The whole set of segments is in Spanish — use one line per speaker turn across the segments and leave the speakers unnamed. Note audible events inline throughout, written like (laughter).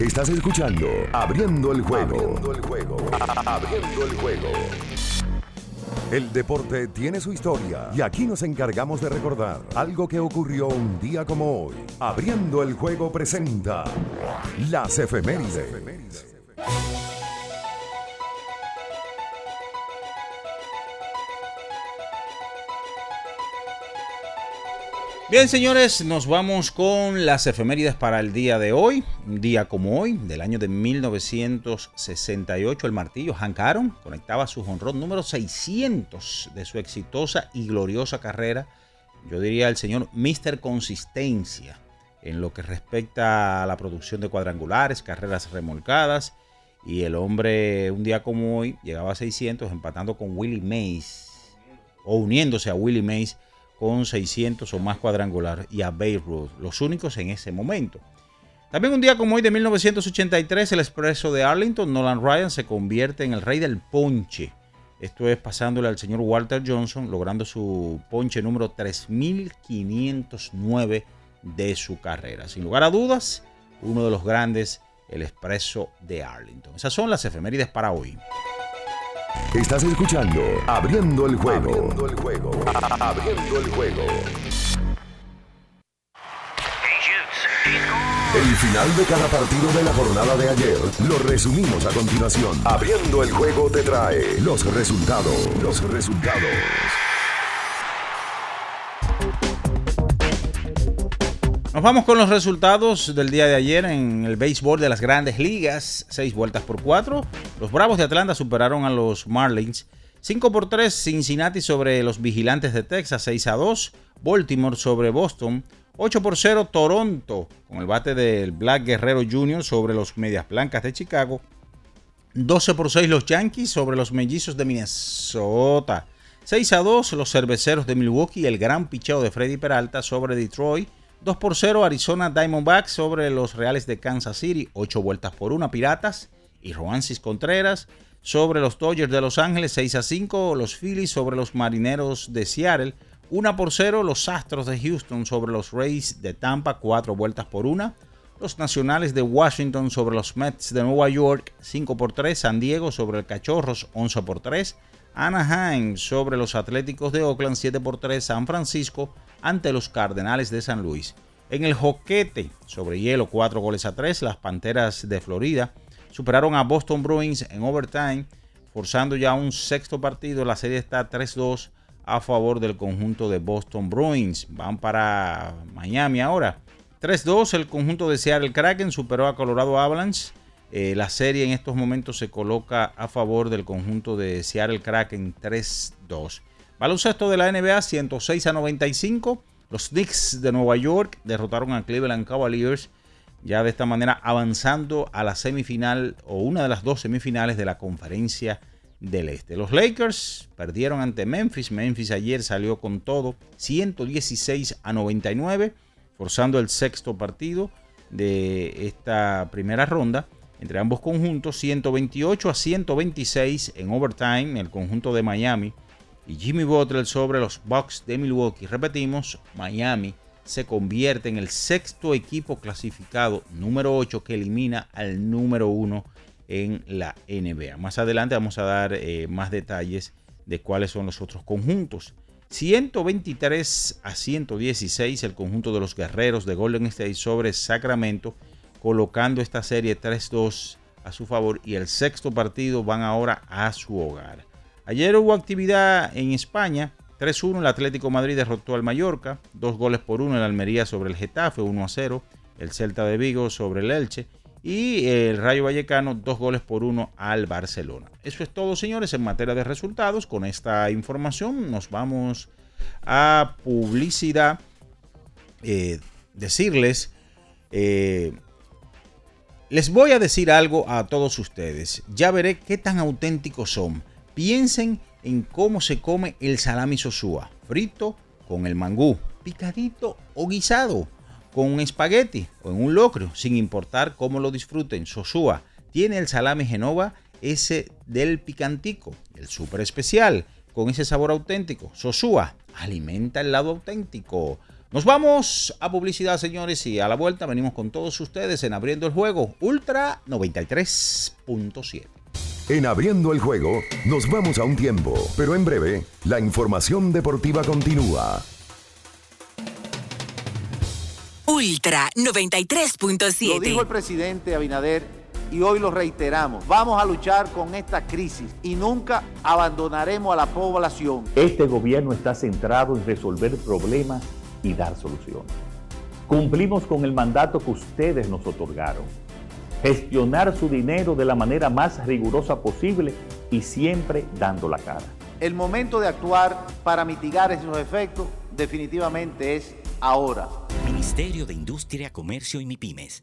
Estás escuchando Abriendo el juego. Abriendo el juego. Abriendo el juego. El deporte tiene su historia y aquí nos encargamos de recordar algo que ocurrió un día como hoy. Abriendo el juego presenta las efemérides.
Bien, señores, nos vamos con las efemérides para el día de hoy. Un día como hoy, del año de 1968, el martillo Hank Aaron conectaba su honrón número 600 de su exitosa y gloriosa carrera. Yo diría el señor Mr. Consistencia en lo que respecta a la producción de cuadrangulares, carreras remolcadas. Y el hombre, un día como hoy, llegaba a 600 empatando con Willie Mays o uniéndose a Willie Mays con 600 o más cuadrangular y a Beirut, los únicos en ese momento. También un día como hoy de 1983, el expreso de Arlington, Nolan Ryan, se convierte en el rey del ponche. Esto es pasándole al señor Walter Johnson, logrando su ponche número 3509 de su carrera. Sin lugar a dudas, uno de los grandes, el expreso de Arlington. Esas son las efemérides para hoy.
Estás escuchando Abriendo el juego. Abriendo el juego. Abriendo el juego. El final de cada partido de la jornada de ayer lo resumimos a continuación. Abriendo el juego te trae los resultados. Los resultados.
Nos vamos con los resultados del día de ayer en el béisbol de las grandes ligas. Seis vueltas por cuatro. Los Bravos de Atlanta superaron a los Marlins. 5 por 3 Cincinnati sobre los Vigilantes de Texas, 6 a 2. Baltimore sobre Boston. 8 por 0 Toronto con el bate del Black Guerrero Jr. sobre los Medias Blancas de Chicago. 12 por 6 los Yankees sobre los Mellizos de Minnesota. 6 a 2 los Cerveceros de Milwaukee y el gran picheo de Freddy Peralta sobre Detroit. 2 por 0 Arizona Diamondbacks sobre los Reales de Kansas City, 8 vueltas por 1 Piratas y Roansis Contreras sobre los Dodgers de Los Ángeles, 6 a 5 los Phillies sobre los Marineros de Seattle, 1 por 0 los Astros de Houston sobre los Rays de Tampa, 4 vueltas por 1 los Nacionales de Washington sobre los Mets de Nueva York, 5 por 3 San Diego sobre el Cachorros, 11 por 3 Anaheim sobre los Atléticos de Oakland, 7 por 3 San Francisco ante los Cardenales de San Luis. En el joquete sobre hielo, 4 goles a 3, las Panteras de Florida superaron a Boston Bruins en overtime, forzando ya un sexto partido. La serie está 3-2 a favor del conjunto de Boston Bruins. Van para Miami ahora. 3-2, el conjunto de Seattle Kraken superó a Colorado Avalanche. Eh, la serie en estos momentos se coloca a favor del conjunto de Seattle Kraken 3-2. Baloncesto de la NBA 106 a 95. Los Knicks de Nueva York derrotaron a Cleveland Cavaliers. Ya de esta manera avanzando a la semifinal o una de las dos semifinales de la conferencia del Este. Los Lakers perdieron ante Memphis. Memphis ayer salió con todo 116 a 99, forzando el sexto partido de esta primera ronda entre ambos conjuntos. 128 a 126 en overtime el conjunto de Miami y Jimmy Butler sobre los Bucks de Milwaukee. Repetimos, Miami se convierte en el sexto equipo clasificado número 8 que elimina al número 1 en la NBA. Más adelante vamos a dar eh, más detalles de cuáles son los otros conjuntos. 123 a 116 el conjunto de los guerreros de Golden State sobre Sacramento, colocando esta serie 3-2 a su favor y el sexto partido van ahora a su hogar. Ayer hubo actividad en España. 3-1 el Atlético Madrid derrotó al Mallorca. 2 goles por 1 el Almería sobre el Getafe, 1-0. El Celta de Vigo sobre el Elche. Y el Rayo Vallecano, 2 goles por 1 al Barcelona. Eso es todo, señores, en materia de resultados. Con esta información nos vamos a publicidad. Eh, decirles... Eh, les voy a decir algo a todos ustedes. Ya veré qué tan auténticos son piensen en cómo se come el salami sosúa, frito con el mangú, picadito o guisado, con un espagueti o en un locro, sin importar cómo lo disfruten. Sosúa tiene el salami Genova, ese del picantico, el súper especial, con ese sabor auténtico. Sosúa alimenta el lado auténtico. Nos vamos a publicidad, señores, y a la vuelta venimos con todos ustedes en Abriendo el Juego Ultra 93.7.
En Abriendo el Juego nos vamos a un tiempo, pero en breve la información deportiva continúa.
Ultra 93.7.
Lo dijo el presidente Abinader y hoy lo reiteramos. Vamos a luchar con esta crisis y nunca abandonaremos a la población.
Este gobierno está centrado en resolver problemas y dar soluciones. Cumplimos con el mandato que ustedes nos otorgaron. Gestionar su dinero de la manera más rigurosa posible y siempre dando la cara.
El momento de actuar para mitigar esos efectos definitivamente es ahora.
Ministerio de Industria, Comercio y MIPIMES.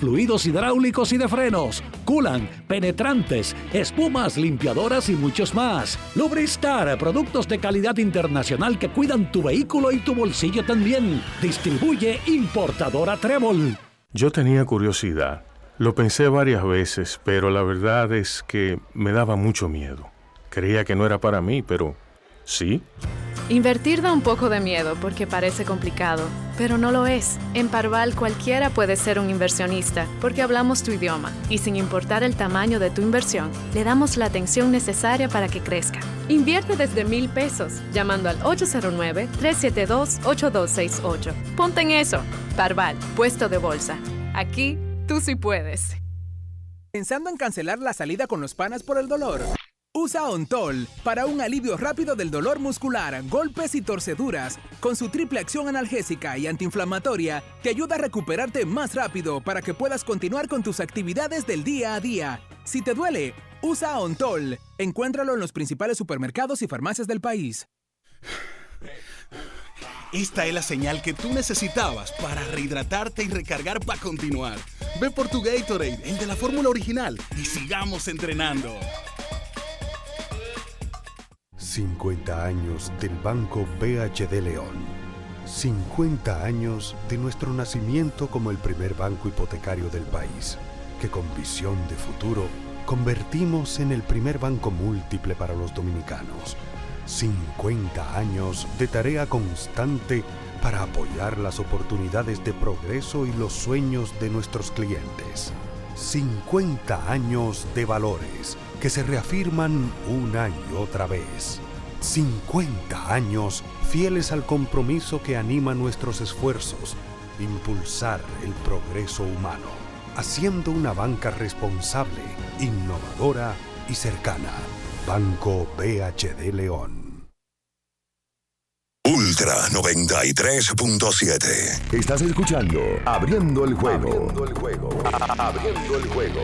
fluidos hidráulicos y de frenos, culan, penetrantes, espumas, limpiadoras y muchos más. Lubristar, productos de calidad internacional que cuidan tu vehículo y tu bolsillo también. Distribuye importadora Trébol.
Yo tenía curiosidad. Lo pensé varias veces, pero la verdad es que me daba mucho miedo. Creía que no era para mí, pero sí.
Invertir da un poco de miedo porque parece complicado, pero no lo es. En Parval cualquiera puede ser un inversionista porque hablamos tu idioma y sin importar el tamaño de tu inversión, le damos la atención necesaria para que crezca. Invierte desde mil pesos llamando al 809-372-8268. Ponte en eso. Parval, puesto de bolsa. Aquí tú sí puedes.
Pensando en cancelar la salida con los panas por el dolor. Usa Ontol para un alivio rápido del dolor muscular, golpes y torceduras. Con su triple acción analgésica y antiinflamatoria, te ayuda a recuperarte más rápido para que puedas continuar con tus actividades del día a día. Si te duele, usa Ontol. Encuéntralo en los principales supermercados y farmacias del país.
Esta es la señal que tú necesitabas para rehidratarte y recargar para continuar. Ve por tu Gatorade, el de la fórmula original, y sigamos entrenando.
50 años del Banco BHD León. 50 años de nuestro nacimiento como el primer banco hipotecario del país, que con visión de futuro convertimos en el primer banco múltiple para los dominicanos. 50 años de tarea constante para apoyar las oportunidades de progreso y los sueños de nuestros clientes. 50 años de valores que se reafirman una y otra vez. 50 años fieles al compromiso que anima nuestros esfuerzos, impulsar el progreso humano, haciendo una banca responsable, innovadora y cercana. Banco BHD León.
Ultra 93.7. Estás escuchando Abriendo el juego. Abriendo el juego. Abriendo el juego.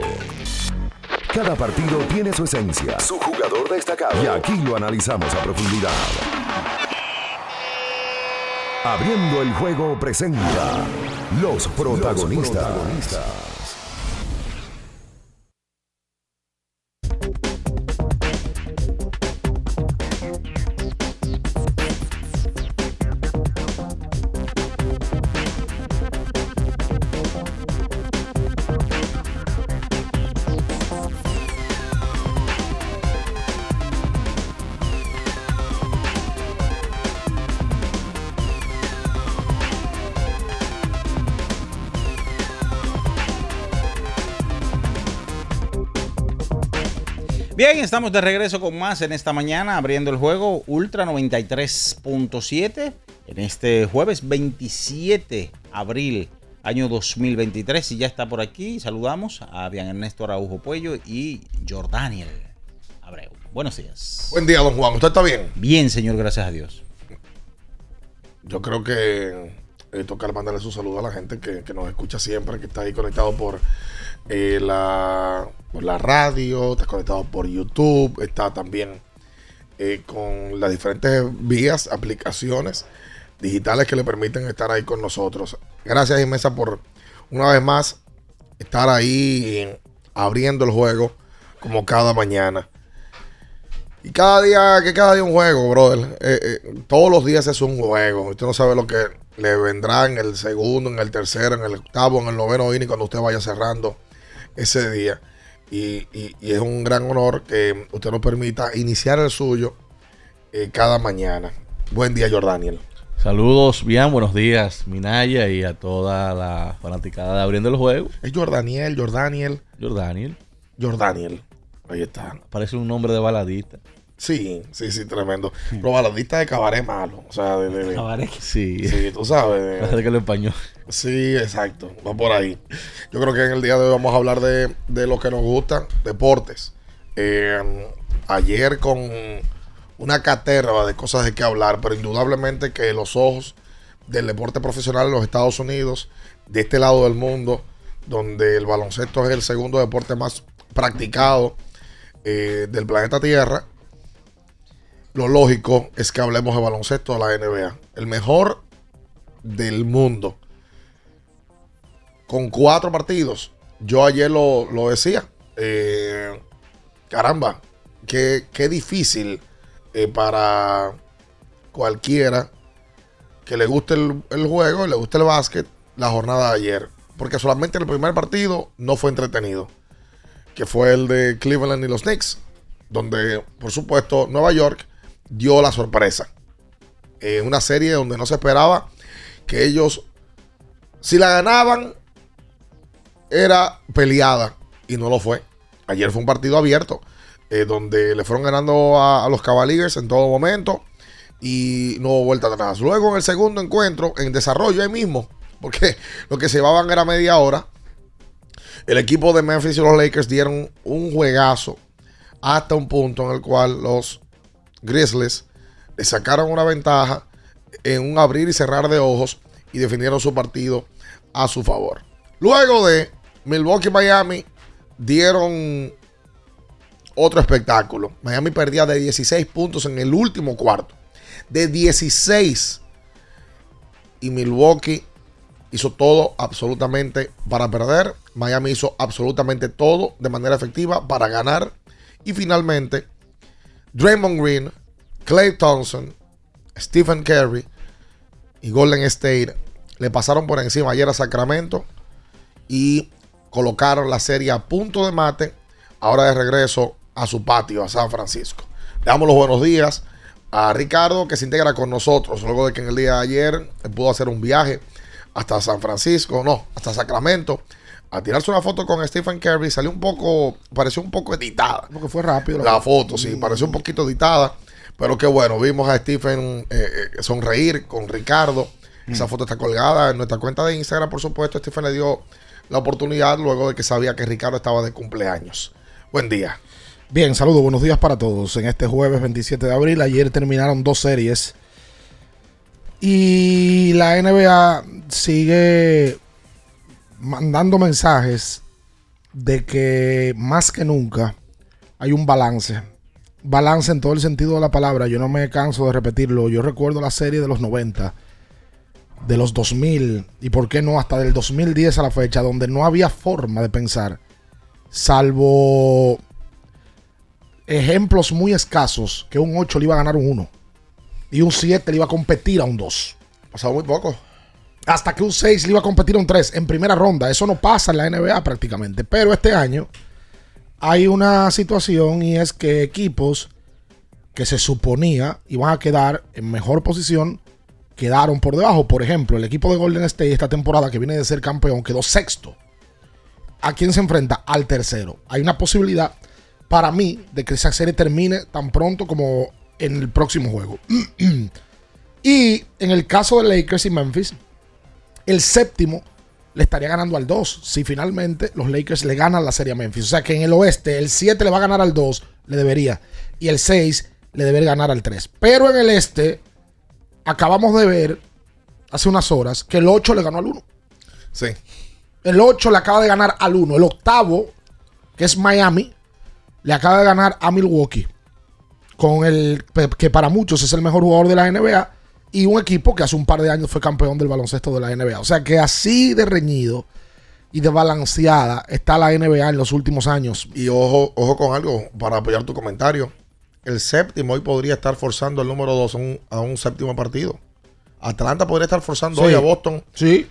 Cada partido tiene su esencia, su jugador destacado. Y aquí lo analizamos a profundidad. Abriendo el juego presenta los protagonistas. Los protagonistas.
Bien, estamos de regreso con más en esta mañana, abriendo el juego Ultra 93.7 en este jueves 27 de abril, año 2023. Y ya está por aquí, saludamos a Bian Ernesto Araujo Puello y Jordaniel Abreu. Buenos días.
Buen día, don Juan. ¿Usted está bien?
Bien, señor, gracias a Dios.
Yo creo que eh, tocar mandarle su saludo a la gente que, que nos escucha siempre, que está ahí conectado por eh, la, por la radio, está conectado por YouTube, está también eh, con las diferentes vías, aplicaciones digitales que le permiten estar ahí con nosotros. Gracias inmensa por una vez más estar ahí abriendo el juego como cada mañana. Y cada día, que cada día un juego, brother. Eh, eh, todos los días es un juego. Usted no sabe lo que le vendrá en el segundo, en el tercero, en el octavo, en el noveno inning cuando usted vaya cerrando ese día. Y, y- y es un gran honor que usted nos permita iniciar el suyo eh, cada mañana. Buen día, Jordaniel.
Saludos, bien, buenos días, Minaya y a toda la fanaticada de Abriendo el Juego.
Es Jordaniel, Jordaniel.
Jordaniel.
Jordaniel. Ahí está.
Parece un nombre de
(laughs)
baladita.
Sí, sí, sí, tremendo. Pero baladista de cabaret malo. O sea, de, de- de-
Cabaret. Sí.
Sí, tú sabes. de-
Parece que lo empañó.
Sí, exacto. Va por ahí. Yo creo que en el día de hoy vamos a hablar de, de lo que nos gusta, deportes. Eh, ayer con una caterva de cosas de qué hablar, pero indudablemente que los ojos del deporte profesional en los Estados Unidos, de este lado del mundo, donde el baloncesto es el segundo deporte más practicado eh, del planeta Tierra, lo lógico es que hablemos de baloncesto de la NBA. El mejor del mundo. Con cuatro partidos. Yo ayer lo, lo decía. Eh, caramba, qué, qué difícil eh, para cualquiera que le guste el, el juego, le guste el básquet, la jornada de ayer. Porque solamente el primer partido no fue entretenido. Que fue el de Cleveland y los Knicks. Donde, por supuesto, Nueva York dio la sorpresa. Eh, una serie donde no se esperaba que ellos, si la ganaban, era peleada y no lo fue. Ayer fue un partido abierto, eh, donde le fueron ganando a, a los Cavaliers en todo momento y no hubo vuelta atrás. Luego en el segundo encuentro, en desarrollo ahí mismo, porque (laughs) lo que se llevaban era media hora, el equipo de Memphis y los Lakers dieron un juegazo hasta un punto en el cual los Grizzlies le sacaron una ventaja en un abrir y cerrar de ojos y definieron su partido a su favor. Luego de Milwaukee y Miami dieron otro espectáculo. Miami perdía de 16 puntos en el último cuarto. De 16. Y Milwaukee hizo todo absolutamente para perder. Miami hizo absolutamente todo de manera efectiva para ganar. Y finalmente, Draymond Green, Clay Thompson, Stephen Curry y Golden State le pasaron por encima ayer a Sacramento y colocaron la serie a punto de mate. Ahora de regreso a su patio, a San Francisco. Le damos los buenos días a Ricardo que se integra con nosotros luego de que en el día de ayer él pudo hacer un viaje hasta San Francisco, no, hasta Sacramento. A tirarse una foto con Stephen Curry salió un poco, pareció un poco editada.
Porque fue rápido. Mm.
La foto, sí, pareció un poquito editada. Pero qué bueno, vimos a Stephen eh, eh, sonreír con Ricardo.
Mm.
Esa foto está colgada en nuestra cuenta de Instagram, por supuesto. Stephen le dio la oportunidad luego de que sabía que Ricardo estaba de cumpleaños. Buen día.
Bien, saludos, buenos días para todos. En este jueves 27 de abril, ayer terminaron dos series. Y la NBA sigue mandando mensajes de que más que nunca hay un balance. Balance en todo el sentido de la palabra. Yo no me canso de repetirlo. Yo recuerdo la serie de los 90, de los 2000 y por qué no hasta del 2010 a la fecha, donde no había forma de pensar, salvo ejemplos muy escasos que un 8 le iba a ganar un 1 y un 7 le iba a competir a un 2.
Pasaba muy poco.
Hasta que un 6 le iba a competir a un 3 en primera ronda. Eso no pasa en la NBA prácticamente. Pero este año hay una situación y es que equipos que se suponía iban a quedar en mejor posición quedaron por debajo. Por ejemplo, el equipo de Golden State esta temporada que viene de ser campeón quedó sexto. ¿A quién se enfrenta? Al tercero. Hay una posibilidad para mí de que esa serie termine tan pronto como en el próximo juego. y en el caso de Lakers y Memphis, el séptimo le estaría ganando al 2 si finalmente los Lakers le ganan la serie a Memphis. O sea que en el oeste el 7 le va a ganar al 2, le debería. Y el 6 le debería ganar al 3. Pero en el este acabamos de ver hace unas horas que el 8 le ganó al 1.
Sí.
El 8 le acaba de ganar al 1. El octavo, que es Miami, le acaba de ganar a Milwaukee. Con el que para muchos es el mejor jugador de la NBA. y un equipo que hace un par de años fue campeón del baloncesto de la NBA. O sea que así de reñido y de balanceada está la NBA en los últimos años.
Y ojo, ojo con algo para apoyar tu comentario. El séptimo hoy podría estar forzando el número 2 a un, a un séptimo partido. Atlanta podría estar forzando
Sí.
hoy a Boston Ah.
Sí.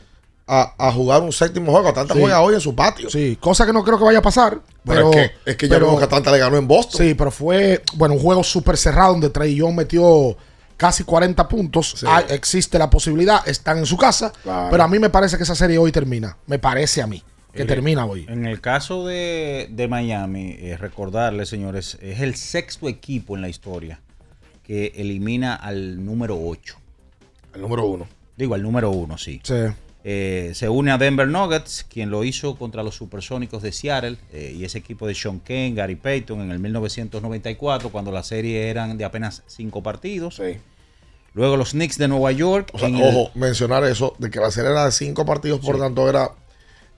a, a jugar un séptimo juego. Atlanta
Sí.
juega hoy en su patio.
Sí, cosa que no creo que vaya a pasar.
Pero
Pero,
es que- es que ya vemos que Atlanta le ganó en Boston.
Sí, pero fue, bueno, un juego súper cerrado donde Trey Young metió casi 40 puntos. Ah, existe la posibilidad, están en su casa.
Claro.
Pero a mí me parece que esa serie hoy termina. Me parece a mí que
Eh,
termina hoy.
En el caso de, de Miami, eh, recordarle, señores, es el sexto equipo en la historia que elimina al número 8.
Al número 1.
Digo, al número 1, sí.
Sí.
Eh, se une a Denver Nuggets, quien lo hizo contra los Supersónicos de Seattle eh, y ese equipo de Sean Kent, Gary Payton en el 1994, cuando la serie eran de apenas cinco partidos. Luego los Knicks de Nueva York.
O sea,
en el-
ojo, mencionar eso, de que la serie era de cinco partidos, por
Sí.
tanto era,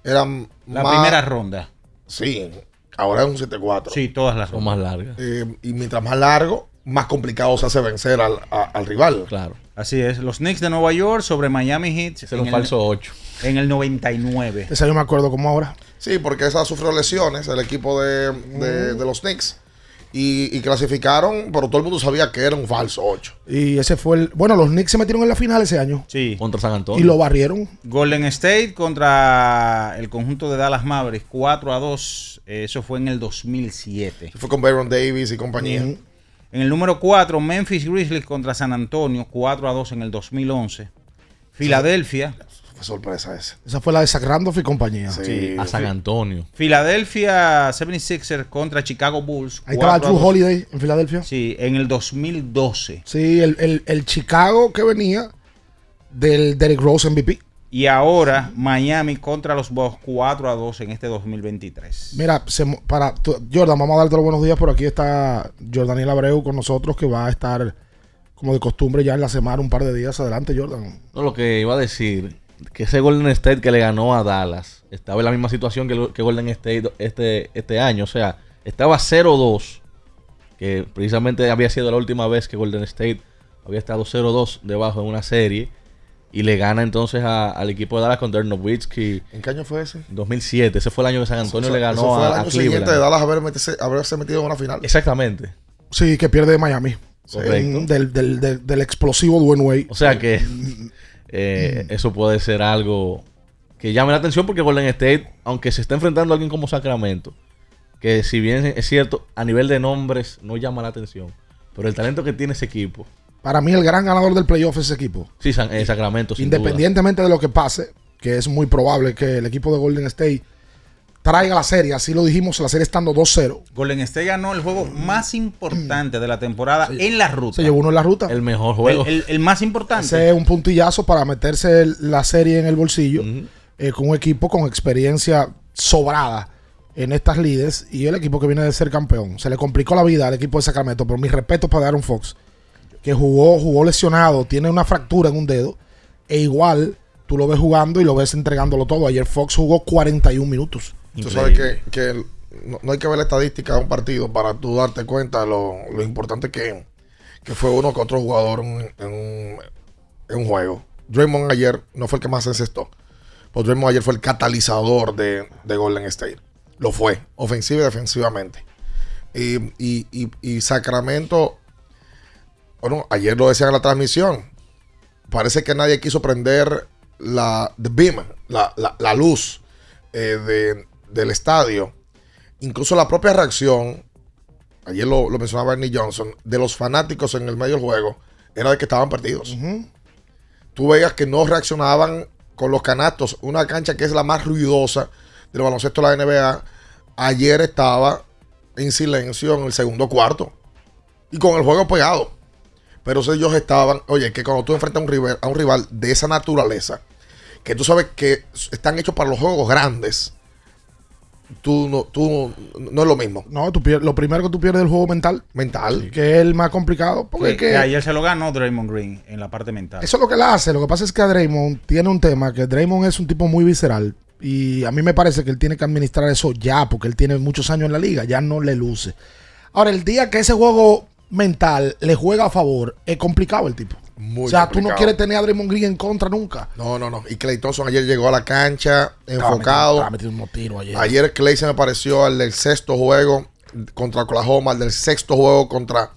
eran
la
más-
primera ronda.
Sí, ahora es un 7-4.
Sí, todas las
Son más largas.
Eh, y mientras más largo, más complicado se hace vencer al, a- al rival.
Claro.
Así es, los Knicks de Nueva York sobre Miami Heat. en
los
el-
falso 8.
En el 99.
Esa yo me acuerdo como ahora.
Sí, porque esa sufrió lesiones, el equipo de, de- de los Knicks. Y, y clasificaron, pero todo el mundo sabía que era un falso 8.
Y ese fue el. Bueno, los Knicks se metieron en la final ese año.
Sí.
Contra San Antonio.
Y lo barrieron.
Golden State contra el conjunto de Dallas Mavericks, 4 a 2. Eh, Eso fue en el 2007.
Fue con Baron Davis y compañía.
En el número 4, Memphis Grizzlies contra San Antonio, 4 a 2 en el 2011. Filadelfia.
Fue sorpresa esa.
Esa fue la de Zach Randolph y compañía.
Sí.
A San Antonio.
Filadelfia 76ers contra Chicago Bulls.
Ahí estaba
4 a
Drew
2.
Holiday en Filadelfia.
Sí, en el 2012.
Sí, el, el- el Chicago que venía del Derrick Rose MVP.
Y ahora Miami contra los Bucks 4 a 2 en este 2023.
Mira, se mo- para tú- Jordan, vamos a darte los buenos días, pero aquí está Jordaniel Abreu con nosotros, que va a estar como de costumbre ya en la semana, un par de días. Adelante, Jordan.
No, lo que iba a decir, que ese Golden State que le ganó a Dallas estaba en la misma situación que, lo- que Golden State este, este año. O sea, estaba 0-2, que precisamente había sido la última vez que Golden State había estado 0-2 debajo en una serie. Y le gana entonces a- al equipo de Dallas con Dirk Nowitzki
¿En qué año fue ese?
2007. Ese fue el año que San Antonio
Eso-
le ganó
eso fue el
a, a
año siguiente de
Cleveland.
Dallas haber meterse- haberse metido en una final.
Exactamente.
Sí, que pierde de Miami.
Correcto.
En- del, del- del- del explosivo Dwayne Wade.
O sea (laughs) que eh, eso puede ser algo que llame la atención porque Golden State, aunque se está enfrentando a alguien como Sacramento, que si bien es cierto, a nivel de nombres no llama la atención, pero el talento que tiene ese equipo,
Para mí, el gran ganador del playoff es ese equipo.
sí, San- eh, Sacramento, sin
Independientemente de lo que pase, que es muy probable que el equipo de Golden State traiga la serie, así lo dijimos, la serie estando 2-0.
Golden State ganó el juego más importante de la temporada en la ruta.
Se llevó uno en la ruta.
El mejor
El, el- el más importante.
Ese es un puntillazo para meterse el- la serie en el bolsillo eh, con un equipo con experiencia sobrada en estas líderes y el equipo que viene de ser campeón. Se le complicó la vida al equipo de Sacramento, pero mi respeto para Darren Fox, que jugó, jugó lesionado, tiene una fractura en un dedo, e igual tú lo ves jugando y lo ves entregándolo todo. Ayer Fox jugó 41 minutos.
Tú sabes que, que el- no, no hay que ver la estadística de un partido para tú darte cuenta de lo, lo importante que, que fue uno que otro jugador en, en un, en un juego. Draymond ayer no fue el que más se encestó. Pues Draymond ayer fue el catalizador de, de Golden State. Lo fue, ofensiva y defensivamente. Y, y- y- y Sacramento, bueno, ayer lo decían en la transmisión, parece que nadie quiso prender la the beam, la, la- la luz eh, de- del estadio. Incluso la propia reacción, ayer lo, lo mencionaba Ernie Johnson, de los fanáticos en el medio del juego, era de que estaban perdidos. Tú veías que no reaccionaban con los canastos. Una cancha que es la más ruidosa del baloncesto de la NBA, ayer estaba en silencio en el segundo cuarto y con el juego pegado. Pero eso ellos estaban, oye, que cuando tú enfrentas a un rival, a un rival de esa naturaleza, que tú sabes que están hechos para los juegos grandes, tú no, tú no es lo mismo.
No, tú pier- lo primero que tú pierdes es el juego mental.
Mental.
Que es el más complicado. Porque
Que-
es que-
que ayer se lo ganó Draymond Green en la parte mental.
Eso es lo que la hace. Lo que pasa es que a Draymond tiene un tema, que Draymond es un tipo muy visceral. Y a mí me parece que él tiene que administrar eso ya, porque él tiene muchos años en la liga, ya no le luce. Ahora, el día que ese juego mental le juega a favor, es complicado el tipo.
Muy
o sea, tú no
complicado.
quieres tener a Draymond Green en contra nunca.
No, no, no. Y Clay Thompson ayer llegó a la cancha
Estaba
enfocado.
metiendo- estaba metiendo unos tiros ayer.
Ayer Clay se me pareció al del sexto juego contra Oklahoma, al del sexto juego contra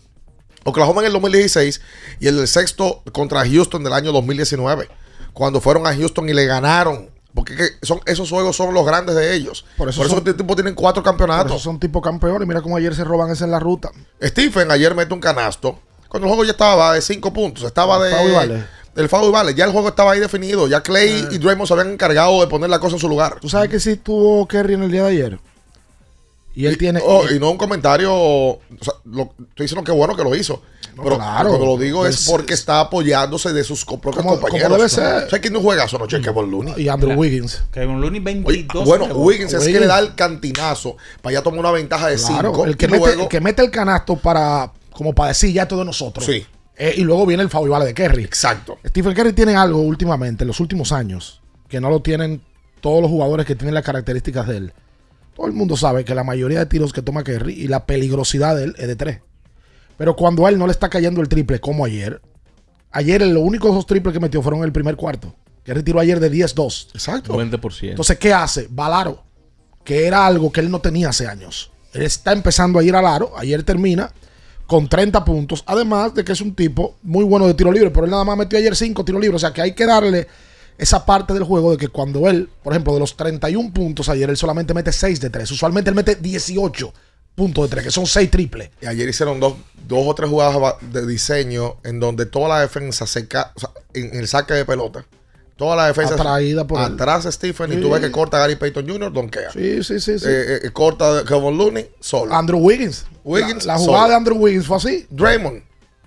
Oklahoma en el 2016 y el del sexto contra Houston del año 2019. Cuando fueron a Houston y le ganaron. Porque es que son, esos juegos son los grandes de ellos. Por eso,
eso son-
este tipo tienen cuatro
Por eso
campeonatos.
son tipo campeones. Mira cómo ayer se roban esa en la ruta.
Stephen ayer mete un canasto. Cuando el juego ya estaba de cinco puntos. Estaba de.
Foul y vale. Eh.
El foul y vale. Ya el juego estaba ahí definido. Ya Clay y Draymond se habían encargado de poner la cosa en su lugar.
¿Tú sabes que sí tuvo Kerry en el día de ayer? Y él tiene.
Oh, y no un comentario. O sea, lo, estoy diciendo que bueno que lo hizo. pero
claro.
cuando lo digo es
Es-
porque está apoyándose de sus co- propios
Como- como
compañeros.
debe ser.
O sea, que no juega eso noche, Kevin Looney.
Y Andrew Wiggins.
Kevin Looney
Oye,
22.
bueno,
rebotes.
Wiggins es que le da el cantinazo para ya tomar una ventaja de 5.
Claro, el que, mete, el que mete el canasto para. Como para decir ya todo de nosotros.
Sí.
Eh, y luego viene el foul y vale de Kerry.
Exacto.
Stephen Curry tiene algo últimamente, en los últimos años, que no lo tienen todos los jugadores que tienen las características de él. Todo el mundo sabe que la mayoría de tiros que toma Curry y la peligrosidad de él es de tres. Pero cuando a él no le está cayendo el triple, como ayer, ayer los únicos dos triples que metió fueron en el primer cuarto. Curry tiró ayer de 10-2.
Exacto.
20%.
Entonces, ¿qué hace? Va al aro, que era algo que él no tenía hace años. Él está empezando a ir al aro, ayer termina con 30 puntos, además de que es un tipo muy bueno de tiro libre, pero él nada más metió ayer 5 tiros libres, o sea que hay que darle esa parte del juego de que cuando él, por ejemplo, de los 31 puntos ayer, él solamente mete 6 de 3, usualmente él mete 18 puntos de 3, que son 6 triples.
Y ayer hicieron dos, dos o tres jugadas va- de diseño en donde toda la defensa se ca- o sea, en el saque de pelota. Toda la defensa
Atraída por él.
atrás Stephen y
Sí.
tú ves que corta a Gary Payton Jr. donkea.
Sí, sí, sí, sí.
Eh, eh, corta a Kevin Looney solo.
Andrew Wiggins.
Wiggins
la, la jugada
solo.
de Andrew Wiggins fue así.
Draymond.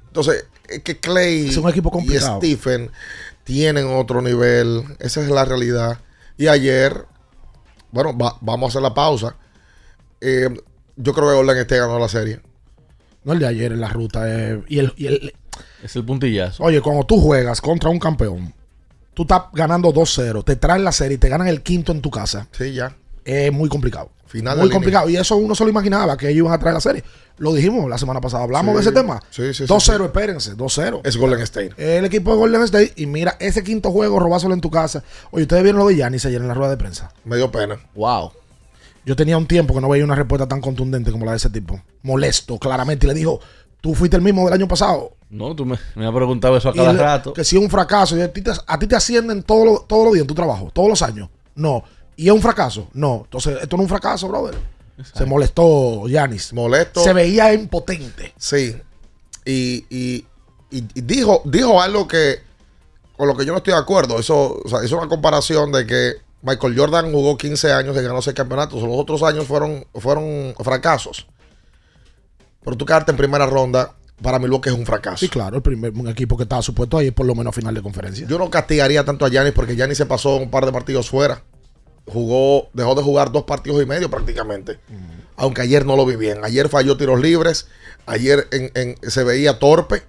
Entonces, es que Clay
Es un equipo complicado.
y Stephen tienen otro nivel. Esa es la realidad. Y ayer, bueno, va- vamos a hacer la pausa. Eh, yo creo que Golden State ganó la serie.
No el de ayer en la ruta. eh, y el- y el,
Es el puntillazo.
Oye, cuando tú juegas contra un campeón, tú estás ganando 2-0, te traen la serie y te ganan el quinto en tu casa.
Sí, ya.
Es muy complicado.
Final
muy
de línea.
complicado. Y eso uno se lo imaginaba que ellos iban a traer la serie. Lo dijimos la semana pasada. Hablamos
Sí.
de ese tema.
Sí, sí, sí,
2-0, espérense. 2-0.
Es Golden State.
El equipo de Golden State. Y mira, ese quinto juego, robáselo en tu casa. Oye, ustedes vieron lo de Giannis ayer en la rueda de prensa.
Me dio pena.
Wow.
Yo tenía un tiempo que no veía una respuesta tan contundente como la de ese tipo. Molesto, claramente. Y le dijo, tú fuiste el mismo del año pasado.
No, tú me, me has preguntado eso a
Y
cada
le-
rato.
Que si es un fracaso. Y a, ti te, a ti te ascienden todos los todos los días en tu trabajo, todos los años. No. ¿Y es un fracaso? No. Entonces, esto no es un fracaso, brother. Se molestó Yanis.
Molesto.
Se veía impotente.
Sí. Y, y- y- y dijo, dijo algo que con lo que yo no estoy de acuerdo. Eso, o sea, hizo una comparación de que Michael Jordan jugó 15 años y ganó 6 campeonatos. Los otros años fueron, fueron fracasos. Pero tú quedarte en primera ronda, para mí lo que es un fracaso.
Sí, claro, el primer un equipo que estaba supuesto ahí, por lo menos a final de conferencia.
Yo no castigaría tanto a Yanis porque Yanis se pasó un par de partidos fuera. Jugó, dejó de jugar dos partidos y medio prácticamente. Aunque ayer no lo vi bien. Ayer falló tiros libres. Ayer en- en- se veía torpe.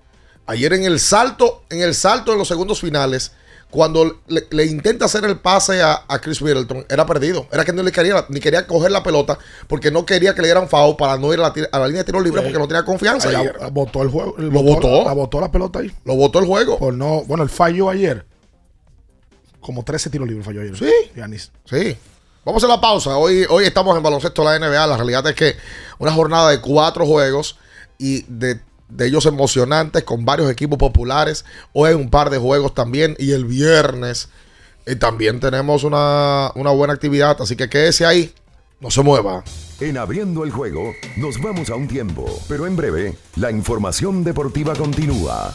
Ayer en el salto, en el salto de los segundos finales, cuando le, le intenta hacer el pase a, a Chris Middleton, era perdido. Era que no le quería, ni quería coger la pelota porque no quería que le dieran foul para no ir a la, tir- a la línea de tiros libres porque no tenía confianza.
Ahí la-
ayer.
la botó el juego.
Lo botó.
La botó la pelota ahí.
Lo botó el juego.
Por no, bueno, el fallo ayer. Como 13 tiros libres falló ayer.
Sí.
Giannis.
Sí. Vamos a la pausa. Hoy, hoy estamos en baloncesto de la NBA. La realidad es que una jornada de cuatro juegos y de, de ellos emocionantes con varios equipos populares. Hoy hay un par de juegos también y el viernes eh, también tenemos una, una buena actividad. Así que quédese ahí. No se mueva.
En abriendo el juego, nos vamos a un tiempo, pero en breve, la información deportiva continúa.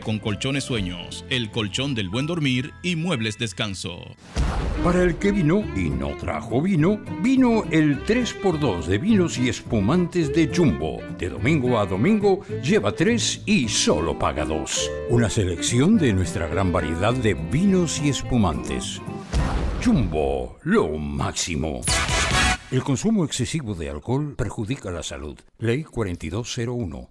con colchones Colchones Sueños, el colchón del buen dormir y muebles descanso.
Para el que vino y no trajo vino, vino el 3x2 de vinos y espumantes de Jumbo. De domingo a domingo, lleva 3 y solo paga 2. Una selección de nuestra gran variedad de vinos y espumantes. Jumbo, lo máximo. El consumo excesivo de alcohol perjudica la salud. Ley 4201.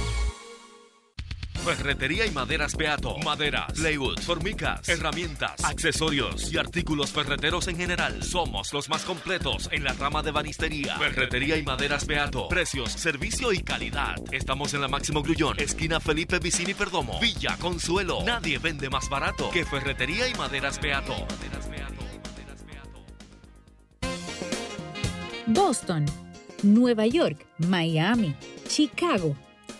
Ferretería y maderas Beato. Maderas, playwood, formicas, herramientas, accesorios y artículos ferreteros en general. Somos los más completos en la rama de banistería. Ferretería y maderas Beato. Precios, servicio y calidad. Estamos en la Máximo Grullón, esquina Felipe Vicini Perdomo, Villa Consuelo. Nadie vende más barato que Ferretería y maderas Beato.
Boston, Nueva York, Miami, Chicago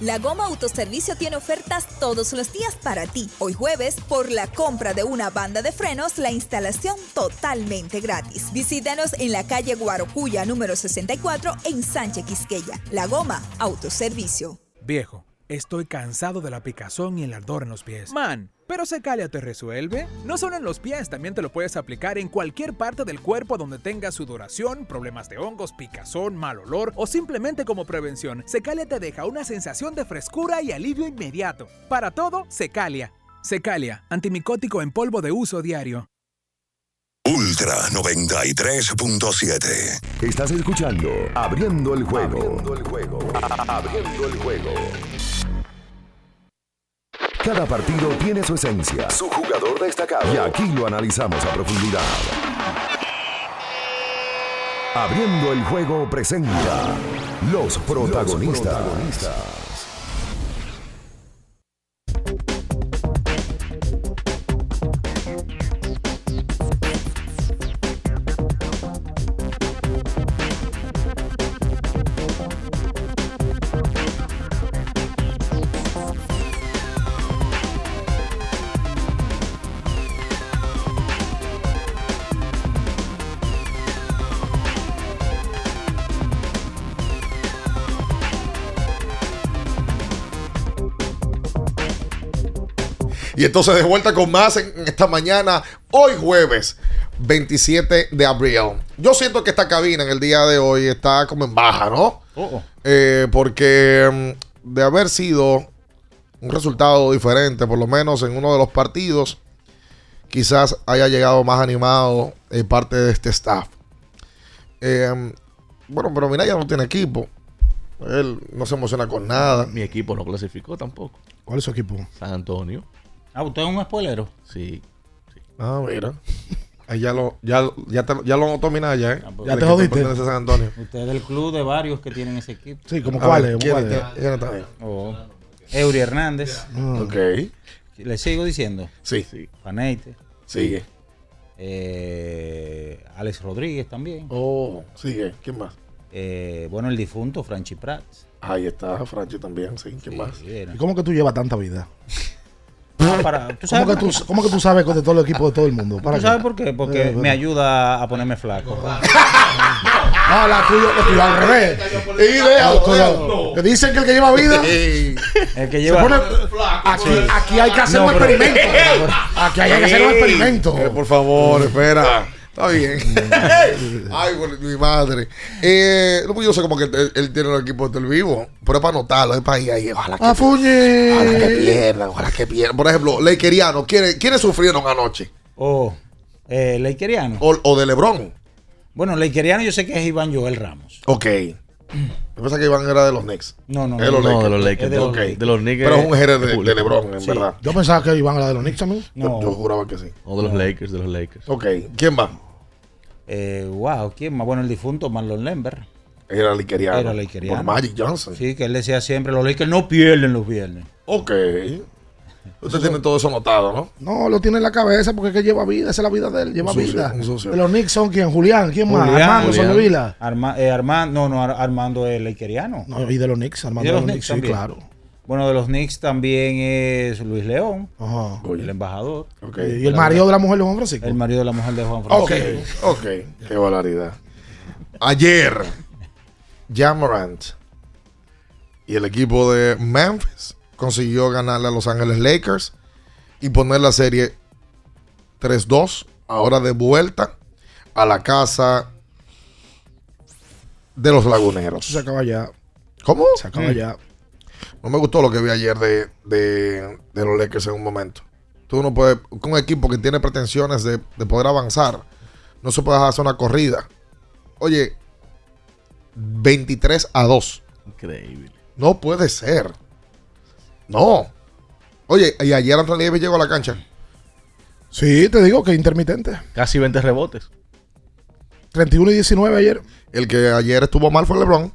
La Goma Autoservicio tiene ofertas todos los días para ti. Hoy jueves, por la compra de una banda de frenos, la instalación totalmente gratis. Visítanos en la calle Guarocuya número 64 en Sánchez Quisqueya. La Goma Autoservicio.
Viejo, estoy cansado de la picazón y el ardor en los pies. Man, ¿pero Secalia te resuelve? No solo en los pies, también te lo puedes aplicar en cualquier parte del cuerpo donde tengas sudoración, problemas de hongos, picazón, mal olor o simplemente como prevención. Secalia te deja una sensación de frescura y alivio inmediato. Para todo, Secalia. Secalia, antimicótico en polvo de uso diario.
Ultra 93.7.
Estás escuchando Abriendo el juego. Abriendo el juego. Abriendo el juego. Cada partido tiene su esencia, su jugador destacado. Y aquí lo analizamos a profundidad. Abriendo el juego presenta los protagonistas.
Y entonces de vuelta con más en en esta mañana, hoy jueves 27 de abril. Yo siento que esta cabina en el día de hoy está como en baja, ¿no?
Oh,
Eh, porque mm, de haber sido un resultado diferente, por lo menos en uno de los partidos, quizás haya llegado más animado eh, parte de este staff. Eh, bueno, pero Minaya no tiene equipo. Él no se emociona con nada.
Mi equipo no clasificó tampoco.
¿Cuál es su equipo?
San Antonio.
Ah, usted es un spoilero.
Sí.
Ah, mira. Ahí ya lo, ya, ya te- ya lo notó Minaya, ¿eh?
Ya pues,
El
te
equipo
jodiste.
pertenece a San Antonio.
Usted es del club de varios que tienen ese equipo.
Sí, como
A ver, ¿quién- quién- quién está ahí?
Oh. Eury Hernández.
Mm.
Ah. Ok.
¿Le sigo diciendo?
Sí.
Paneite.
Sigue.
Eh, Alex Rodríguez también. Eh,
Oh, sigue. ¿Quién más?
bueno, el difunto Franchi Prats.
Ahí está, Franchi también, sí. ¿Quién más?
¿Y cómo que tú llevas tanta vida?
Ah, para- ¿tú
¿Cómo,
sabes?
que tú, cómo que tú sabes de todo el equipo de todo el mundo? ¿Para
¿Tú
qué?
sabes por qué? Porque
Eh,
me ayuda a ponerme flaco. pues.
(laughs) No, la tuya, la tuya al revés.
Idea,
No, cuidado. Que Dicen que el que lleva vida.
El que
se
lleva.
pone- aquí, aquí hay que hacer
No,
un
pero-
(laughs)
experimento. Aquí hay que hacer un
Ey,
experimento.
eh, por favor, espera. Está bien. Ay, bueno, mi madre. Eh, no, pues yo sé como que él, él tiene el equipo del vivo, pero es para anotarlo, es para ir ahí. Ojalá que,
A Fuñi.
ojalá que pierdan, ojalá que pierdan. Por ejemplo, Leikeriano, ¿quiénes, ¿quiénes sufrieron anoche?
Oh,
O eh, Leikeriano.
O, o de Lebron.
Bueno, Leikeriano yo sé que es Iván Joel Ramos.
Ok. Yo pensaba que Iván era de los Knicks.
No, no,
Es de los
no,
Lakers.
de los Lakers.
Ok.
De los Lakers. De los Knicks
Pero es
es-
un jerez
es
de,
público.
de LeBron, en
Sí.
verdad.
Yo pensaba que iban a la de los Knicks también.
Yo, yo juraba que sí.
O de los Lakers, de los Lakers.
Ok, ¿quién va?
Eh, wow, ¿quién más? Bueno, el difunto Marlon Lembert.
Era likeriano.
Era lakeriano.
Por Magic Johnson.
Sí, que él decía siempre, los Lakers no pierden los viernes.
Ok. Usted tiene todo eso anotado, ¿no?
No, lo tiene en la cabeza porque es que lleva vida, esa es la vida de él, lleva
Sucio,
vida.
un sucio.
De los Knicks son quién, Julián, quién más,
Julián,
Armando
Julián.
Soldevila.
Arma- eh, Armando, no, no, Ar- Armando es lakeriano.
No, y de los Knicks, Armando
Y
de los Knicks, sí,
también.
claro.
Bueno, de los Knicks también es Luis León,
Ajá.
el embajador.
Y el marido de la mujer de Juan Francisco. Oh,
El marido de la mujer de Juan Francisco.
Ok, ok. Qué volaridad. Ayer, Jamorant y el equipo de Memphis consiguió ganarle a Los Ángeles Lakers y poner la serie 3-2. Ahora de vuelta a la casa de los Laguneros.
Eso se acaba ya.
¿Cómo?
Se
Mm.
acaba ya.
No me gustó lo que vi ayer de, de- de los Lakers en un momento. Tú no puedes, con un equipo que tiene pretensiones de, de poder avanzar, no se puede dejar hacer una corrida. Oye, 23 a 2.
Increíble.
No puede ser. No. Oye, y ayer Anthony Davis llegó a la cancha.
Sí, te digo que intermitente.
Casi 20 rebotes.
31 y 19 ayer.
El que ayer estuvo mal fue LeBron.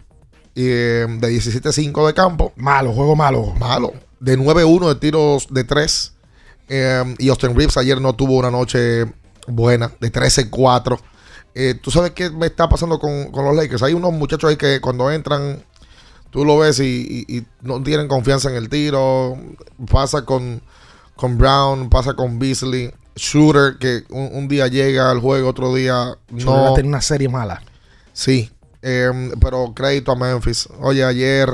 Y, eh, de 17-5 de campo.
Malo, juego malo.
Malo. De 9-1 de tiros de 3. y Austin Reeves ayer no tuvo una noche buena. De 13-4. Eh, ¿Tú sabes qué me está pasando con, con los Lakers? Hay unos muchachos ahí que cuando entran, tú lo ves y, y- y no tienen confianza en el tiro. Pasa con, con Brown, pasa con Beasley. Shooter, que un, un día llega al juego, otro día
No. va
no.
a tener una serie mala.
Sí, eh, pero crédito a Memphis. Oye, ayer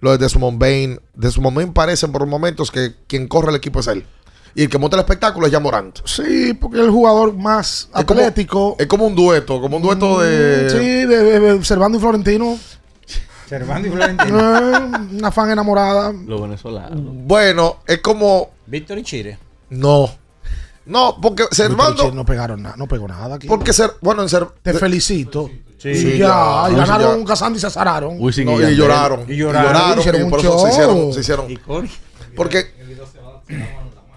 lo de Desmond Bain. Desmond Bain parece por momentos que quien corre el equipo es él. Y el que monta el espectáculo es ya Morant.
Sí, porque es el jugador más atlético.
Es como un dueto, como un dueto de...
Mm, Sí, de, de- de Servando y Florentino.
Servando y
Eh, una fan enamorada.
Los venezolanos.
Bueno, es como...
Víctor y Chile.
No. No, porque Servando...
No pegaron nada, no pegó nada aquí.
Porque ser... Bueno, en ser... eh,
Te felicito.
Sí,
y
sí,
ya,
ya.
y ganaron
Sí, ya.
un Casando y se azaron.
No, y, lloraron, y lloraron.
Hicieron
y
un
por eso se
show.
hicieron... Se hicieron porque...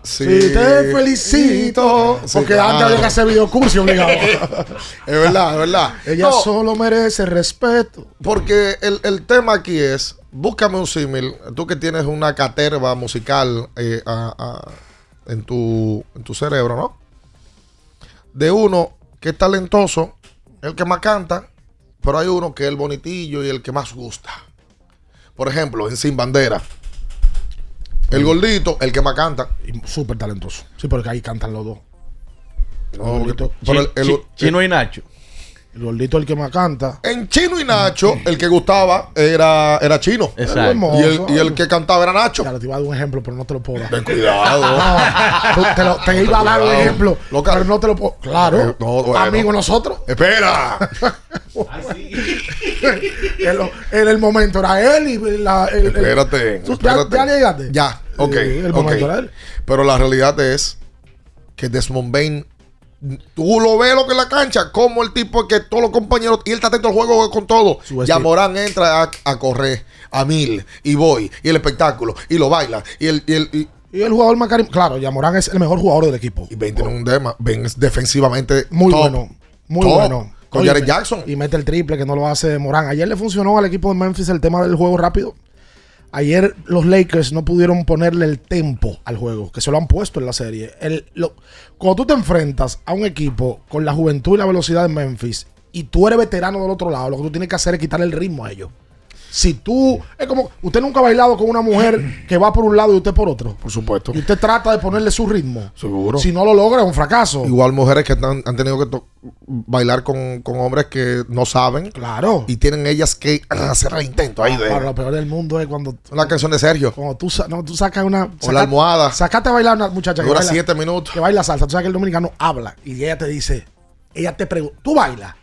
Sí, te felicito.
Sí,
porque
claro.
antes había que hacer videocurso obligado.
Es verdad, es verdad.
Ella
No.
solo merece respeto.
Porque el, el tema aquí es, búscame un símil, tú que tienes una caterva musical eh, a- a- en, tu, en tu cerebro, ¿no? De uno que es talentoso, el que más canta, pero hay uno que es el bonitillo y el que más gusta. Por ejemplo, en Sin Bandera. El gordito, el que más canta.
Y Súper talentoso. Sí, porque ahí cantan los dos.
(laughs)
(laughs)
No,
El gordito.
porque- pero el- el-
y Nacho.
El gordito es el que más canta.
En Chino y Nacho, el que gustaba era, era Chino.
Exacto.
Y el, y el que cantaba era Nacho.
Claro, te iba a dar un ejemplo, pero no te lo puedo dar.
Ten cuidado.
No, tú- te, lo- te iba a dar un
Cuidado.
ejemplo, pero no te lo puedo. Claro,
Eh, no, bueno.
amigo nosotros.
Espera.
(laughs) en, lo- en el momento era él y la. el- el-
Espérate,
¿Tú ya-
espérate.
¿Ya, llegaste?
Ya, ok.
el
ok.
momento era él.
Pero la realidad es que Desmond Bain, tú lo ves lo que en la cancha, como el tipo que todos los compañeros, y él está atento al juego con todo. Ya Morán entra a, a correr a mil, y voy, y el espectáculo, y lo baila, y el. Y el y-
Y el jugador más cari- Claro, Yamorán es el mejor jugador del equipo.
y Bain tiene un tema, Bain es defensivamente
Muy
top,
bueno. Muy
top,
bueno.
Con
Oye,
Jared
me-
Jackson.
Y mete el triple que no lo hace Morán. Ayer le funcionó al equipo de Memphis el tema del juego rápido. Ayer los Lakers no pudieron ponerle el tempo al juego, que se lo han puesto en la serie. El- lo- cuando tú te enfrentas a un equipo con la juventud y la velocidad de Memphis y tú eres veterano del otro lado, lo que tú tienes que hacer es quitarle el ritmo a ellos. Si tú, es como, usted nunca ha bailado con una mujer que va por un lado y usted por otro.
Por supuesto.
Y usted trata de ponerle su ritmo.
Seguro.
Si no lo logra, es un fracaso.
Igual mujeres que están- han tenido que to- bailar con, con hombres que no saben.
Claro.
Y tienen ellas que (clears throat) hacer el intento ahí de.
Ahora, lo peor del mundo es cuando
Una canción de Sergio.
Cuando tú, sa- no, tú sacas una.
O la almohada.
Sacaste a bailar a una muchacha
Dura
baila-
siete minutos.
Que baila salsa. Tú sabes que el dominicano habla y ella te dice, ella te pregunta, ¿tú bailas?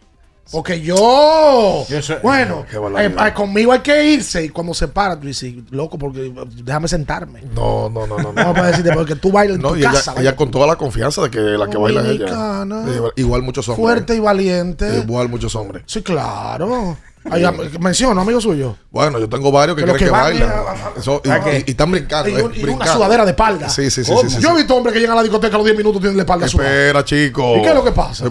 Porque yo.
Yo soy-
bueno,
Qué barbaridad.
eh, eh, conmigo hay que irse. Y cuando se para, tú dices, loco, porque eh, déjame sentarme.
No, no, no, no.
No
No,
para decirte, porque tú bailas en
No,
tu
y ella,
casa.
ella con toda la confianza de que la que baila es ella.
Dominicana.
Igual muchos hombres.
fuerte y valiente.
Igual muchos hombres.
Sí, claro. Ay, am- menciona, amigo suyo.
Bueno, yo tengo varios que
Pero
creen que,
que van,
bailan.
eh,
Eso- y,
¿a qué?
y- y están brincando.
Y,
eh,
un- y una
brincando.
sudadera de espalda.
Sí, sí, sí. sí,
¿Cómo?
sí,
Yo he
sí.
visto hombres que llegan a la discoteca a los 10 minutos tienen la espalda sudada.
Espera, chico.
¿Y qué es lo que pasa?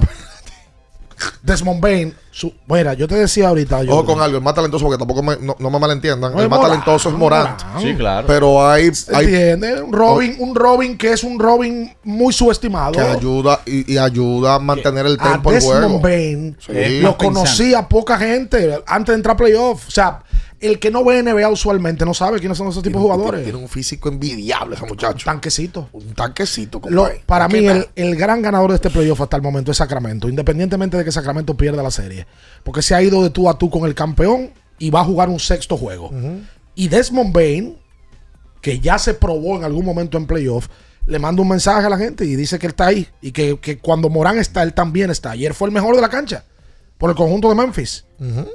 Desmond Bain, su, mira, yo te decía ahorita. Yo,
Ojo con algo, el más talentoso, porque tampoco me- no, no me malentiendan.
No,
el
es
más
Morant,
talentoso es Morant.
Morant. Sí,
claro.
Pero hay.
¿Se
hay
entiende? Un Robin, un Robin que es un Robin muy subestimado.
que ayuda y, y ayuda a mantener el
a
tempo del juego.
Desmond Bain
Sí.
lo conocía poca gente antes de entrar a playoff. O sea, el que no ve NBA usualmente no sabe quiénes son esos tipos de jugadores.
Tiene un físico envidiable ese muchacho.
Eh. Un tanquecito.
Un tanquecito,
Lo-
compadre.
para
¿Qué
mí,
tal?
el, el gran ganador de este playoff hasta el momento es Sacramento, independientemente de que Sacramento pierda la serie. Porque se ha ido de tú a tú con el campeón y va a jugar un sexto juego. Y Desmond Bain, que ya se probó en algún momento en playoff, le manda un mensaje a la gente y dice que él está ahí. Y que, que cuando Morán está, él también está. Ayer fue el mejor de la cancha por el conjunto de Memphis.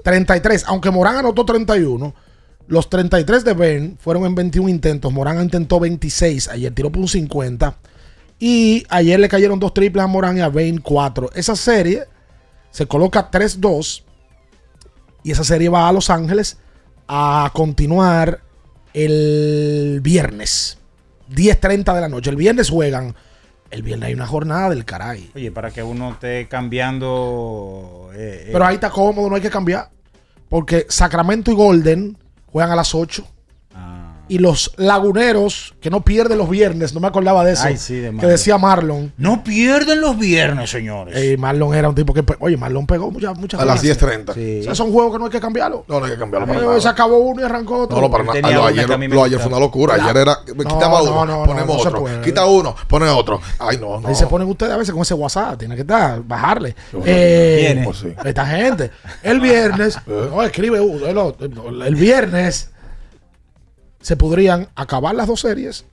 33. Aunque Morán anotó 31, los 33 de Ben fueron en 21 intentos. Morán intentó 26. Ayer tiró por un 50. Y ayer le cayeron dos triples a Morán y a Bain 4. Esa serie se coloca 3-2. Y esa serie va a Los Ángeles a continuar el viernes. 10.30 de la noche. El viernes juegan. (laughs) El viernes hay una jornada del caray.
Oye, para que uno esté cambiando. eh, eh,
Pero ahí está cómodo, no hay que cambiar. Porque Sacramento y Golden juegan a las 8.
Ah.
Y los laguneros, que no pierden los viernes, no me acordaba de eso.
Ay, sí, de
que
Marlon.
decía Marlon.
No pierden los viernes, señores.
Eh, Marlon era un tipo que. pe- Oye, Marlon pegó muchas muchas
A las
cosas.
10:30.
O sea, son juegos que no hay que cambiarlo.
No, no hay que cambiarlo para
Eh,
nada.
Se acabó uno y arrancó otro.
No, no, para nada. Ah, Lo ayer, lo ayer fue una locura. Ayer era. Quitaba
No, no,
uno,
no, no,
ponemos
no se
otro.
puede.
Quita uno, pone otro. Ay, no, no.
Ahí se ponen ustedes a veces con ese WhatsApp. Tiene que estar, bajarle.
bueno,
Eh,
¿quién es? Pues sí. Eh.
Esta gente. El
(laughs)
viernes. no, escribe uno. El, otro. El viernes. Se podrían acabar las dos series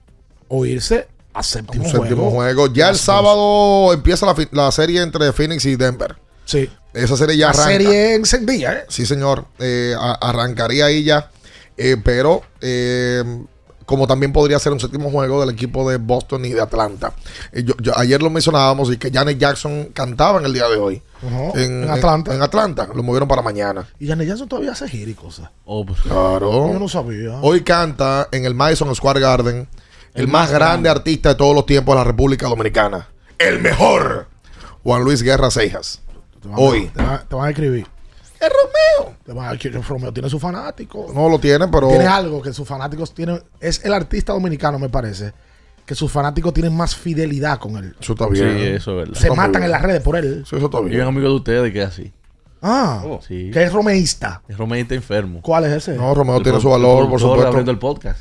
o irse a séptimo,
Un séptimo
juego.
juego. Ya el sábado empieza la, fi- la serie entre Phoenix y Denver.
Sí.
Esa serie ya
La
arranca.
serie encendida, ¿eh?
Sí, señor. Eh, a- arrancaría ahí ya. Eh, pero, eh, como también podría ser un séptimo juego del equipo de Boston y de Atlanta. Eh, yo- yo- ayer lo mencionábamos y que Janet Jackson cantaba en el día de hoy.
Ujú, en Atlanta.
En, Atlanta. Lo movieron para mañana.
Y Janet Jackson todavía hace gira y cosas.
Oh, pues Claro.
Yo no sabía.
Hoy canta en el Madison Square Garden el, más grande artista de todos los tiempos de la República Dominicana. El mejor. Juan Luis Guerra Cejas. Hoy.
Te van, te van a escribir.
¡Es Romeo!
Te van a escribir. Romeo tiene su fanático.
No lo tiene, pero.
Tiene algo que sus fanáticos tienen. Es el artista dominicano, me parece. Que sus fanáticos tienen más fidelidad con él.
Eso está
Sí,
bien.
eso es verdad.
Se matan en las redes por él.
Sí, eso está
Yo un
bien.
amigo de ustedes que es así.
Ah,
Sí.
que es romeísta.
Es romeísta enfermo.
¿Cuál es ese?
No, Romeo
El
tiene
pro-
su valor,
el productor
por supuesto.
abriendo el podcast.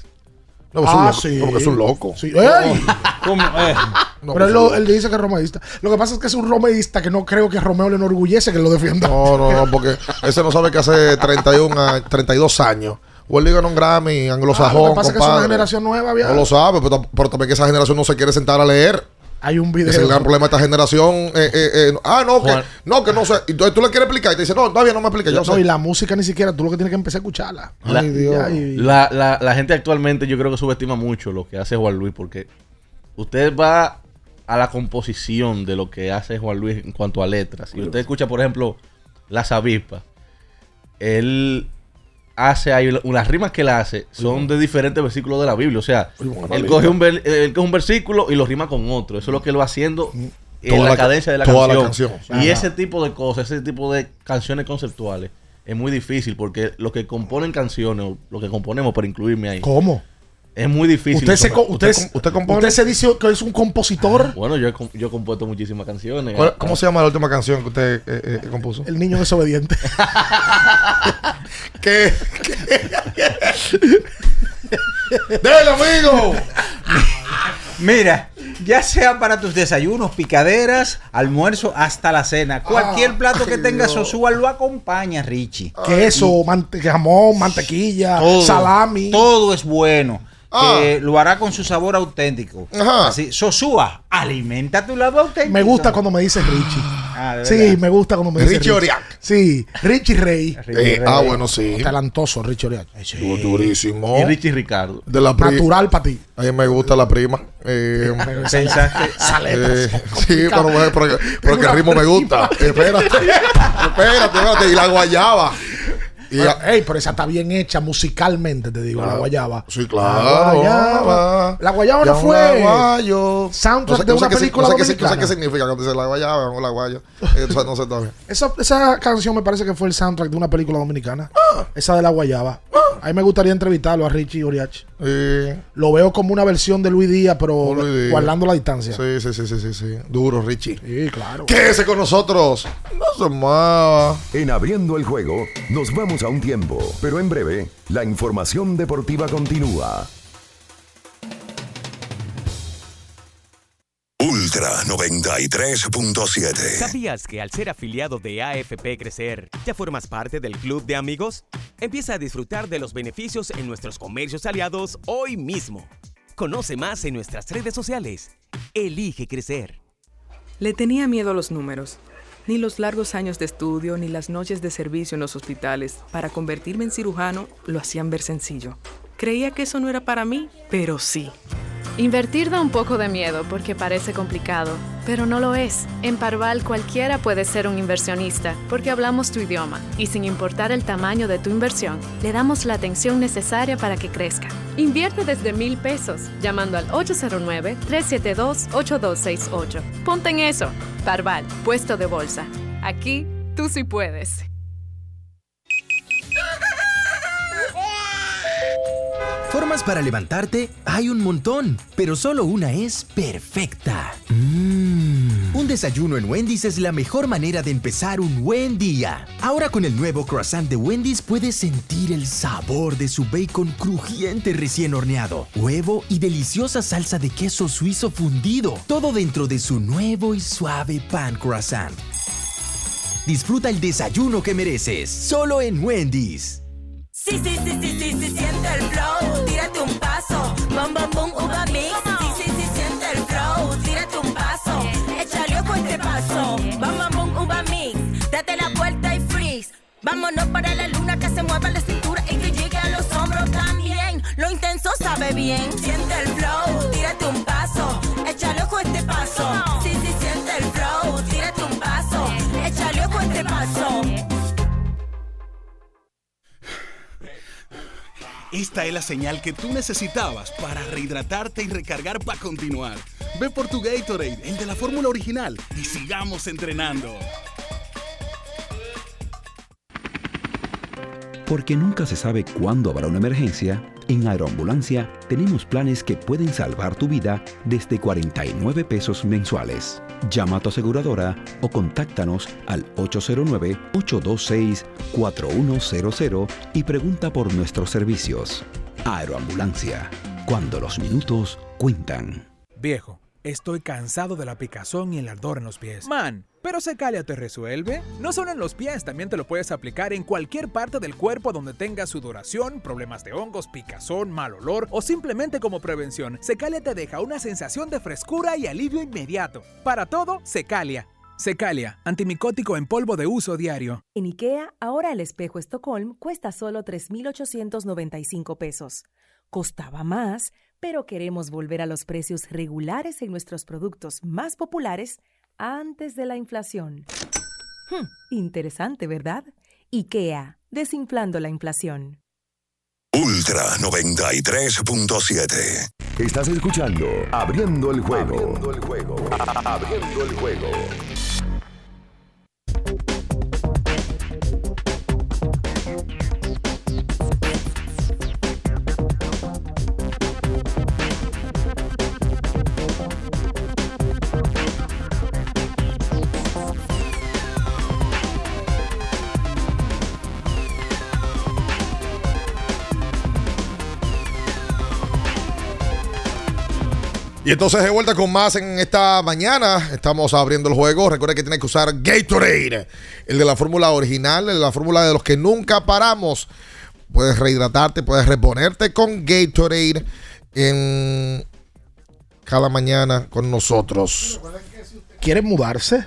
No, es un
Ah,
loco.
sí.
No, porque es un loco.
Sí. ¡Ey!
¿Cómo? Eh,
No,
Pero
pues,
él, lo- él dice que es romeísta. Lo que pasa es que es un romeísta que no creo que Romeo le enorgullece que lo defienda.
No,
(laughs)
no, no, porque ese no sabe que hace 31, a- 32 años. O él le ganó un Grammy anglosajón.
Ah, lo que pasa es que es una
compadre.
generación nueva, viejo.
No lo sabe, pero, tam- pero también que esa generación no se quiere sentar a leer.
Hay un video.
Ese es el gran problema de esta generación. eh, eh, eh, ah, no, que
Juan.
no, que no sé. Y Entonces tú le quieres explicar y te dice, no, todavía no me expliques. Yo
No,
sé.
y la música ni siquiera, tú lo que tienes que empezar a escucharla.
La,
Ay, Dios. Ay.
la- la- la gente actualmente yo creo que subestima mucho lo que hace Juan Luis porque usted va a la composición de lo que hace Juan Luis en cuanto a letras. Y usted escucha, por ejemplo, Las Avispas. Él hace ahí las rimas que él hace son de diferentes versículos de la Biblia. O sea,
buena
él
letra.
coge, un ver- él coge un versículo y lo rima con otro. Eso es lo que él va haciendo en
Mm. Toda
la,
la ca-
cadencia de la
toda la
canción.
canción.
Y
Ajá.
ese tipo de cosas, ese tipo de canciones conceptuales es muy difícil porque los que componen canciones, o los que componemos para incluirme ahí,
¿Cómo?
es muy difícil.
Usted se, co-
Eso-
usted,
com- Ah,
usted, se dice que es un compositor.
Bueno, yo he, com- yo he compuesto muchísimas canciones.
¿Cuál- ¿Cómo se llama la última canción que usted eh, eh, compuso?
El niño desobediente.
¿Qué? ¡Dele, amigo!
Mira, ya sea para tus desayunos, picaderas, almuerzo, hasta la cena. Cualquier plato que tenga Sosúa lo acompaña, Richie.
Queso, mante- jamón, mantequilla,
Todo,
salami.
Todo es bueno.
Ah.
que lo hará con su sabor auténtico.
Ajá.
Así, Sosúa, alimenta tu lado auténtico.
Me gusta cuando me dice Richie.
Ah, de
Sí,
verdad.
me gusta cuando me dice
Richie Oriac.
Sí, Richie Rey.
Eh, ah, bueno, sí.
Talentoso, Richie Oriac.
Du- Durísimo.
Y Richie Ricardo.
De la pri-
Natural para ti.
A mí me gusta la prima.
(laughs)
Eh,
Pensaste.
eh, sí, pero, bueno, pero, pero que el ritmo me gusta. Espérate. Espérate, espérate. Y la guayaba. Y
Pero,
ya-
ey, pero esa está bien hecha musicalmente, te digo, la guayaba.
Sí, claro.
La
ah.
guayaba. La guayaba
Ya
no fue.
guayo.
Soundtrack
No sé-
de
no sé
una
qué sig-
película
no sé qué sig-
dominicana.
No sé qué significa cuando dice la guayaba o la
(laughs)
guayo. Eh, o sea, no sé todavía.
Esa, esa canción me parece que fue el soundtrack de una película dominicana.
Ah.
Esa de la guayaba. A mí me gustaría entrevistarlo a Richie Oriach. Lo veo como una versión de Luis Díaz, pero
Luis Díaz.
guardando la distancia.
Sí, sí, sí, sí, sí, sí. Duro, Richie.
Sí, claro.
Quédese con nosotros. No se mueva.
En abriendo el juego, nos vamos a un tiempo, pero en breve, la información deportiva continúa.
Ultra 93.7.
¿Sabías que al ser afiliado de AFP Crecer, ya formas parte del club de amigos? Empieza a disfrutar de los beneficios en nuestros comercios aliados hoy mismo. Conoce más en nuestras redes sociales. Elige crecer.
Le tenía miedo a los números, ni los largos años de estudio, ni las noches de servicio en los hospitales. Para convertirme en cirujano lo hacían ver sencillo. Creía que eso no era para mí, pero sí.
Invertir da un poco de miedo porque parece complicado, pero no lo es. En Parval cualquiera puede ser un inversionista porque hablamos tu idioma y sin importar el tamaño de tu inversión, le damos la atención necesaria para que crezca. Invierte desde mil pesos llamando al 809-372-8268. Ponte en eso. Parval, puesto de bolsa. Aquí tú sí puedes.
Formas para levantarte hay un montón, pero solo una es perfecta. Mm. Un desayuno en Wendy's es la mejor manera de empezar un buen día. Ahora con el nuevo croissant de Wendy's puedes sentir el sabor de su bacon crujiente recién horneado, huevo y deliciosa salsa de queso suizo fundido, todo dentro de su nuevo y suave pan croissant. Disfruta el desayuno que mereces, solo en Wendy's.
Sí, sí, sí, sí, sí, sí, siente el flow, tírate un paso. Bom, bom, bom, uva mix. Sí, sí, sí, siente el flow, tírate un paso. Échale ojo a este paso. Bom, bom, bom, uva mix. Date la vuelta y freeze. Vámonos para la luna que se mueva la cintura y que llegue a los hombros también. Lo intenso sabe bien. Siente el flow, tírate un paso. Échale ojo a este paso. Sí, sí, siente el flow, tírate un paso. Échale ojo a este paso.
Esta es la señal que tú necesitabas para rehidratarte y recargar para continuar. Ve por tu Gatorade, el de la fórmula original, y sigamos entrenando.
Porque nunca se sabe cuándo habrá una emergencia, en Aeroambulancia tenemos planes que pueden salvar tu vida desde 49 pesos mensuales. Llama a tu aseguradora o contáctanos al 809-826-4100 y pregunta por nuestros servicios. Aeroambulancia, cuando los minutos cuentan.
Viejo, estoy cansado de la picazón y el ardor en los pies. Man, ¿pero Secalia te resuelve? No solo en los pies, también te lo puedes aplicar en cualquier parte del cuerpo donde tengas sudoración, problemas de hongos, picazón, mal olor o simplemente como prevención. Secalia te deja una sensación de frescura y alivio inmediato. Para todo, Secalia. Secalia, antimicótico en polvo de uso diario.
En IKEA, ahora el espejo Estocolm cuesta solo 3,895 pesos. Costaba más, pero queremos volver a los precios regulares en nuestros productos más populares antes de la inflación. Hmm, interesante, ¿verdad? IKEA, desinflando la inflación.
Ultra 93.7.
Estás escuchando Abriendo el juego. Abriendo el juego.
Abriendo el juego. Y entonces de vuelta con más en esta mañana. Estamos abriendo el juego. Recuerda que tienes que usar Gatorade, el de la fórmula original, el de la fórmula de los que nunca paramos. Puedes rehidratarte, puedes reponerte con Gatorade en cada mañana con nosotros.
Quiere mudarse,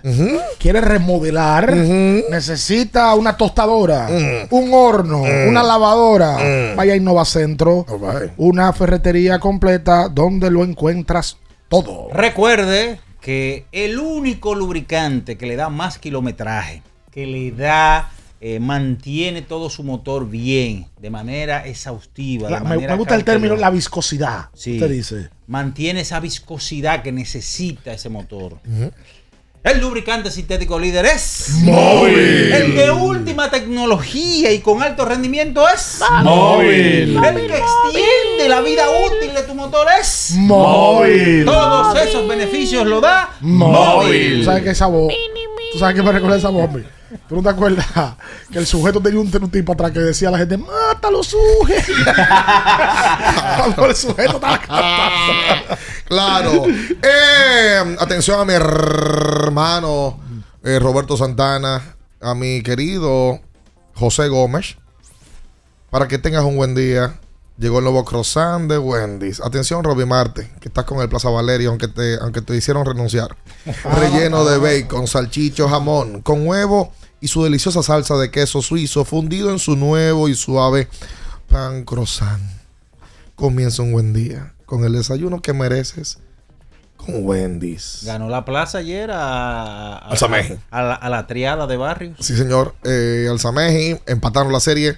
quiere remodelar, necesita una tostadora, un horno,
Mm.
una lavadora.
Mm.
Vaya a Innovacentro, una ferretería completa donde lo encuentras todo.
Recuerde que el único lubricante que le da más kilometraje, que le da eh, mantiene todo su motor bien, de manera exhaustiva. de
La- me,
manera
me gusta el término
cautelosa.
la viscosidad.
Sí.
Usted dice.
Mantiene esa viscosidad que necesita ese motor. El lubricante sintético líder es
Móvil.
El de última tecnología y con alto rendimiento es
Móvil.
El que extiende la vida útil de tu motor es
Móvil.
Todos esos beneficios lo da
¿Tú sabes que esa voz? ¿Tú sabes que me recuerda esa voz? mi? ¿Tú no te acuerdas que el sujeto tenía un, un tipo atrás que decía a la gente, mátalo, suje? Cuando el sujeto estaba cantando.
Claro. Eh, atención a mi hermano eh, Roberto Santana, a mi querido José Gómez. Para que tengas un buen día. Llegó el nuevo croissant de Wendy's. Atención, Roby Marte, que estás con el Plaza Valerio, aunque te, aunque te hicieron renunciar. Relleno de bacon, salchicho, jamón, con huevo y su deliciosa salsa de queso suizo fundido en su nuevo y suave pan croissant. Comienza un buen día con el desayuno que mereces con Wendy's.
Ganó la plaza ayer a, a,
Al Sameji.
a la, a la triada de barrios.
Sí, señor. Eh, al Sameji empataron la serie.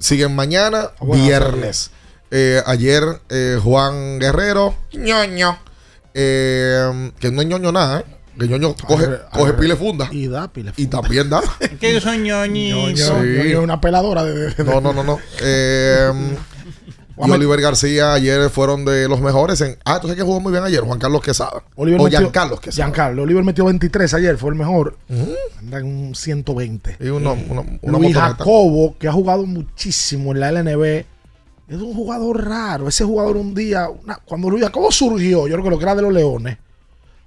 Siguen
Ah,
mañana,
buena
viernes. Eh, ayer, eh, Juan Guerrero, ñoño. eh, que no es ñoño nada, ¿eh? Que ñoño coge, coge pile funda.
Y da pile
Y también da.
Es que yo soy ñoñito.
Sí.
Yo una peladora de. de- de-
No, no, no, no.
(laughs)
Eh, y Oliver García ayer fueron de los mejores en. Ah, tú sabes que jugó muy bien ayer, Juan Carlos Quesada.
Oliver
o
metió-
Giancarlos Quesada.
Giancarlo. Oliver metió 23 ayer, fue el mejor. Anda en un 120.
Y uno- uno- una
Luis
motoneta.
Jacobo, que ha jugado muchísimo en la LNB, es un jugador raro. Ese jugador un día, una- cuando Luis Jacobo surgió, yo creo que era de los Leones,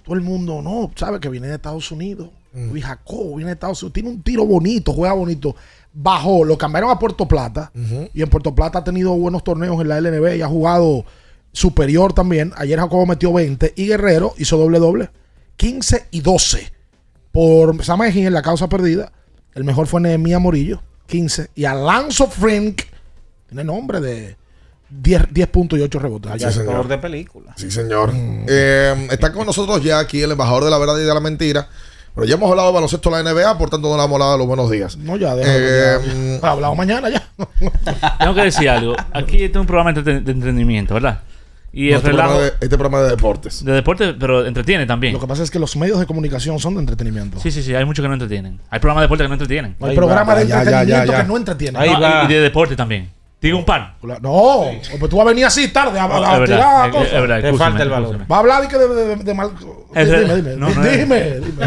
todo el mundo, no, sabe que viene de Estados Unidos.
Mm.
Luis Jacobo viene de Estados Unidos, tiene un tiro bonito, juega bonito. Bajó, lo cambiaron a Puerto Plata y en Puerto Plata ha tenido buenos torneos en la LNB y ha jugado superior también. Ayer Jacobo metió 20 y Guerrero hizo doble doble, 15 y 12 por Sameji en la causa perdida. El mejor fue Nehemías Morillo, 15. Y Alonso Frank tiene nombre de 10, 10 puntos y 8 rebotes.
Sí, señor.
Actor de película.
Sí, señor. Eh, está con nosotros ya aquí el embajador de la verdad y de la mentira. Pero ya hemos hablado de baloncesto de la NBA, por tanto no le hemos hablado de los buenos días.
No, ya,
Eh,
déjalo. ya. Hablamos mañana ya.
Tengo que decir algo. Aquí este es un programa de, entre- de entretenimiento, ¿verdad? Y
No,
el
este
relajo.
programa de- este programa de deportes.
De deportes, pero entretiene también.
Lo que pasa es que los medios de comunicación son de entretenimiento.
Sí, sí, sí. Hay muchos que no entretienen. Hay programas de deporte que no entretienen.
No hay Ahí programa va, de ya, ya, entretenimiento ya, ya. que no entretiene. Ahí
No, y-
va.
Y de deporte también. Digo un par.
No, pues tú vas a venir así tarde a, a- a
Es verdad,
tirar
es-
cosas.
es verdad, Te escúchame, falta el valor. escúchame.
Va a hablar de que de, de, de- de mal.
Es
dime,
verdad.
dime.
No, no es-
dime, dime.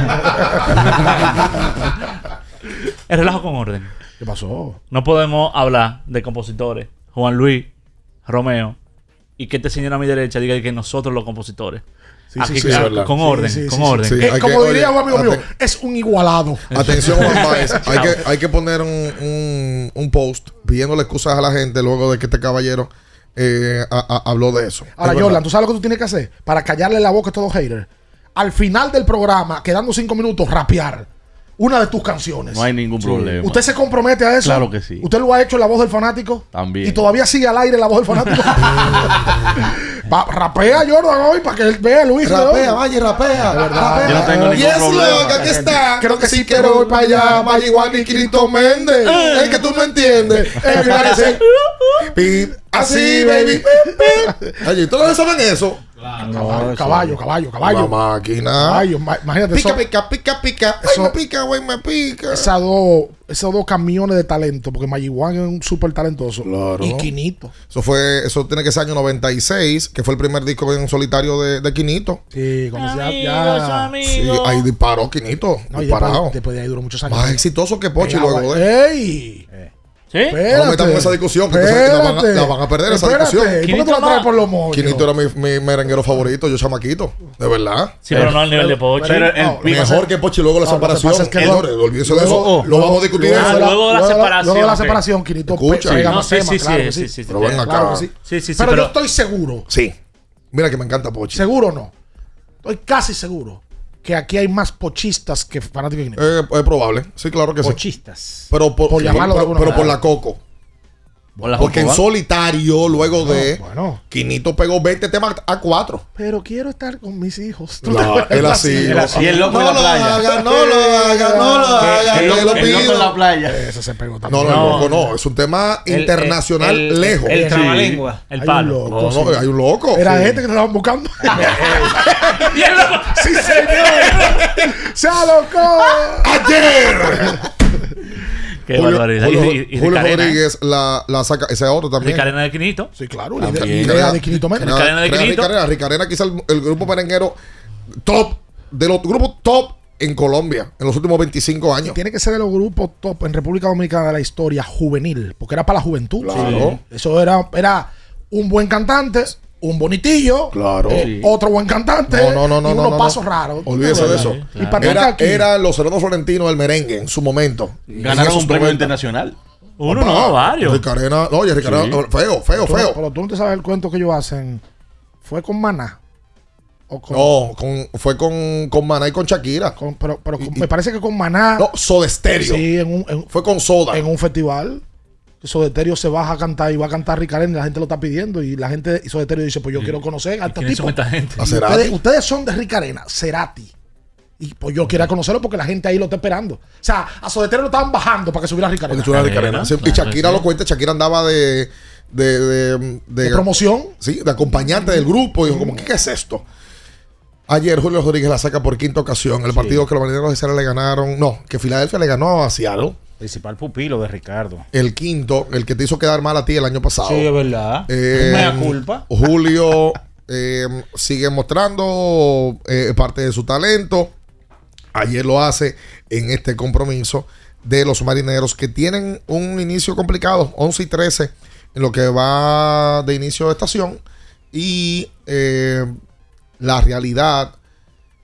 (laughs) El relajo con orden.
¿Qué pasó?
No podemos hablar de compositores. Juan Luis, Romeo. Y que este señor a mi derecha diga que nosotros los compositores.
Sí,
Aquí,
sí, sí,
ah,
es verdad.
con
Sí,
orden,
sí,
con
sí,
orden.
sí, sí.
Eh,
Hay
como
que-
diría un
oye,
amigo mío,
aten-
es un igualado. (laughs)
Atención, Juan Baez. Hay que, hay que poner un, un- un post pidiéndole excusas a la gente luego de que este caballero eh, a- a- habló de eso.
Ahora,
Es verdad.
Jordan, ¿tú sabes lo que tú tienes que hacer? Para callarle la boca a todos los haters. Al final del programa, quedando cinco minutos, rapear una de tus canciones.
No hay ningún problema.
¿Usted se compromete a eso?
Claro que sí.
¿Usted lo ha hecho en la voz del fanático?
También.
Y todavía sigue al aire la voz
(laughs)
del fanático. Pa- rapea Jordan hoy para que él vea Luis.
Rapea,
vaya, rapea.
Yo no tengo ningún problema.
Creo que sí
quiero ir para allá, vaya igual y Cristo Méndez.
Eh.
Es que tú no entiendes. (laughs) Eh, Es mi parecer. Pip, así, baby. pip, pip. Oye, ¿ustedes saben eso?
Caballo, caballo, caballo, caballo.
Una máquina.
Caballo, ma- imagínate
Pica,
eso.
pica, pica, pica. Ay, me pica, güey, me pica.
Esas dos, esos dos camiones de talento, porque Magic One es un súper talentoso. Y Quinito.
Eso fue, eso tiene que ser año 96, que fue el primer disco en solitario de, de Quinito.
Sí, cuando ya-
Amigos,
ya-
Sí, ahí disparó Quinito.
No, y
disparado.
después, después de ahí duró muchos años.
Más exitoso que Pochi
Pegado
luego
ahí.
de.
¡Ey!
No metamos esa discusión, que entonces la van a- la van a perder, esa discusión.
¿Por qué tú la traes por los moños?
Quinito era mi, mi merenguero favorito, yo chamaquito, de verdad.
Sí, pero no al nivel de Pochi.
Pero el-
No,
mejor que Pochi luego de la
No, lo que
separación.
pasa es que
El-
luego-
Lore, olvídese de
luego-
eso, lo vamos a discutir
Ah, luego-
eso.
luego de la Luego de la- separación, luego de la
ok.
separación, Quinito
Escucha,
pega
no,
más
sí,
temas,
sí,
claro
sí,
que
sí, sí,
sí.
Pero ven acá.
Claro que sí. Pero yo estoy seguro,
Sí. Mira que me encanta Pochi.
seguro no. Estoy casi seguro que aquí hay más pochistas que fanáticos de Quinito.
Eh, es probable. Sí, claro que sí.
Pochistas.
Pero por,
Por llamarlo de
pero-
alguna
pero por
manera.
la Coco. Porque en
Jocoba.
solitario, luego
No,
de.
bueno.
Quinito pegó 20 temas a 4.
Pero quiero estar con mis (laughs) hijos.
No, él así.
Él así,
el loco en la playa.
no lo haga, no lo haga.
El
te
loco-
lo
el loco
pido.
en la
playa. Eso se pegó
No,
también.
no, no, no, es un tema
El-
internacional
el- el-
lejos.
el trabalengua,
Sí.
el
Hay un
palo.
loco,
No,
no,
sí.
hay un loco.
Era
sí.
gente que lo estaban buscando.
¡Y el loco!
¡Sí, señor! ¡Se alocó!
¡Ayer!
Qué
Julio,
barbaridad. Y-
Julio-
y- y
Julio
Ricarena.
Rodríguez la, la saca, ese otro también.
Ricarena de Quinito.
Sí, claro.
También.
Idea de Quinito Mena.
Ricarena
Ricarena,
de
Ricarena,
Quinito.
Ricarena, Ricarena quizá el, el grupo merenguero top, de los grupos top en Colombia en los últimos 25 años.
Tiene que ser de los grupos top en República Dominicana de la historia juvenil, porque era para la juventud.
Claro.
Eso era, era un buen cantante, un bonitillo,
Claro.
eh,
Sí.
otro buen cantante
No, no, no, no.
y unos
no, no.
pasos raros.
Olvídese de eso.
Y para tocar
Era,
aquí,
era los hermanos florentinos del merengue en su momento.
Ganaron un premio
internacional.
internacional.
Uno no, varios.
Ricarena, no, oye, Ricarena,
Sí.
feo, feo,
tú no-
feo.
Pero tú no te sabes el cuento que ellos hacen. ¿Fue con Maná? ¿O con,
No, con, fue con, con Maná y con Shakira.
con- pero pero con- me parece que con Maná.
No, Soda Stereo.
Sí, en un, en-
Fue con Soda.
en un festival. Sodeterio se baja a cantar y va a cantar Ricarena y la gente lo está pidiendo. Y la gente, y Sodeterio dice: Pues yo quiero conocer a este
¿Quiénes
tipo.
son esta gente?
A
Y
Cerati.
Ustedes, ustedes son de Ricarena, Cerati. Y pues yo quiero conocerlo porque la gente ahí lo está esperando. O sea, a Sodeterio lo estaban bajando para que subiera Ricarena.
Porque tú eras Ricarena. Ah, Sí, Y
claro,
Shakira
sí.
lo cuenta, Shakira andaba de. De, de- de-
De promoción.
Sí, de acompañante del grupo. Y dijo, como, ¿qué, qué es esto? Ayer Julio Rodríguez la saca por quinta ocasión. El partido que los marineros de Seattle le ganaron. No, que Filadelfia le ganó a Seattle.
Principal pupilo de Ricardo.
El quinto, el que te hizo quedar mal a ti el año pasado.
Sí, es verdad.
Eh,
Mea culpa.
Julio eh, sigue mostrando eh, parte de su talento. Ayer lo hace en este compromiso de los marineros que tienen un inicio complicado, 11 y 13 en lo que va de inicio de estación. Y eh, la realidad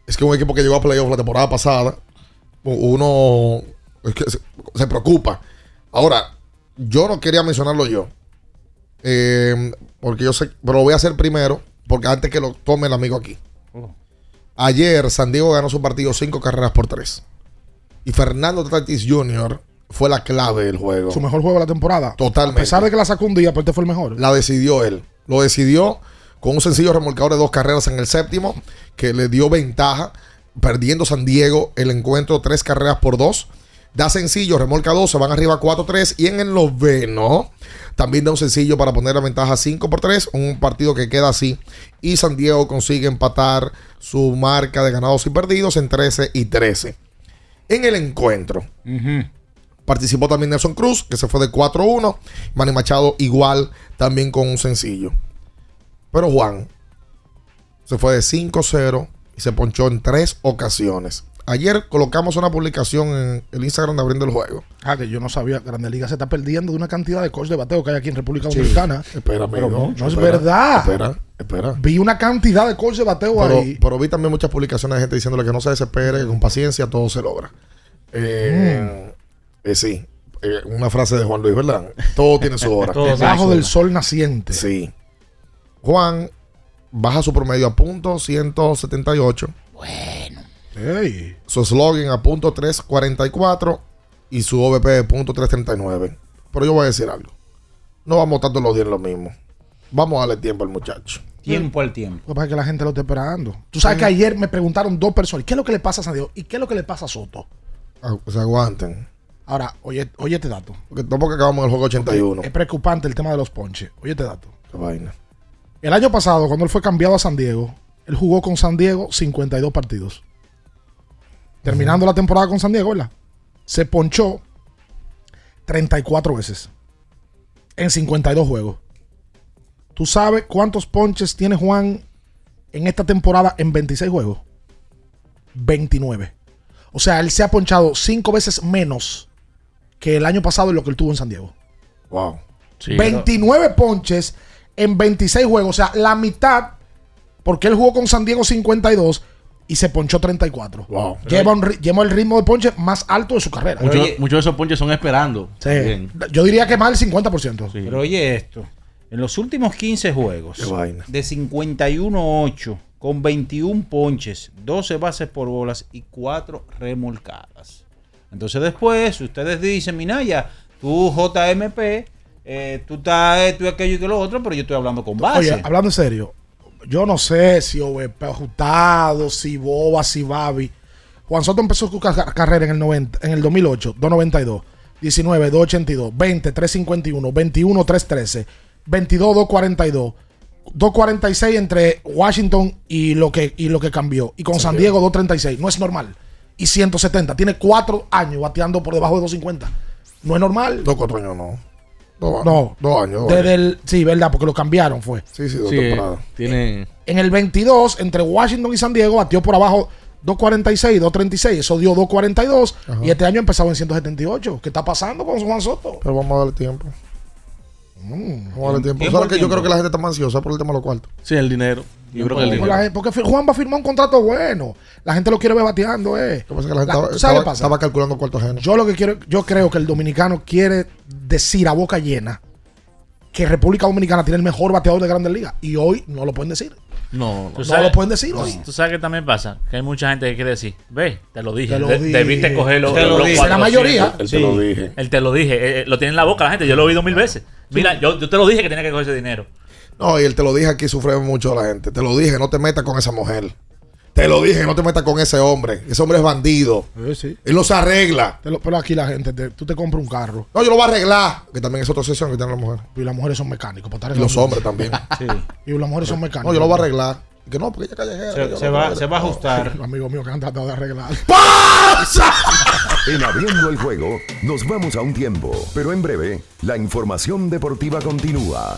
es que un equipo que llegó a playoffs la temporada pasada, uno es que se, se preocupa. Ahora, yo no quería mencionarlo yo. Eh, porque yo sé, pero lo voy a hacer primero, porque antes que lo tome el amigo aquí.
Oh.
Ayer San Diego ganó su partido cinco carreras por tres. Y Fernando Tatis Jr. fue la clave del juego.
Su mejor juego de la temporada.
Totalmente.
A pesar de que la sacó un día, pero este fue el mejor.
La decidió él. Lo decidió con un sencillo remolcador de dos carreras en el séptimo, que le dio ventaja, perdiendo San Diego el encuentro tres carreras por dos. Da sencillo, remolca dos, se van arriba 4-3 y en el noveno también da un sencillo para poner la ventaja 5 por 3, un partido que queda así y San Diego consigue empatar su marca de ganados y perdidos en 13 y 13. En el encuentro, Participó también Nelson Cruz, que se fue de 4-1. Manny Machado igual, también con un sencillo. Pero Juan se fue de 5-0 y se ponchó en tres ocasiones. Ayer colocamos una publicación en el Instagram de Abriendo el Juego.
Ah, que yo no sabía. Grande Liga se está perdiendo de una cantidad de coches de bateo que hay aquí en República Dominicana.
Espera,
Pero
amigo,
no, no es
espera,
verdad.
Espera, espera.
Vi una cantidad de coches de bateo
Pero,
ahí.
pero vi también muchas publicaciones de gente diciéndole que no se desespere, que con paciencia todo se logra. Eh, eh, sí, Eh, una frase de Juan Luis, ¿verdad? (laughs) Todo tiene su hora.
Mm. Debajo del sol naciente.
Sí. Juan baja su promedio a punto 178.
Ey.
Su slogan a punto 344 y su OVP de punto 339. Pero yo voy a decir algo. No vamos a estar todos los días en lo mismo. Vamos a darle tiempo al muchacho.
Tiempo al tiempo.
Lo que pasa es que la gente lo está esperando. Tú sabes que ayer me preguntaron dos personas, ¿qué es lo que le pasa a San Diego? ¿Y qué es lo que le pasa a Soto?
Ah, Se aguanten.
Ahora, oye, oye este dato.
Porque tampoco acabamos el juego 81.
Es preocupante el tema de los ponches. Oye este dato.
Qué vaina.
El año pasado, cuando él fue cambiado a San Diego, él jugó con San Diego 52 partidos. Terminando la temporada con San Diego, ¿verdad? Se ponchó 34 veces. En 52 juegos. ¿Tú sabes cuántos ponches tiene Juan en esta temporada en 26 juegos? 29. O sea, él se ha ponchado 5 veces menos que el año pasado en lo que él tuvo en San Diego.
Wow.
Sí,
29 ponches en 26 juegos. O sea, la mitad, porque él jugó con San Diego 52 y se ponchó 34.
Wow.
Lleva, un ri- lleva el ritmo de ponches más alto de su carrera.
Muchos muchos de esos ponches son esperando.
Sí.
Bien.
Yo diría que más del 50%.
Pero oye esto, en los últimos 15 juegos,
Qué vaina.
de 51-8, con 21 ponches, 12 bases por bolas y 4 remolcadas. Entonces después ustedes dicen, Minaya, tú JMP eh, tú estás esto y aquello y que lo otro, pero yo estoy hablando con base.
Oye, hablando en serio, yo no sé si OVP ajustado, si Boba, si Babi. Juan Soto empezó su ca- carrera en el, 90, en el 2008, 292, 19, 282, 20, 351, 21, 313, 22, 242. 246 entre Washington y lo que, y lo que cambió. Y con San Diego 236. No es normal. Y 170. Tiene cuatro años bateando por debajo de 250. No es normal.
Dos, cuatro años Pues, no. Dos,
no.
dos años, dos
Desde el- sí, verdad, porque lo cambiaron fue.
Sí, sí, dos temporadas.
Tiene.
En el 22, entre Washington y San Diego, batió por abajo 246, 236. Eso dio 242.
Ajá.
Y este año empezaba en 178. ¿Qué está pasando con Juan Soto? Mm.
Pero vamos a darle tiempo. Vamos a darle tiempo.
¿Tiempo
¿Sabes que yo
tiempo?
creo que la gente está más ansiosa por el tema de los cuartos?
Sí, el dinero. Yo creo que el
Como la
dinero.
gente- porque Juan va a firmar un contrato bueno. La gente lo quiere ver bateando, eh.
que la gente
La-
estaba-
¿sabes
estaba-
qué pasa?
estaba calculando cuartos ajenos.
Yo lo que quiero, yo creo que el dominicano quiere decir a boca llena que República Dominicana tiene el mejor bateador de Grandes Ligas. Y hoy no lo pueden decir.
No,
No lo pueden decir hoy.
Tú sabes que también pasa, que hay mucha gente que quiere decir, ve, te lo dije,
Te lo
de-
dije.
debiste cogerlo.
Te lo
los
dije. La mayoría.
400".
El te lo dije.
El te lo dije, eh, eh, lo tiene en la boca la gente, yo lo he oído mil veces. Mira, yo, yo te lo dije que tenía que coger ese dinero.
No, y él te lo dije aquí, sufre mucho la gente. Te lo dije, no te metas con esa mujer. Te lo dije, no te metas con ese hombre. Ese hombre es bandido. Él no se arregla.
Te lo- pero aquí la gente, te- tú te compras un carro.
No, yo lo voy a arreglar. Que también es otra obsesión que tienen las mujeres.
Y las mujeres son mecánicos. pues,
Y
estar
los
en-
hombres también.
Y las mujeres son mecánicos.
No, yo lo voy a arreglar. Que no, porque ella es callejera.
Se,
yo
se
no
va,
puedo.
se va a ajustar.
Amigos míos que han tratado
(laughs)
de arreglar.
(laughs) En abriendo el juego, nos vamos a un tiempo, pero en breve, la información deportiva continúa.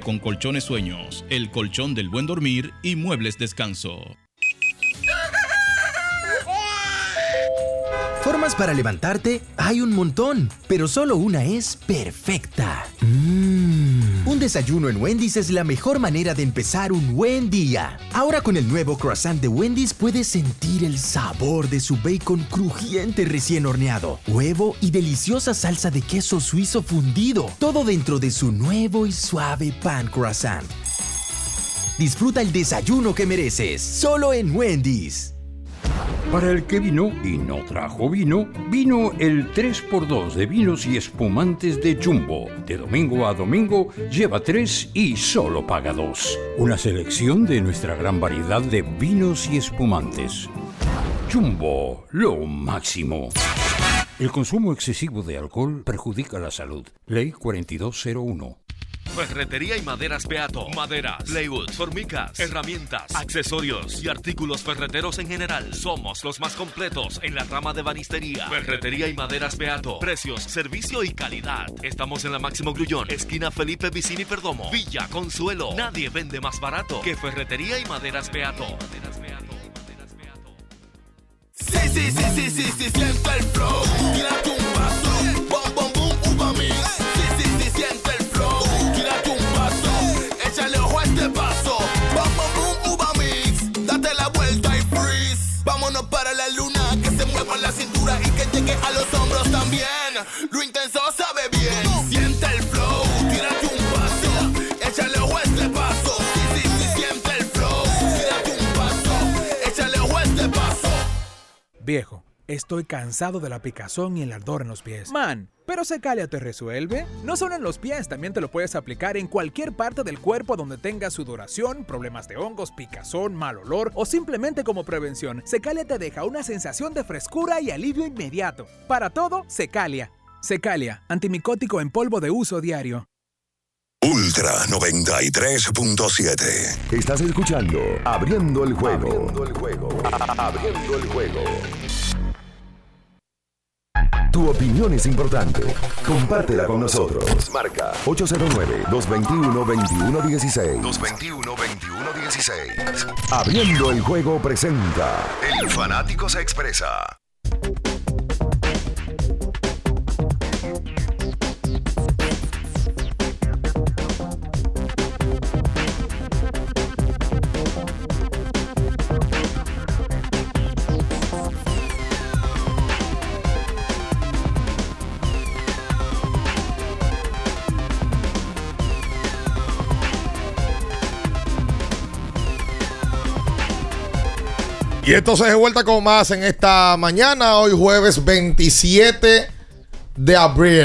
con colchones sueños, el colchón del buen dormir y muebles descanso.
Formas para levantarte hay un montón, pero solo una es perfecta. Mm. Un desayuno en Wendy's es la mejor manera de empezar un buen día. Ahora con el nuevo croissant de Wendy's puedes sentir el sabor de su bacon crujiente recién horneado, huevo y deliciosa salsa de queso suizo fundido, todo dentro de su nuevo y suave pan croissant. Disfruta el desayuno que mereces, solo en Wendy's.
Para el que vino y no trajo vino, vino el 3x2 de vinos y espumantes de Jumbo. De domingo a domingo, lleva 3 y solo paga 2. Una selección de nuestra gran variedad de vinos y espumantes. Jumbo, lo máximo. El consumo excesivo de alcohol perjudica la salud. Ley 4201.
Ferretería y maderas Beato. Maderas, playwood, formicas, herramientas, accesorios y artículos ferreteros en general. Somos los más completos en la rama de banistería. Ferretería y maderas Beato. Precios, servicio y calidad. Estamos en la Máximo Grullón, esquina Felipe Vicini Perdomo, Villa Consuelo. Nadie vende más barato que Ferretería y maderas Beato. Sí, sí, sí, sí, sí, sí, siente el flow. Tírate un paso. Bom, bom, bom, uva mix. Sí, sí, sí, siente el flow. Tírate un paso. Échale ojo a este paso. Bom, bom, bom, uva mix. Date la vuelta y freeze. Vámonos para la luna. Que se mueva la cintura y que llegue a los hombros también. Lo intenso sabe bien. Siente el flow. Tírate un paso. Échale ojo a este paso. Sí, sí, sí, siente el flow. Tírate un paso. Échale ojo a este paso.
Viejo, estoy cansado de la picazón y el ardor en los pies. Man, pero Secalia te resuelve. No solo en los pies, también te lo puedes aplicar en cualquier parte del cuerpo donde tengas sudoración, problemas de hongos, picazón, mal olor o simplemente como prevención. Secalia te deja una sensación de frescura y alivio inmediato. Para todo, Secalia. Secalia, antimicótico en polvo de uso diario.
Ultra 93.7.
Estás escuchando Abriendo el juego. Abriendo el juego. Abriendo el juego. Tu opinión es importante. Compártela con nosotros. Marca 809-221-2116. 221-2116. Abriendo el juego presenta. El fanático se expresa.
Y entonces de vuelta con más en esta mañana, hoy jueves 27 de abril.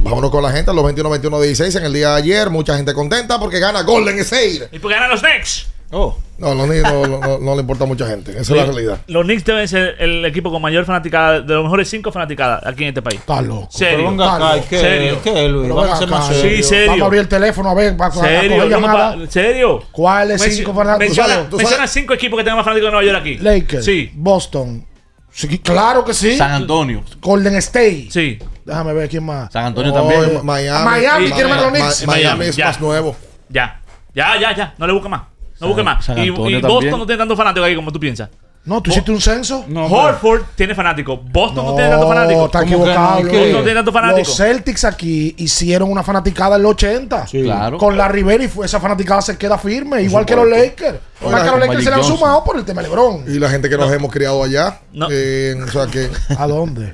Vámonos con la gente, los 21-21-16 en el día de ayer. Mucha gente contenta porque gana Golden State.
Y pues ganan los Knicks. Oh.
No, los Knicks no, no- no- no le importa a mucha gente. Esa es la realidad.
Los Knicks deben ser el equipo con mayor fanaticada, de los mejores cinco fanaticadas aquí en este país. Está
loco.
Serio.
Pero venga acá, ¿y qué-
serio.
qué, Luis?
Pero
Vamos
ven
a ser
acá,
más
Sí,
serios.
Vamos a
serio.
abrir el teléfono a ver, para
Serio.
coger
vamos
llamada.
pa- serio.
¿Cuáles
Mencio-
cinco fanáticos?
Menciona,
¿Tú sabes- tú
menciona
sabes?
cinco equipos que tengan más fanáticos de Nueva York aquí.
Lakers.
Sí.
Boston. Sí, claro que sí.
San Antonio.
Golden State.
Sí.
Déjame ver quién más.
San Antonio
Oh,
también.
Ma- Miami. Miami, ¿quién más los Knicks?
Ma- Miami es
Ya.
más nuevo.
Ya. Ya, ya, ya. No le busque más. No
San-
busque más.
San
Y,
Antonio
y Boston
también.
no tiene tantos fanáticos aquí como tú piensas.
No, tú hiciste un censo. No,
Horford tiene fanáticos. Boston no,
No,
tiene tantos fanáticos.
está equivocado.
Boston no tiene tantos
Los
fanáticos.
Celtics aquí hicieron una fanaticada en los 80.
Claro.
Con la Rivera y fue- esa fanaticada se queda firme, igual que los Lakers. Igual que los Lakers se le han sumado por el tema de LeBron.
Y la gente que nos hemos criado allá. eh, o sea que.
¿A dónde?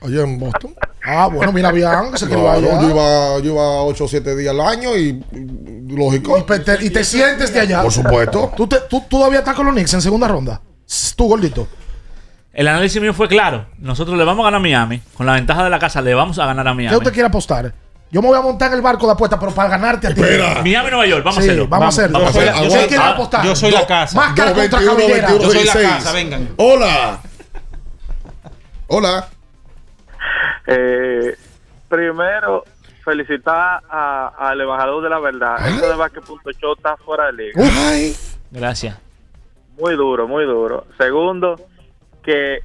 Oye, en Boston.
Ah, bueno, mira, bien, que se crió
Claro,
allá.
Yo iba, yo iba 8 o 7 días al año y. y- Lógico.
Y pe- te, y te sientes de allá.
Por supuesto.
¿Tú, te- tú, tú todavía estás con los Knicks en segunda ronda. S- Tú, gordito.
El análisis mío fue claro. Nosotros le vamos a ganar a Miami. Con la ventaja de la casa, le vamos a ganar a
¿Qué
Miami.
usted quiere apostar? Yo me voy a montar en el barco de apuesta, pero para ganarte a ti.
Miami, Nueva York. Vamos
Sí,
a hacerlo.
vamos a hacerlo.
Vamos a hacerlo.
Yo soy- yo soy-
Ah,
apostar.
Yo soy la
Dos-
casa.
más cara
Dos,
contra
21,
cabellera.
21, Yo soy la
16.
casa, vengan.
Hola. Hola.
Eh, primero, felicitar a- al embajador de la verdad. Eso de Basque.show está fuera de liga.
Gracias.
Muy duro, muy duro. Segundo, que,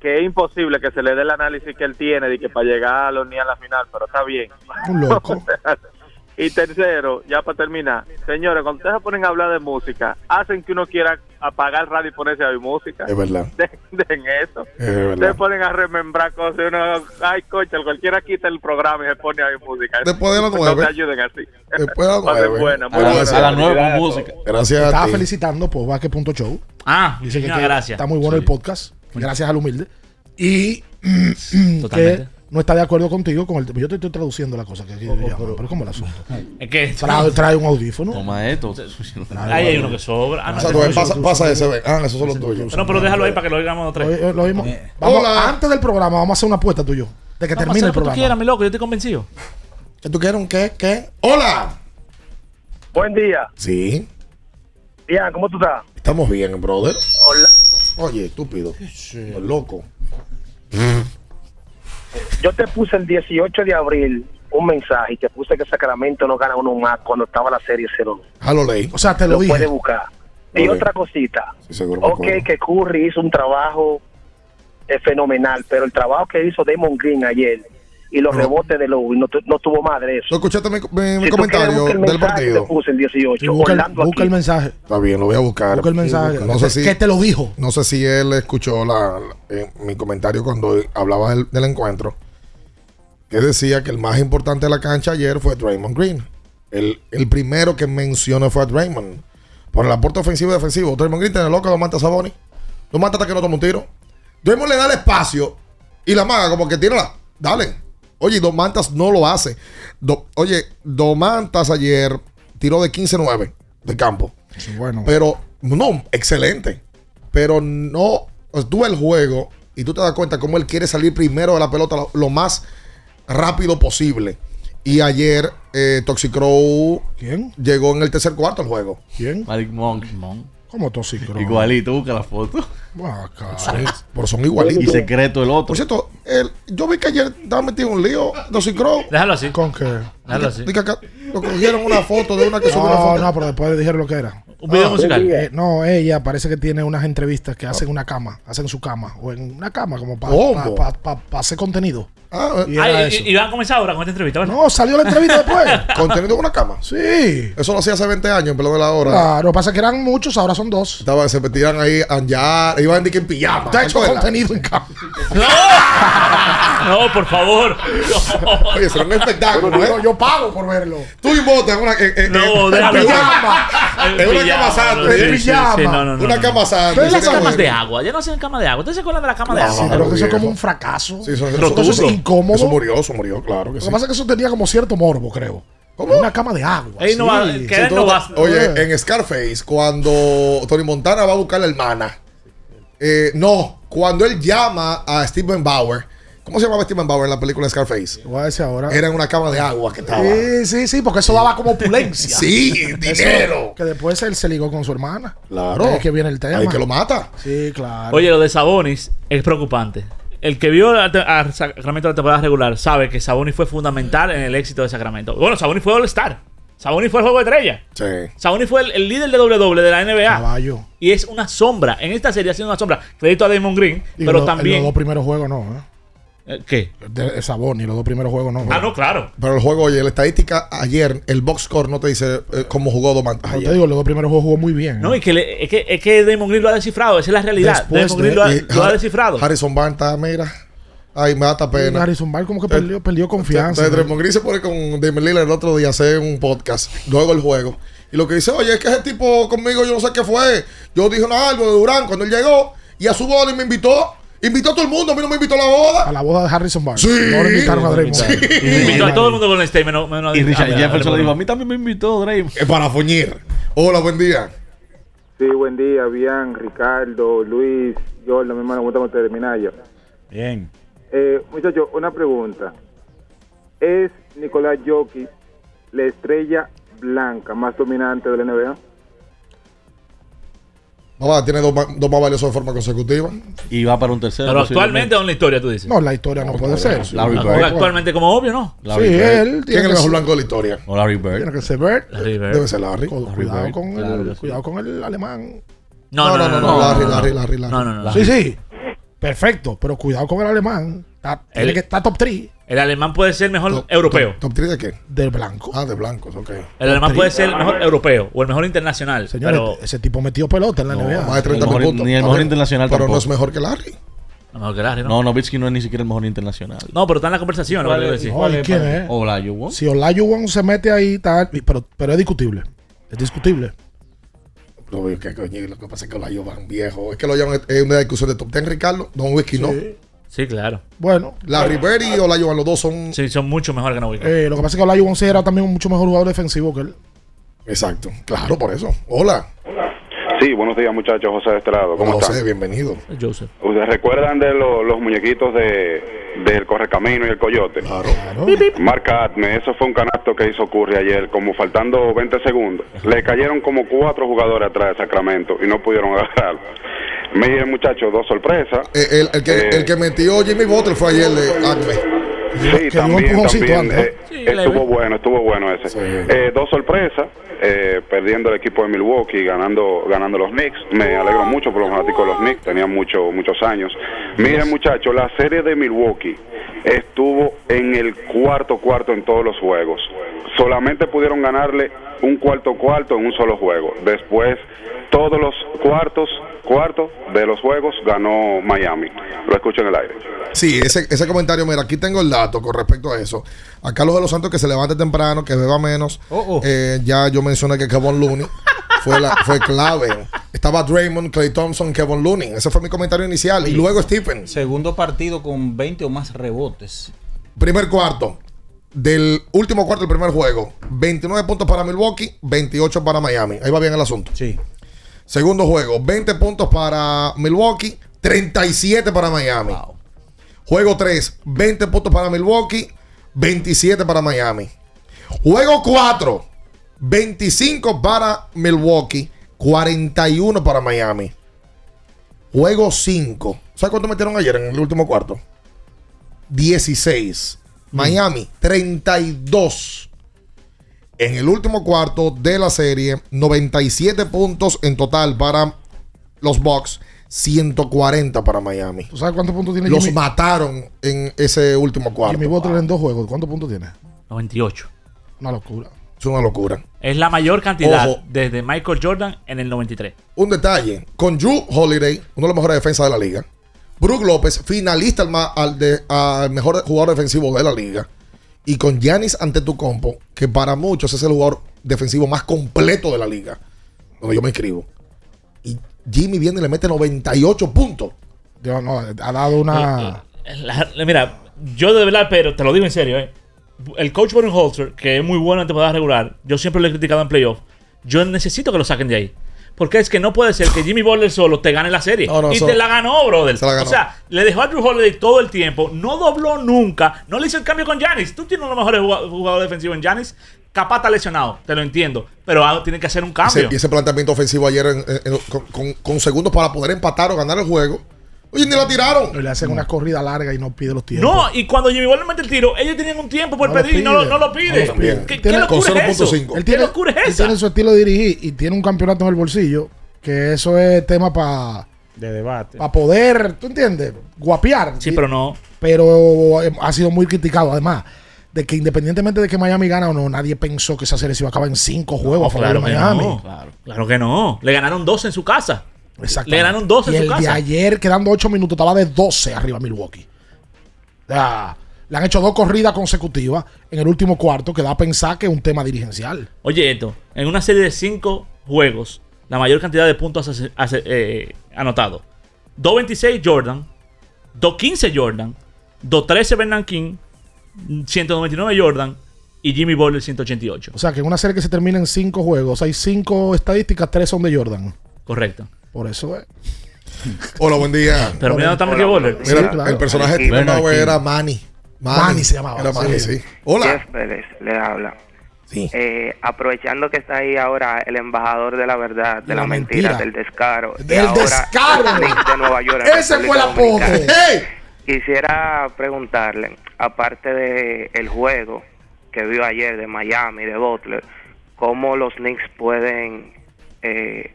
que es imposible que se le dé el análisis que él tiene de que para llegar a los ni a la final, pero está bien.
Un loco.
(laughs) y tercero, ya para terminar, señores, cuando ustedes se ponen a hablar de música, hacen que uno quiera apagar el radio y ponerse a oír música.
Es
(laughs)
verdad.
De, de- eso.
Es verdad.
Se ponen a remembrar cosas. y Uno, ay, coche, cualquiera quita el programa y se pone a oír música.
Después de las
No
nueve.
te ayuden así.
Después de
(laughs)
las
Pasen
nueve.
buena, muy
A la-
buena.
a las nueve con
Felicidades a
música.
todos.
Gracias a
Estaba
ti.
felicitando por Vaque.show.
Ah, muchísimas gracias.
Está muy bueno
(clears throat)
el podcast. Gracias al humilde. Y que
Totalmente.
no está de acuerdo contigo con el. Yo te estoy traduciendo la cosa que
Oh,
aquí llaman, pero, ¿cómo el asunto?
Es que-
trae, trae un audífono.
Toma esto. (laughs)
Ahí hay uno que sobra. Ah, no,
O sea, tú ves, pasa, pasa ese. ven. Ah, esos son los tuyos.
No, pero déjalo ahí para que lo oigamos otra vez.
Lo mismo. Vamos, Antes del programa, vamos a hacer una apuesta tú y yo. De que
Vamos a
termine
hacer lo que
el
tú
programa.
quieras, mi loco, yo estoy convencido.
¿Que tú quieres un qué? ¿Qué? ¡Hola!
Buen día.
Sí.
(clears throat) Ian, ¿cómo tú estás?
Estamos bien, brother.
Hola.
Oye, estúpido. Loco.
Yo te puse el 18 de abril un mensaje y te puse que Sacramento no gana uno más cuando estaba la serie 0.
Hello, ley.
O sea, te lo,
lo
dije.
puedes buscar. Y
Ok.
otra cosita.
Sí, seguro me
Ok,
acuerdo.
que Curry hizo un trabajo eh, fenomenal, pero el trabajo que hizo Damon Green ayer y los
No.
rebotes de Lowe no, tu- no tuvo madre eso.
¿No escuchaste mi, mi- mi
Si tú quieres,
comentario
busca
del
el mensaje que
partido?
te puse el 18.
Busca el,
Orlando
busca el mensaje.
Está bien, lo voy a buscar.
Busca el mensaje.
No sé si,
¿Qué te lo dijo?
No sé si él escuchó la, eh, mi comentario cuando hablaba del, del encuentro. Que decía que el más importante de la cancha ayer fue Draymond Green. El, el primero que mencionó fue a Draymond. Por el aporte ofensivo y defensivo. Draymond Green tiene loco, lo mata a Saboni. Lo mata hasta que no toma un tiro. Draymond le da el espacio y la maga como que tírala. Dale. Oye, y Domantas no lo hace. Do- Oye, Domantas ayer tiró de 15-9 de campo.
Bueno.
Pero, no, excelente. Pero no, o sea, tú ves el juego y tú te das cuenta cómo él quiere salir primero de la pelota lo, lo más rápido posible. Y ayer eh, Toxicrow llegó en el tercer cuarto al juego.
¿Quién?
Malik Monk.
¿Cómo Toxicrow?
Igualito, busca la (laughs) foto.
Pero son igualitos.
Y secreto el otro.
Por cierto, el- yo vi que ayer estaba metido en un lío Toxicrow.
Déjalo así.
¿Con qué?
Déjalo así.
Dice acá, lo cogieron una foto de una
(laughs)
que subió una
No,
foto.
no, pero después le dijeron lo que era.
Un video musical.
Eh, no, ella parece que tiene unas entrevistas que hacen en una cama, hacen su cama, o en una cama, como para
¿Cómo?
hacer contenido.
eh.
y
Ah,
era
y-
eso.
y, y van a comenzar ahora con esta entrevista, ¿verdad?
No, salió la entrevista
(laughs)
después.
Contenido en una cama.
Sí.
Eso lo hacía hace 20 años, en pelón de la hora.
Claro, pasa que eran muchos, ahora son dos.
Estaba, se metían ahí a andar, iban de que en pijama.
Está hecho
Recuerda.
contenido en
(laughs)
cama.
No, por favor.
Oye, será un espectáculo. ¿eh?
Yo, yo pago por verlo.
Tú y Mota en una en- en-
No,
en-
déjalo.
en pijama.
En
En una
pijama,
cama
no,
santa.
Ah, sí,
En
sí, sí, no, no,
pijama.
no,
Una
no.
cama santa.
Pero
Eso
las
está
camas
bueno.
de agua. Ya no hacen camas de agua. ¿Ustedes se acuerdan de la cama de
No,
agua?
sí,
Pero que eso es
viejo.
como un fracaso.
Sí, eso,
Rotundo.
eso es incómodo.
incómodo.
Eso murió, eso murió, claro
Lo
que
que
sí.
pasa es que eso tenía como cierto morbo, creo. Una cama de agua.
Ey, no va-
sí. Ah.
que él no va-
Oye, en Scarface, cuando Tony Montana va a buscar a la hermana, eh, no, cuando él llama a Steven Bauer, ¿cómo se llamaba Steven Bauer en la película Scarface?
Voy a decir ahora.
Era en una cama de agua que estaba.
Sí, sí, sí, porque eso daba como opulencia.
(laughs) Sí, dinero.
Eso, que después él se ligó con su hermana.
Claro.
Ahí es que viene el tema.
Ahí que lo mata.
Sí, claro.
Oye, lo de Sabonis es preocupante. El que vio la te- a Sacramento la temporada regular sabe que Sabonis fue fundamental en el éxito de Sacramento. Bueno, Sabonis fue All-Star. Sabonis fue el juego de estrella.
Sí.
Sabonis fue el, el líder de doble de la NBA. Y es una sombra. En esta serie ha sido una sombra. Crédito a Damon Green,
Digo,
pero
lo-
también.
Los dos primeros juegos no,
¿eh? ¿Qué?
De, Sabón y los dos primeros juegos no.
Ah, no, claro.
Pero el juego, oye, la estadística ayer, el box score no te dice eh, cómo jugó Doman.
Pero Ah, te digo, los dos primeros juegos jugó muy bien. ¿eh?
No, y que le- es, que, es que Damon Green lo ha descifrado. Esa es la realidad.
Después
Damon Green
de-
lo, ha,
y
lo ha
Har-
descifrado.
(laughs)
Harrison Barnes está, mira. Ay, me da hasta pena.
Harrison Barnes como que
eh,
perdió, perdió confianza.
Entonces, Draymond Green se pone con Damon Lillard el otro día a hacer un podcast, luego el juego. Y lo que dice, oye, es que ese tipo conmigo, yo no sé qué fue. Yo dije no, algo de Durán cuando él llegó y a su boda y me invitó. Invitó a todo el mundo, a mí no me invitó a la boda.
A la boda de Harrison Barnes.
Sí.
No le invitaron a Draymond.
Invitó a todo el mundo con el statement. menos- menos a-
Y Richard
a- a-
Jefferson
a-
le dijo, a mí también me invitó Draymond.
Es para fuñir. Hola, buen día.
Sí, buen día, bien, Ricardo, Luis, Jordan, mi hermano, ¿cómo estamos terminar yo?
Bien.
Eh, muchachos, una pregunta. ¿Es Nicolás Jokic la estrella blanca más dominante de la NBA?
Mamá, tiene dos, ma- dos más valiosos de forma consecutiva.
Y va para un tercero.
Pero actualmente es una historia, tú dices.
No, la historia no puede ser.
Ah,
Larry
porque
Bird.
actualmente, como obvio, ¿no?
Larry
sí,
Bird.
él
¿Quién es
tiene
el
que
mejor
ser,
blanco de la historia?
O Larry Bird.
tiene que ser Bird.
Larry Bird.
Debe ser Larry.
Cu- Cuidado con, el, cuidado con el alemán.
No, no, no, no, Larry, Larry, Larry, Larry.
No, no, no.
Sí, sí. Perfecto, pero cuidado con el alemán. Está, tiene
El-
que estar top 3
El alemán puede ser mejor europeo.
¿Top 3 de qué?
del blanco.
Ah, de blancos, ok.
El alemán puede ser el mejor europeo o el mejor internacional.
Señores, eh,
pero
ese tipo metió pelota en la NBA.
más de 30
mejor-
puntos.
ni el
A
mejor
ver,
internacional
Pero no
tampoco.
es mejor que Larry.
no, mejor que Larry, ¿no?
No, Novitsky no es ni siquiera el mejor internacional.
No, pero está en la conversación. lo que quiero decir.
¿y quién es?
Hola, yo
Si Olajuwon se mete ahí, tal, y- pero, pero es discutible. Es discutible.
No, veo que coño, lo que pasa es que los ayudan viejo. Es que lo llaman, es una discusión de top 10, Ricardo. Don Whisky no.
Sí, claro.
Bueno,
Larry Bird y Olajuwon, los dos son.
Sí, son mucho mejor que Nowitzki.
eh, lo que pasa es que Olajuwon sí era también un mucho mejor jugador defensivo que él.
Exacto, claro, por eso. Hola.
Sí, buenos días muchachos, José de este lado, ¿cómo
Hola, José,
están?
bienvenido.
Joseph.
¿Ustedes recuerdan de lo- los muñequitos de del Correcamino y el Coyote? Claro. Marca Atme, eso fue un canasto que hizo Curry ayer, como faltando 20 segundos. Le cayeron como cuatro jugadores atrás de Sacramento y no pudieron (laughs) agarrarlo. Miren muchachos, dos sorpresas.
Eh, el, el que,
Eh.
el que metió Jimmy Butler fue ayer de Acme.
Sí,
dio un
también,
empujoncito
también.
antes, ¿eh?
eh, estuvo bueno, estuvo bueno ese. Eh, dos sorpresas, eh, perdiendo el equipo de Milwaukee, ganando ganando los Knicks. Me alegro mucho por los fanáticos de los Knicks, tenían mucho, muchos años. Miren muchachos, la serie de Milwaukee estuvo en el cuarto cuarto en todos los juegos. Solamente pudieron ganarle un cuarto cuarto en un solo juego. Después, todos los cuartos cuartos de los juegos ganó Miami. Lo escucho en el aire.
Sí, ese, ese comentario, mira, aquí tengo el dato con respecto a eso. A Carlos de los Santos que se levante temprano, que beba menos.
Oh,
Eh, ya yo mencioné que Kevin Looney fue, la, fue clave. Estaba Draymond, Clay Thompson, Kevin Looney. Ese fue mi comentario inicial. y luego Stephen.
Segundo partido con 20 o más rebotes.
Primer cuarto. Del último cuarto del primer juego. 29 puntos para Milwaukee, 28 para Miami. Ahí va bien el asunto.
Sí.
Segundo juego, 20 puntos para Milwaukee, 37 para Miami. Juego 3, 20 puntos para Milwaukee, 27 para Miami. Juego 4, 25 para Milwaukee, 41 para Miami. Juego 5. ¿Sabes cuánto metieron ayer en el último cuarto? 16. Miami, 32. En el último cuarto de la serie, 97 puntos en total para los Bucks, 140 para Miami.
¿Tú sabes cuántos puntos tiene
Los
Jimmy,
mataron en ese último cuarto.
Jimmy Butler en dos juegos? ¿Cuántos puntos tiene?
98.
Una locura.
Es una locura.
Es la mayor cantidad
Ojo.
desde Michael Jordan en el 93.
Un detalle, con Drew Holiday, uno de los mejores defensas de la liga. Brook López, finalista al, ma- al de- al mejor jugador defensivo de la liga. Y con Giannis ante tu compo, que para muchos es el jugador defensivo más completo de la liga. Donde yo me inscribo. Y Jimmy viene y le mete 98 puntos.
Dios, no, ha dado una.
La- mira, yo de verdad, pero te lo digo en serio, eh. el coach Holzer, que es muy bueno en temporada regular, yo siempre lo he criticado en playoff. Yo necesito que lo saquen de ahí. Porque es que no puede ser que Jimmy Butler solo te gane la serie.
No, no,
y
eso-
te la ganó, brother.
se la ganó.
O sea, le dejó a Drew Holiday todo el tiempo. No dobló nunca. No le hizo el cambio con Giannis. Tú tienes uno de los mejores jugado- jugadores defensivos en Giannis. Capaz está lesionado, te lo entiendo. Pero ah, tiene que hacer un
Ese-
cambio.
y ese planteamiento ofensivo ayer en- en- en- con, con- con segundos para poder empatar o ganar el juego. Oye, ni la tiraron.
Y le hacen una corrida larga y no pide los tiempos.
No, y cuando Jimmy Butler mete el tiro, ellos tenían un tiempo por
No lo
pedir y no, lo-
pide.
no lo pide.
No lo pide.
¿Qué, qué
Tiene-
locura es eso?
Él tiene, él tiene su estilo de dirigir y tiene un campeonato en el bolsillo, que eso es tema para
De debate.
poder, ¿tú entiendes? Guapear.
Sí, pero no.
Pero eh, ha sido muy criticado, además, de que independientemente de que Miami gana o no, nadie pensó que esa serie se iba a acabar en cinco juegos a favor
claro
de
que
Miami.
no. Claro. Claro que no. Le ganaron dos en su casa.
Exacto.
Le ganaron dos en
y
su
el de
casa.
ayer, quedando 8 minutos, estaba de 12 arriba Milwaukee. O sea, le han hecho dos corridas consecutivas en el último cuarto, que da a pensar que es un tema dirigencial.
Oye, esto, en una serie de cinco juegos, la mayor cantidad de puntos hace- hace- eh, anotados. 2.26 Jordan, 2.15 Jordan, 2.13 Bernard King, 199 Jordan y Jimmy Butler 188.
O sea, que en una serie que se termina en cinco juegos, hay cinco estadísticas, tres son de Jordan.
Correcto.
Por
(laughs)
eso es.
Hola, buen día.
Pero mira, no está Hola, Matthew buen Butler. día.
Mira,
Sí, claro.
el personaje
Bueno,
estrenado
aquí.
era Manny.
Manny se llamaba,
Era Manny,
sí.
sí. Hola.
Jeff Vélez le habla. Eh, aprovechando que está ahí ahora el embajador de la verdad, de la,
La
mentira,
mentira.
del descaro. y
¡Del
ahora
descaro!
el Knicks de Nueva York. en
¡Ese
República
fue el apodo!
Dominicana.
¡Ey!
Quisiera preguntarle, aparte de el juego que vio ayer de Miami, de Butler, cómo los Knicks pueden eh,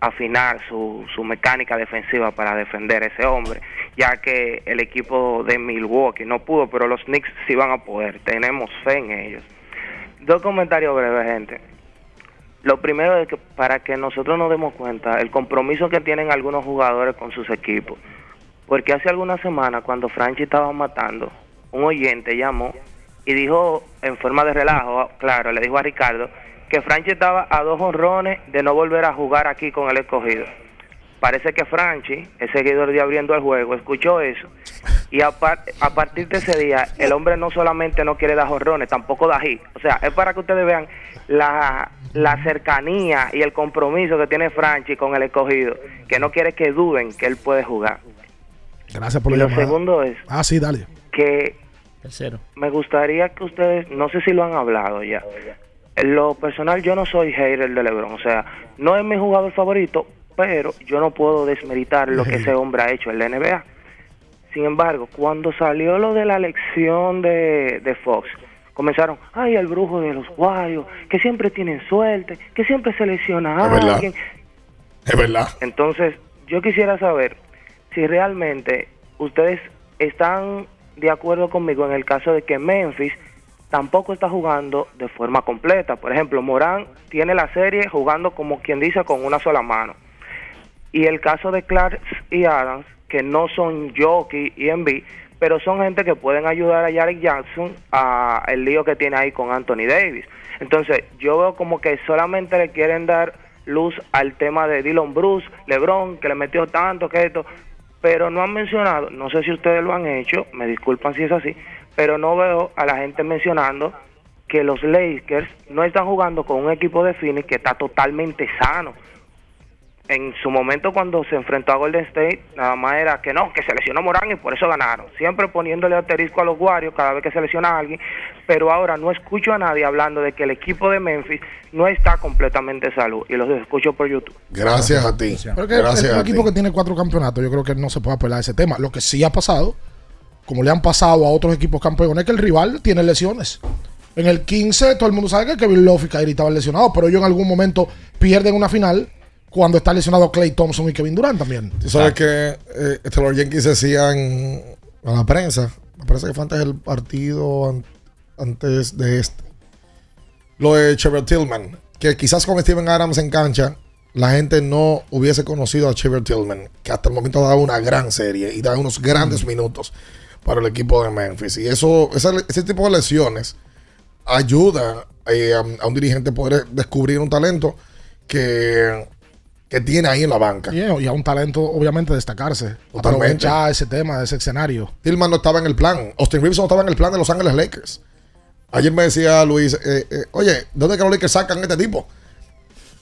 afinar su, su mecánica defensiva para defender a ese hombre, ya que el equipo de Milwaukee no pudo, pero los Knicks sí van a poder. Tenemos fe en ellos. Dos comentarios breves, gente. Lo primero es que para que nosotros nos demos cuenta el compromiso que tienen algunos jugadores con sus equipos. Porque hace algunas semanas, cuando Franchi estaba matando, un oyente llamó y dijo, en forma de relajo, claro, le dijo a Ricardo, que Franchi estaba a dos honrones de no volver a jugar aquí con el escogido. Parece que Franchi, el seguidor de Abriendo el Juego, escuchó eso. Y a, par- a partir de ese día, el hombre no solamente no quiere dar jorrones, tampoco da hit. O sea, es para que ustedes vean la, la cercanía y el compromiso que tiene Franchi con el escogido, que no quiere que duden que él puede jugar.
Gracias por
Y
la
lo
llamada.
segundo es
Ah, sí, dale.
que
Tercero.
me gustaría que ustedes, no sé si lo han hablado ya. En lo personal, yo no soy hater de LeBron, o sea, no es mi jugador favorito, pero yo no puedo desmeritar lo que ese hombre ha hecho en la NBA. Sin embargo, cuando salió lo de la elección de, de Fox, comenzaron, ay, el brujo de los guayos, que siempre tienen suerte, que siempre selecciona a
Es verdad.
alguien.
Es verdad.
Entonces, yo quisiera saber si realmente ustedes están de acuerdo conmigo en el caso de que Memphis tampoco está jugando de forma completa. Por ejemplo, Morán tiene la serie jugando como quien dice con una sola mano. Y el caso de Clark y Adams, que no son Jockey y Embiid, pero son gente que pueden ayudar a Jarek Jackson a el lío que tiene ahí con Anthony Davis. Entonces, yo veo como que solamente le quieren dar luz al tema de Dylan Bruce, LeBron, que le metió tanto, que esto, pero no han mencionado, no sé si ustedes lo han hecho, me disculpan si es así, pero no veo a la gente mencionando que los Lakers no están jugando con un equipo de Phoenix que está totalmente sano. En su momento cuando se enfrentó a Golden State, nada más era que no, que se lesionó Morán y por eso ganaron. Siempre poniéndole asterisco a los Warriors cada vez que se lesiona a alguien, pero ahora no escucho a nadie hablando de que el equipo de Memphis no está completamente salud y los escucho por YouTube.
Gracias a ti.
Pero que
Gracias
es un
a ti.
equipo que tiene cuatro campeonatos. Yo creo que no se puede apelar a ese tema. Lo que sí ha pasado, como le han pasado a otros equipos campeones, es que el rival tiene lesiones. En el 15, todo el mundo sabe que Kevin Love y Kyrie estaban lesionados, pero ellos en algún momento pierden una final cuando está lesionado Clay Thompson y Kevin Durant también.
Tú sabes que eh, este Lord Jenkins decía en- a la prensa, me parece que fue antes del partido, an- antes de este, lo de Trevor Tillman, que quizás con Steven Adams en cancha, la gente no hubiese conocido a Trevor Tillman, que hasta el momento ha dado una gran serie y da unos grandes minutos para el equipo de Memphis. Y eso, esa- ese tipo de lesiones ayuda eh, a, a un dirigente poder descubrir un talento que, que tiene ahí en la banca.
Y, y a un talento, obviamente, destacarse.
Totalmente.
Aprovechar ese tema, ese escenario.
Tillman no estaba en el plan. Austin Reeves no estaba en el plan de Los Ángeles Lakers. Ayer me decía Luis, eh, eh, oye, ¿dónde creo que sacan este tipo?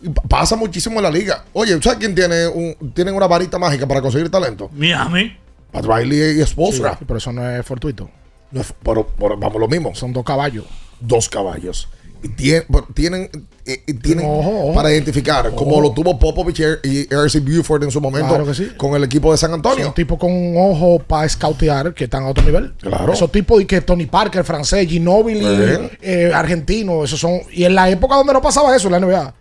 Y pa- Pasa muchísimo en la liga. Oye, ¿sabes quién tiene un, tienen una varita mágica para conseguir talento?
Miami.
Pat Riley y Esposa.
Sí, pero eso no es fortuito.
No es- pero, pero vamos lo mismo.
Son dos caballos.
Dos caballos. Y tien- pero tienen, eh, eh, tienen
Ojo, ojo.
para identificar, como
Ojo.
lo tuvo Popovich y R.C. Buford en su momento
Claro que sí.
con el equipo de San Antonio.
Son tipos con un ojo para scoutear que están a otro nivel.
Claro.
Esos tipos de que Tony Parker, francés, Ginobili,
Eh.
eh, argentino, esos son. Y en la época donde no pasaba eso en la NBA.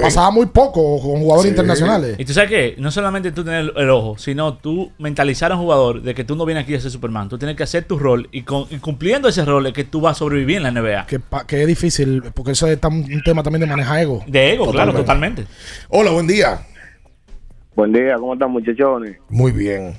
Pasaba muy poco con jugadores internacionales.
Y tú sabes que no solamente tú tener el ojo, sino tú mentalizar a un jugador de que tú no vienes aquí a ser Superman. Tú tienes que hacer tu rol y, con- y cumpliendo ese rol es que tú vas a sobrevivir en la NBA.
Que, pa- que es difícil, porque eso es tam- un tema también de manejar ego.
De ego, claro, totalmente.
Hola, buen día.
Buen día, ¿cómo están muchachones?
Muy bien.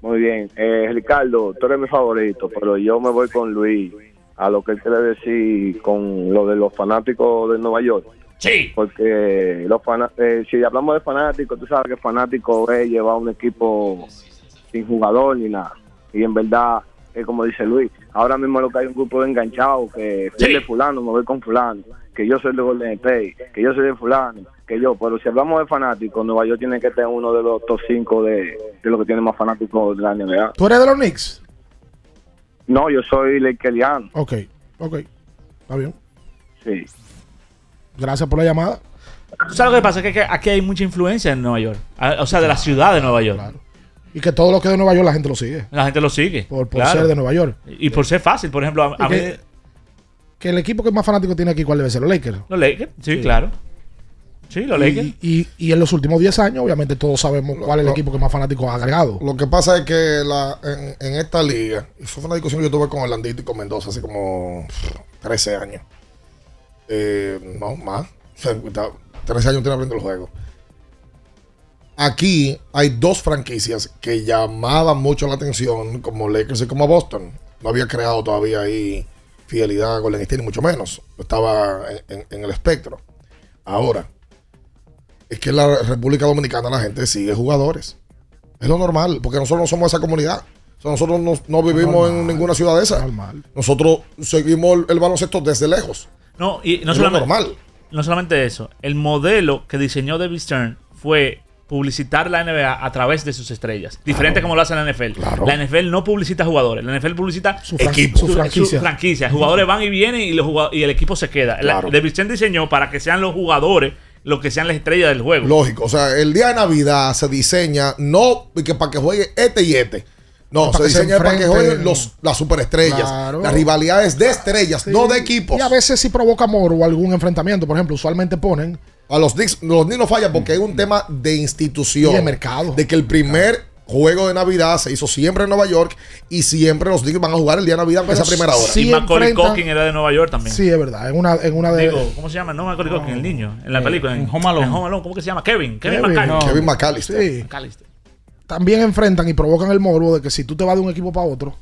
Muy bien. Eh, Ricardo, tú eres mi favorito, pero yo me voy con Luis a lo que él quiere decir con lo de los fanáticos de Nueva York.
Sí.
Porque los fana- eh, si hablamos de fanáticos, tú sabes que fanático es llevar un equipo sin jugador ni nada. Y en verdad, es como dice Luis, ahora mismo lo que hay un grupo de enganchados que soy de fulano, me voy con fulano, que yo soy de Golden State, que yo soy de fulano, que yo. Pero si hablamos de fanáticos, Nueva York tiene que tener uno de los top 5 de, de los que tiene más fanáticos de la NBA.
¿Tú eres de los Knicks?
No, yo soy Lakeriano,
Ok, ok. Está bien.
sí.
Gracias por la llamada.
¿Tú sabes lo que pasa? Que que aquí hay mucha influencia en Nueva York. Ah, O sea, de la ciudad de Nueva York.
Y que todo lo que es de Nueva York la gente lo sigue.
La gente lo sigue.
Por, por ser de Nueva York.
Y y por ser fácil. Por ejemplo, a, a
Y que-
mí-
Que el equipo que más fanático tiene aquí, ¿cuál debe ser? Los Lakers.
Los Lakers, sí, claro. Sí, los Lakers.
Y, y- y en los últimos 10 años, obviamente, todos sabemos cuál es el
lo-
equipo que más fanáticos ha agregado.
Lo que pasa es que la, en, en esta liga, eso fue una discusión que yo tuve con Orlandito y con Mendoza hace como pff, 13 años. Eh, no, más. (laughs) O sea, está- 13 años tiene abriendo el juego. Aquí hay dos franquicias que llamaban mucho la atención, como Lakers y como Boston. No había creado todavía ahí fidelidad a Golden State, ni mucho menos. Estaba en- en- en el espectro. Ahora, es que en la República Dominicana la gente sigue jugadores. Es lo normal, porque nosotros no somos esa comunidad. O sea, nosotros no, no vivimos en ninguna ciudad de esa. Nosotros seguimos el, el baloncesto desde lejos.
No, y no
Es lo
solamente,
normal.
no solamente eso. El modelo que diseñó David Stern fue publicitar la NBA a través de sus estrellas. Diferente como lo hace la NFL. La NFL no publicita jugadores. La NFL publicita
Su fran- Equipo. su franquicia.
franquicia. Jugadores van y vienen y, los jugado- y el equipo se queda. La-
Claro.
David Stern diseñó para que sean los jugadores los que sean las estrellas del juego.
Lógico. O sea, el día de Navidad se diseña no que para que juegue este y este. No,
Para
se
que se
diseña para que
enfrenten.
jueguen los, las superestrellas.
Claro.
Las rivalidades de estrellas, no de equipos.
Y a veces sí provoca morbo algún enfrentamiento. Por ejemplo, usualmente ponen.
A los Knicks, los Knicks no fallan porque hay un tema de institución.
Y de mercado.
De que el primer juego de Navidad se hizo siempre en Nueva York y siempre los Knicks van a jugar el día de Navidad con
Pero
esa primera hora.
sí
y Macaulay
enfrentan-
Culkin era de Nueva York también.
Sí, es verdad. En una, en una de.
Digo, ¿cómo se llama? No Macaulay Culkin, el niño. En la
Eh,
película.
en Home Alone.
En Home Alone. ¿Cómo que se llama? Kevin. Kevin,
Kevin,
Kevin
no.
Kevin McAllister.
Sí. También enfrentan y provocan el morbo de que si tú te vas de un equipo para otro,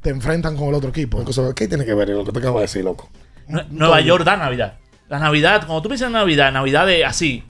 te enfrentan con el otro equipo.
¿Qué tiene que ver lo que te acabo de decir, loco?
Nue- Nueva York da Navidad. La Navidad, cuando tú piensas en Navidad, Navidad es así.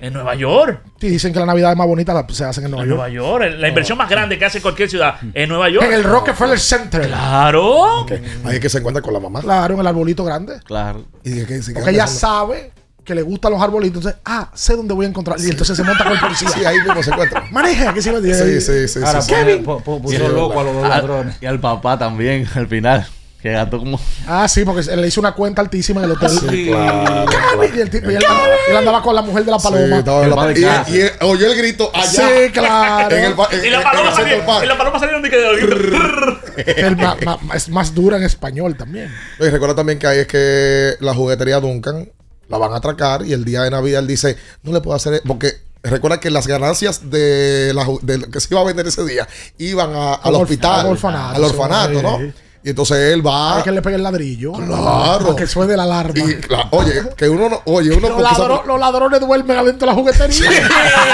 En Nueva York.
Sí, dicen que la Navidad es más bonita, la, se hacen en Nueva
En
York.
Nueva York. el- La inversión más grande que hace cualquier ciudad en Nueva York.
En el Rockefeller Center.
Claro.
Ahí es que se encuentra con la mamá.
Claro, en el arbolito grande.
Claro.
Y que, se
Porque ella sabe que le gustan los arbolitos. Entonces, ah, sé dónde voy a encontrar. Y entonces se monta con el policía.
Sí, ahí mismo se encuentra.
Maneja, que se va a
Sí, sí, sí.
Ahora,
sí, sí.
Kevin.
po- po-
Sí,
puso
es
loco a los dos
verdad.
ladrones. Y al papá también, al final. Que gastó como.
Ah, sí, porque se- le hizo una cuenta altísima en el hotel.
Sí, claro,
Kevin, Y el tipo, y él, él andaba con la mujer de la paloma.
estaba en la
El
pa-
padre
y, y él- oyó el grito allá.
Sí, claro. (laughs)
En el pa- en-
Y la
en
paloma
el centro del
salió.
parque.
Y la paloma salió en de
El ma- ma- ma- es más dura en español también.
Y recuerda también que ahí es que la juguetería Duncan la van a atracar y el día de Navidad él dice, no le puedo hacer, e-", porque recuerda que las ganancias de, la ju- de lo que se iba a vender ese día iban a- al
orf-
hospital,
al orfanato,
al orfanato,
sí.
¿no? Y entonces él va...
Hay que le pegue el ladrillo.
Claro.
Para que suene la alarma.
y la- oye, que uno no... Oye, uno
Los,
porque esa-
ladro- los ladrones duermen adentro de la juguetería.
(laughs)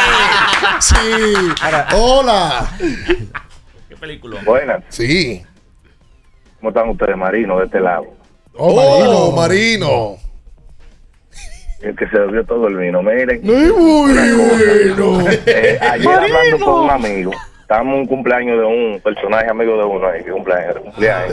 Sí. Hola.
¿Qué película?
Buenas.
Sí.
¿Cómo están ustedes, Marino, de este lado?
Oh, Marino.
El que se bebió todo el vino. Miren,
Muy bueno.
eh, ayer hablando con un amigo, estábamos en un cumpleaños de un personaje amigo de uno ahí, que cumpleaños, cumpleaños.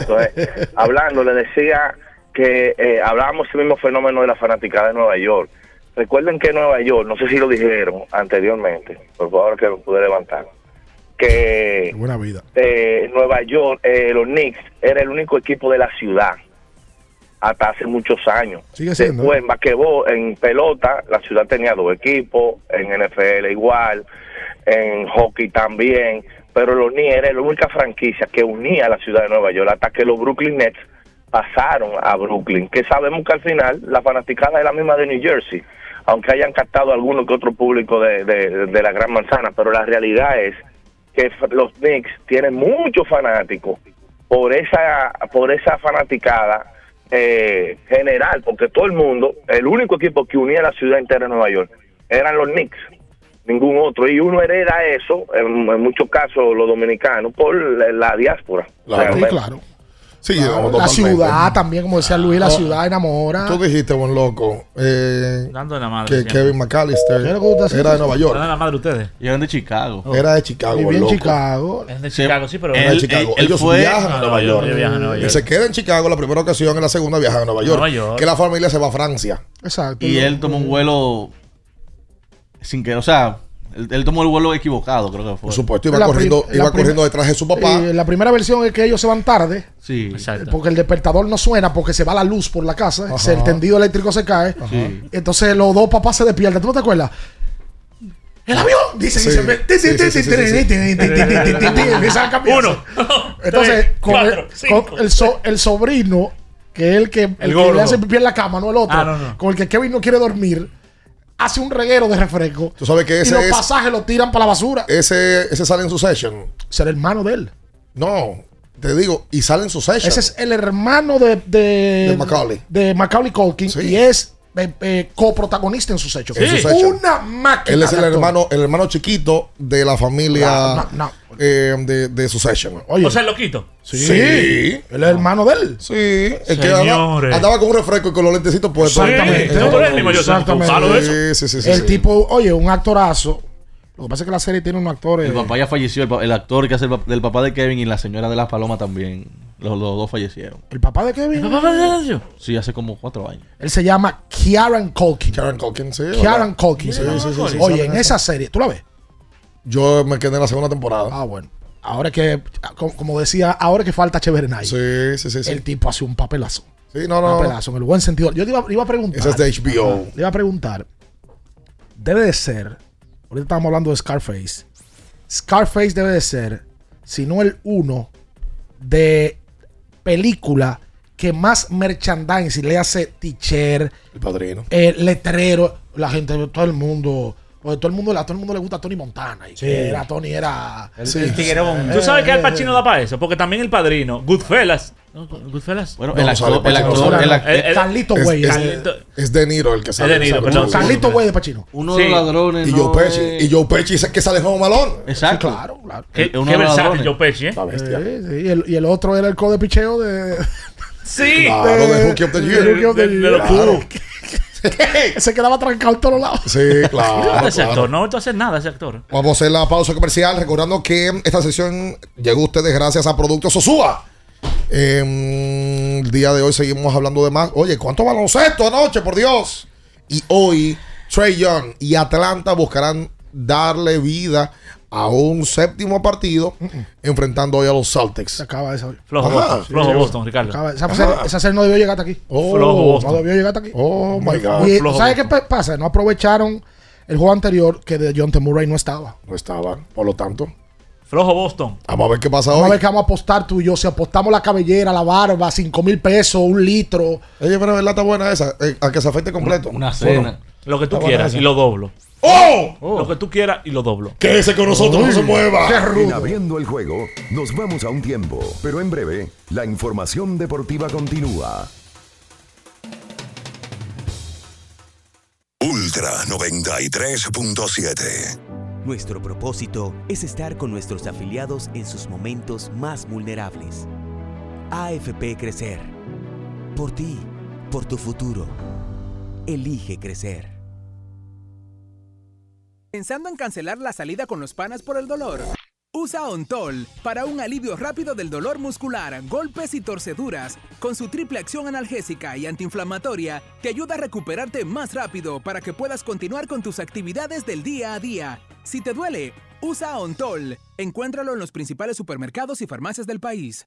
(laughs)
Entonces, hablando, le decía que eh, hablábamos ese mismo fenómeno de la fanaticada de Nueva York. Recuerden que Nueva York, no sé si lo dijeron anteriormente, por favor que lo pude levantar, que
Buena vida.
eh, Nueva York, eh, los Knicks, era el único equipo de la ciudad hasta hace muchos años.
Sigue siendo. ¿eh?
Después, en basquetbol, en pelota, la ciudad tenía dos equipos, en NFL igual, en hockey también, pero los Knicks era la única franquicia que unía a la ciudad de Nueva York hasta que los Brooklyn Nets pasaron a Brooklyn, que sabemos que al final la fanaticada es la misma de New Jersey, aunque hayan captado alguno que otro público de, de- de la Gran Manzana, pero la realidad es que f- los Knicks tienen muchos fanáticos por esa, por esa fanaticada eh, general, porque todo el mundo, el único equipo que unía a la ciudad entera de Nueva York eran los Knicks, ningún otro. Y uno hereda eso, en, en muchos casos los dominicanos, por la, la diáspora.
Sí,
realmente.
claro.
Sí,
Claro,
totalmente.
la ciudad también, como decía Luis, la
No,
ciudad enamora.
Tú dijiste, buen loco, eh,
Dando en la madre.
que Kevin McAllister
Yo no gusta hacer
era de
eso.
Nueva York.
Dando en la madre ustedes.
Yo eran de Chicago.
Era de Chicago,
Viví
buen
en
loco.
Chicago.
Es de Chicago, sí, pero.
Era de Chicago. Ellos viajan a Nueva York.
ellos viajan a Nueva
Él
York.
se queda en Chicago la primera ocasión, en la segunda viaja a Nueva York.
Nueva York.
Que la familia se va a Francia.
Exacto.
Mm.
Y él tomó un vuelo sin que, o sea, él, él tomó el vuelo equivocado, creo que fue.
Por supuesto, iba
La
Pues corriendo,
prim-
iba
la prim-
corriendo detrás de su papá.
Eh, la primera versión es que ellos se van tarde. eh,
Sí, exacto.
Porque el despertador no suena porque se va la luz por la casa.
Ajá.
se- El tendido eléctrico se cae.
Sí.
Entonces los dos papás se despiertan. ¿Tú no te acuerdas? El avión. Dice,
Sí.
dice, ve-
Sí, sí, sí, sí, sí, sí.
empieza a cambiar.
Uno,
Entonces,
tres,
con,
cuatro,
el,
cinco.
con el so- el sobrino, que es el que, el que
gordo.
le hace pipí en la cama, no el otro,
Ah, no, no.
con el que Kevin no quiere dormir, hace un reguero de refresco.
Tú sabes que
y
ese
los
es-
pasajes lo tiran para la basura.
Ese, ese sale en su session.
Será hermano de él.
No, te digo, y sale en su session.
Ese es el hermano de, de,
De Macaulay.
de Macaulay Culkin y es eh, eh, coprotagonista en sus hechos.
En sus hechos.
Una máquina.
Él es el
de actor.
hermano, el hermano chiquito de la familia
No, no,
eh, de, de su session.
Oye,
O sea, el loquito.
sí.
Sí.
Él es hermano de él.
Sí, el que andaba,
Señores.
andaba con un refresco y con los lentecitos puestos.
Exactamente.
No, pero él mismo, yo sé,
Exactamente.
tú sabes de eso.
Sí, sí, sí, sí,
el
sí.
tipo, oye, un actorazo. Lo que pasa es que la serie tiene unos actores.
Eh.
El papá ya falleció, el, pa- el actor que hace el, pa- del papá de Kevin y la señora de las palomas también. Los, los dos fallecieron.
El papá de Kevin.
Sí, hace como cuatro años.
Él se llama Kieran Culkin.
Karen Culkin, sí.
Kieran
¿verdad?
Culkin.
Sí,
se llama.
sí, sí, sí,
oye,
sale
en esa serie, ¿tú la ves?
Yo me quedé en la segunda temporada.
Ah, bueno. Ahora que, como- como decía, ahora que falta Chevernay,
Sí, sí, sí. sí.
el tipo hace un papelazo.
Sí, no,
Un
no. no.
papelazo, en el buen sentido. Yo le iba, le iba a preguntar.
Esa es de HBO.
Le iba a preguntar. Debe de ser. Ahorita estábamos hablando de Scarface. Scarface debe de ser, si no el uno, de película que más merchandising le hace teacher,
El padrino.
eh, letrero, la gente, todo el mundo. Porque todo el mundo, a todo el mundo le gusta Tony Montana. Y que era Tony, era.
El, el tigre bombón.
Tú sabes que Al Pacino da para eso, porque también el padrino, Goodfellas. No, Goodfellas.
Bueno,
No,
el
no
actor,
sale
el
Pacino,
actor,
sale.
el act-
El- el-
Carlito
Es,
Güey.
es-
Carlito.
es De Niro el que sale.
Es De Niro,
sale,
perdón.
sale.
Carlito Güey de Pachino.
uno
Sí.
de los ladrones.
Y
no
Joe Pesci.
es-
Y Joe Pesci es el que sale de Home Alone.
Exacto.
Claro, claro.
Qué,
Eh, uno
qué
de los
versátil
ladrones.
yo Pesci, ¿eh?
La bestia.
Sí, sí, y, el, y el otro era el code picheo de. (laughs)
Sí.
Claro, de Rookie of the
Eh, de-
Year.
de-
de- de los
Claro.
(laughs) se quedaba trancado en todos lados.
Sí,
Ah,
claro.
ese
claro.
actor, no ha vuelto a hacer nada ese actor.
Vamos a hacer la pausa comercial. Recordando que esta sesión llegó a ustedes gracias a Productos Sosúa. Em, el día de hoy seguimos hablando de más. Oye, ¿cuánto baloncesto anoche, por Dios? Y hoy, Trey Young y Atlanta buscarán darle vida a un séptimo partido, enfrentando hoy a los
Se
Celtics.
acaba esa. se
Flojo
Ajá,
Boston.
sí,
flojo
sí.
Boston, Ricardo.
acaba- Esa, serie, esa serie no debió llegar hasta aquí.
Flojo
Oh,
No
Boston.
debió llegar hasta aquí.
oh my God.
Y,
flojo.
¿Sabes qué pe- pasa? No aprovecharon el juego anterior que de John T. Murray no estaba.
No estaban. Por lo tanto,
Flojo Boston.
vamos a ver qué pasa
Vamos a
hoy.
ver qué vamos a apostar tú y yo. Si apostamos la cabellera, la barba, 5 mil pesos, un litro.
Oye, pero verdad está buena esa. Eh, a que se afecte completo.
Una cena.
Lo que tú
Está
quieras
buena
y lo doblo.
(laughs) ¡Oh!
Lo que tú quieras y lo doblo.
Quédese con nosotros, no se mueva.
En abriendo el juego, nos vamos a un tiempo, pero en breve, la información deportiva continúa.
Ultra 93.7.
Nuestro propósito es estar con nuestros afiliados en sus momentos más vulnerables. AFP Crecer. Por ti, por tu futuro. Elige crecer.
Pensando en cancelar la salida con los panas por el dolor. Usa Ontol para un alivio rápido del dolor muscular, golpes y torceduras. Con su triple acción analgésica y antiinflamatoria, te ayuda a recuperarte más rápido para que puedas continuar con tus actividades del día a día. Si te duele, usa Ontol. Encuéntralo en los principales supermercados y farmacias del país.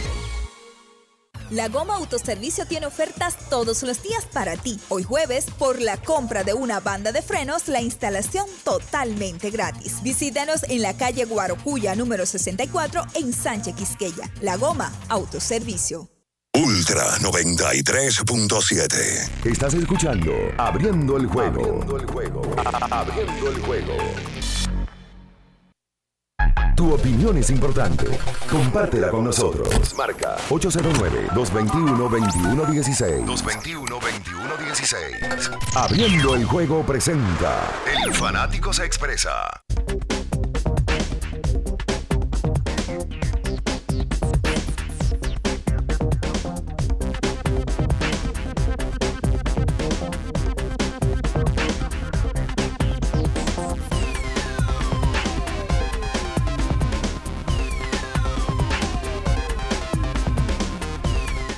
La Goma Autoservicio tiene ofertas todos los días para ti. Hoy jueves, por la compra de una banda de frenos, la instalación totalmente gratis. Visítanos en la calle Guarocuya número 64 en Sánchez Quisqueya. La Goma Autoservicio.
Ultra 93.7.
Estás escuchando Abriendo el juego. Abriendo el juego. Abriendo el juego. Tu opinión es importante. Compártela con nosotros. Marca 809-221-2116. 221-2116. Abriendo el juego presenta. El fanático se expresa.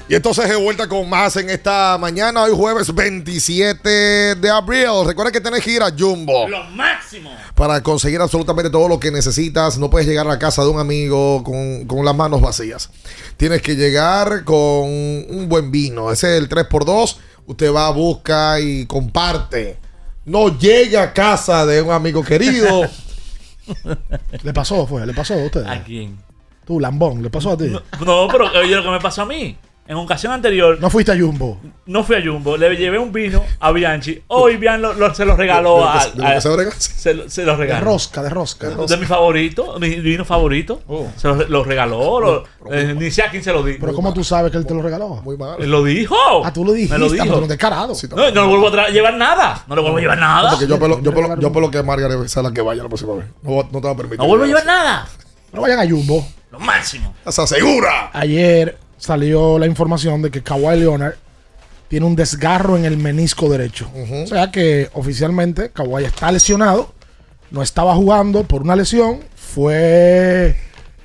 Y entonces de vuelta con más en esta mañana, hoy jueves 27 de abril. Recuerda que tienes que ir a Jumbo.
Lo máximo.
Para conseguir absolutamente todo lo que necesitas, no puedes llegar a la casa de un amigo con, con las manos vacías. Tienes que llegar con un buen vino. Ese es el 3x2. Usted va, busca y comparte. No llega a casa de un amigo querido.
¿Le pasó? Fue, ¿Le pasó a ustedes?
¿A quién?
Tú, Lambón, ¿le pasó a ti?
No, pero oye lo que me pasó a mí. En ocasión anterior,
No fuiste a Jumbo.
no fui a Jumbo, le llevé un vino a Bianchi. Hoy Bian lo- lo- se lo regaló a.
¿De lo que se
a- se lo- se lo
De
regaló.
rosca, de rosca. de Oh.
De
rosca.
mi favorito, mi vino favorito. Se lo, lo regaló, lo- eh, ni sé a quién se lo di. Eh,
Pero ¿cómo tú sabes que él te lo regaló? Muy
mal.
Lo dijo.
Ah, tú lo dijiste.
Me lo
pero
dijo.
tú eres descarado.
No, no le vuelvo a tra- llevar nada. (laughs) No le vuelvo a llevar nada.
Porque yo pelo, yo pelo- yo pelo que Margaret sea la que vaya la próxima vez. No, va- no te va a permitir.
No vuelvo a llevar nada.
No vayan a Jumbo.
Lo máximo.
Se asegura.
Ayer salió la información de que Kawhi Leonard tiene un desgarro en el menisco derecho. O sea que oficialmente Kawhi está lesionado, no estaba jugando por una lesión, fue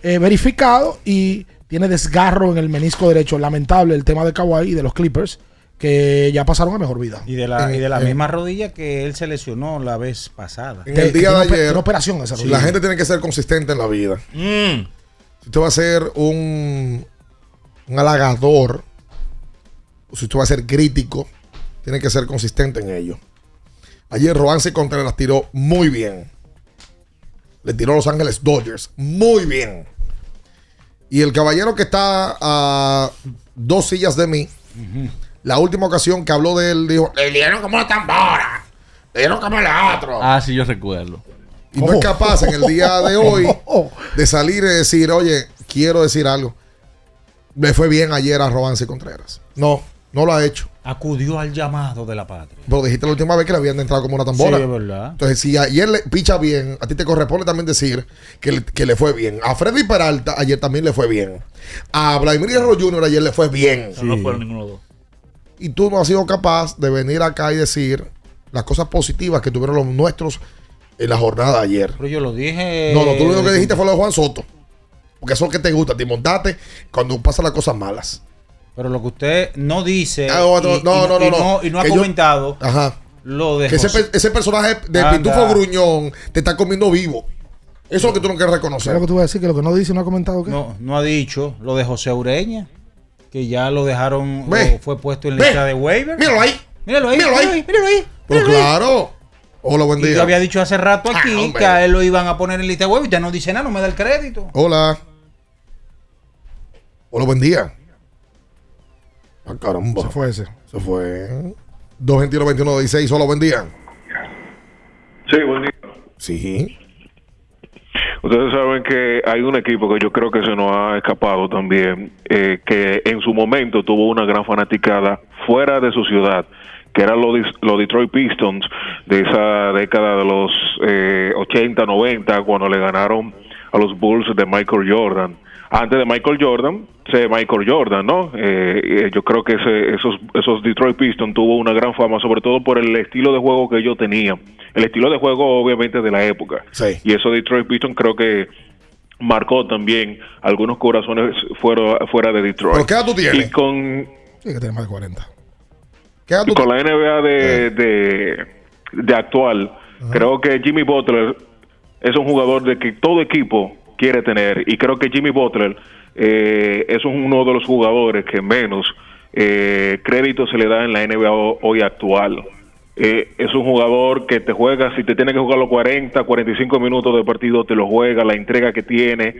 eh, verificado y tiene desgarro en el menisco derecho. Lamentable el tema de Kawhi y de los Clippers que ya pasaron a mejor vida.
Y de la, y de la
Eh, eh.
misma rodilla que él se lesionó la vez pasada.
En el día de ayer.
Sí.
La gente tiene que ser consistente en la vida. Si usted va a ser un, un halagador, o si usted va a ser crítico, tiene que ser consistente en ello. Ayer Roance Contreras tiró muy bien. Le tiró a Los Ángeles Dodgers. Muy bien. Y el caballero que está a dos sillas de mí, la última ocasión que habló de él, dijo: Le dieron como la tambora. Le dieron como la otra.
Ah, sí, yo recuerdo.
Y no es capaz en el día
(laughs)
de hoy de salir y decir, oye, quiero decir algo. Le fue bien ayer a Robance Contreras. No, no lo ha hecho.
Acudió al llamado de la patria.
Pero dijiste la última vez que le habían entrado como una tambora.
Sí, es verdad.
Entonces, si ayer le picha bien, a ti te corresponde también decir que le, que le fue bien. A Freddy Peralta ayer también le fue bien. A Vladimir Guerrero Jr. ayer le fue bien.
No fueron ninguno de los dos.
Y tú no has sido capaz de venir acá y decir las cosas positivas que tuvieron los nuestros en la jornada de ayer.
Pero yo lo dije.
No, no, tú lo
Eh,
único que dijiste fue lo de Juan Soto. Porque eso es lo que te gusta, te montaste cuando pasan las cosas malas.
Pero lo que usted no dice
Ah, no, no,
y, y-
no, no,
y
no, no.
y no ha
Que yo-
comentado
Ajá.
lo de
Que ese,
José.
pe- ese personaje de
Anda.
Pitufo Gruñón te está comiendo vivo. Eso es lo que tú no quieres reconocer.
¿Sabes lo que tú vas a decir? Que lo que no dice no ha comentado qué.
No, no ha dicho lo de José Ureña, que ya lo dejaron,
Ve.
o fue puesto en
Ve.
lista de waiver.
Míralo ahí.
Míralo ahí,
Míralo
míralo
ahí.
ahí, míralo ahí. míralo
Pero
ahí.
claro. Hola, buen
Y
día.
yo había dicho hace rato
Ah,
aquí
hombre.
que a él lo iban a poner en lista de waiver. Ya no dice nada, no me da el crédito.
Hola. Hola, buen día. Ah, caramba. Se
fue ese.
Se fue. 221 21 16 Hola, buen día.
Sí, buen día.
Sí.
Ustedes saben que hay un equipo que yo creo que se nos ha escapado también, eh, que en su momento tuvo una gran fanaticada fuera de su ciudad, que eran los, Dis- los Detroit Pistons de esa década de los eh, 80, 90, cuando le ganaron a los Bulls de Michael Jordan. Antes de Michael Jordan, se Michael Jordan, ¿no? Eh, eh, yo creo que ese- esos, esos Detroit Pistons tuvo una gran fama, sobre todo por el estilo de juego que ellos tenían. El estilo de juego, obviamente, de la época.
Sí.
Y eso Detroit Pistons creo que marcó también algunos corazones fuera, fuera de Detroit.
¿Pero qué edad tú tienes?
Y con,
Sí, que tiene más de 40.
y con la NBA
Eh.
de, de, de actual, creo que Jimmy Butler es un jugador de que todo equipo quiere tener. Y creo que Jimmy Butler eh, es uno de los jugadores que menos eh, crédito se le da en la NBA ho- hoy actual. Eh, es un jugador que te juega, si te tiene que jugar los 40, 45 minutos de partido, te lo juega, la entrega que tiene,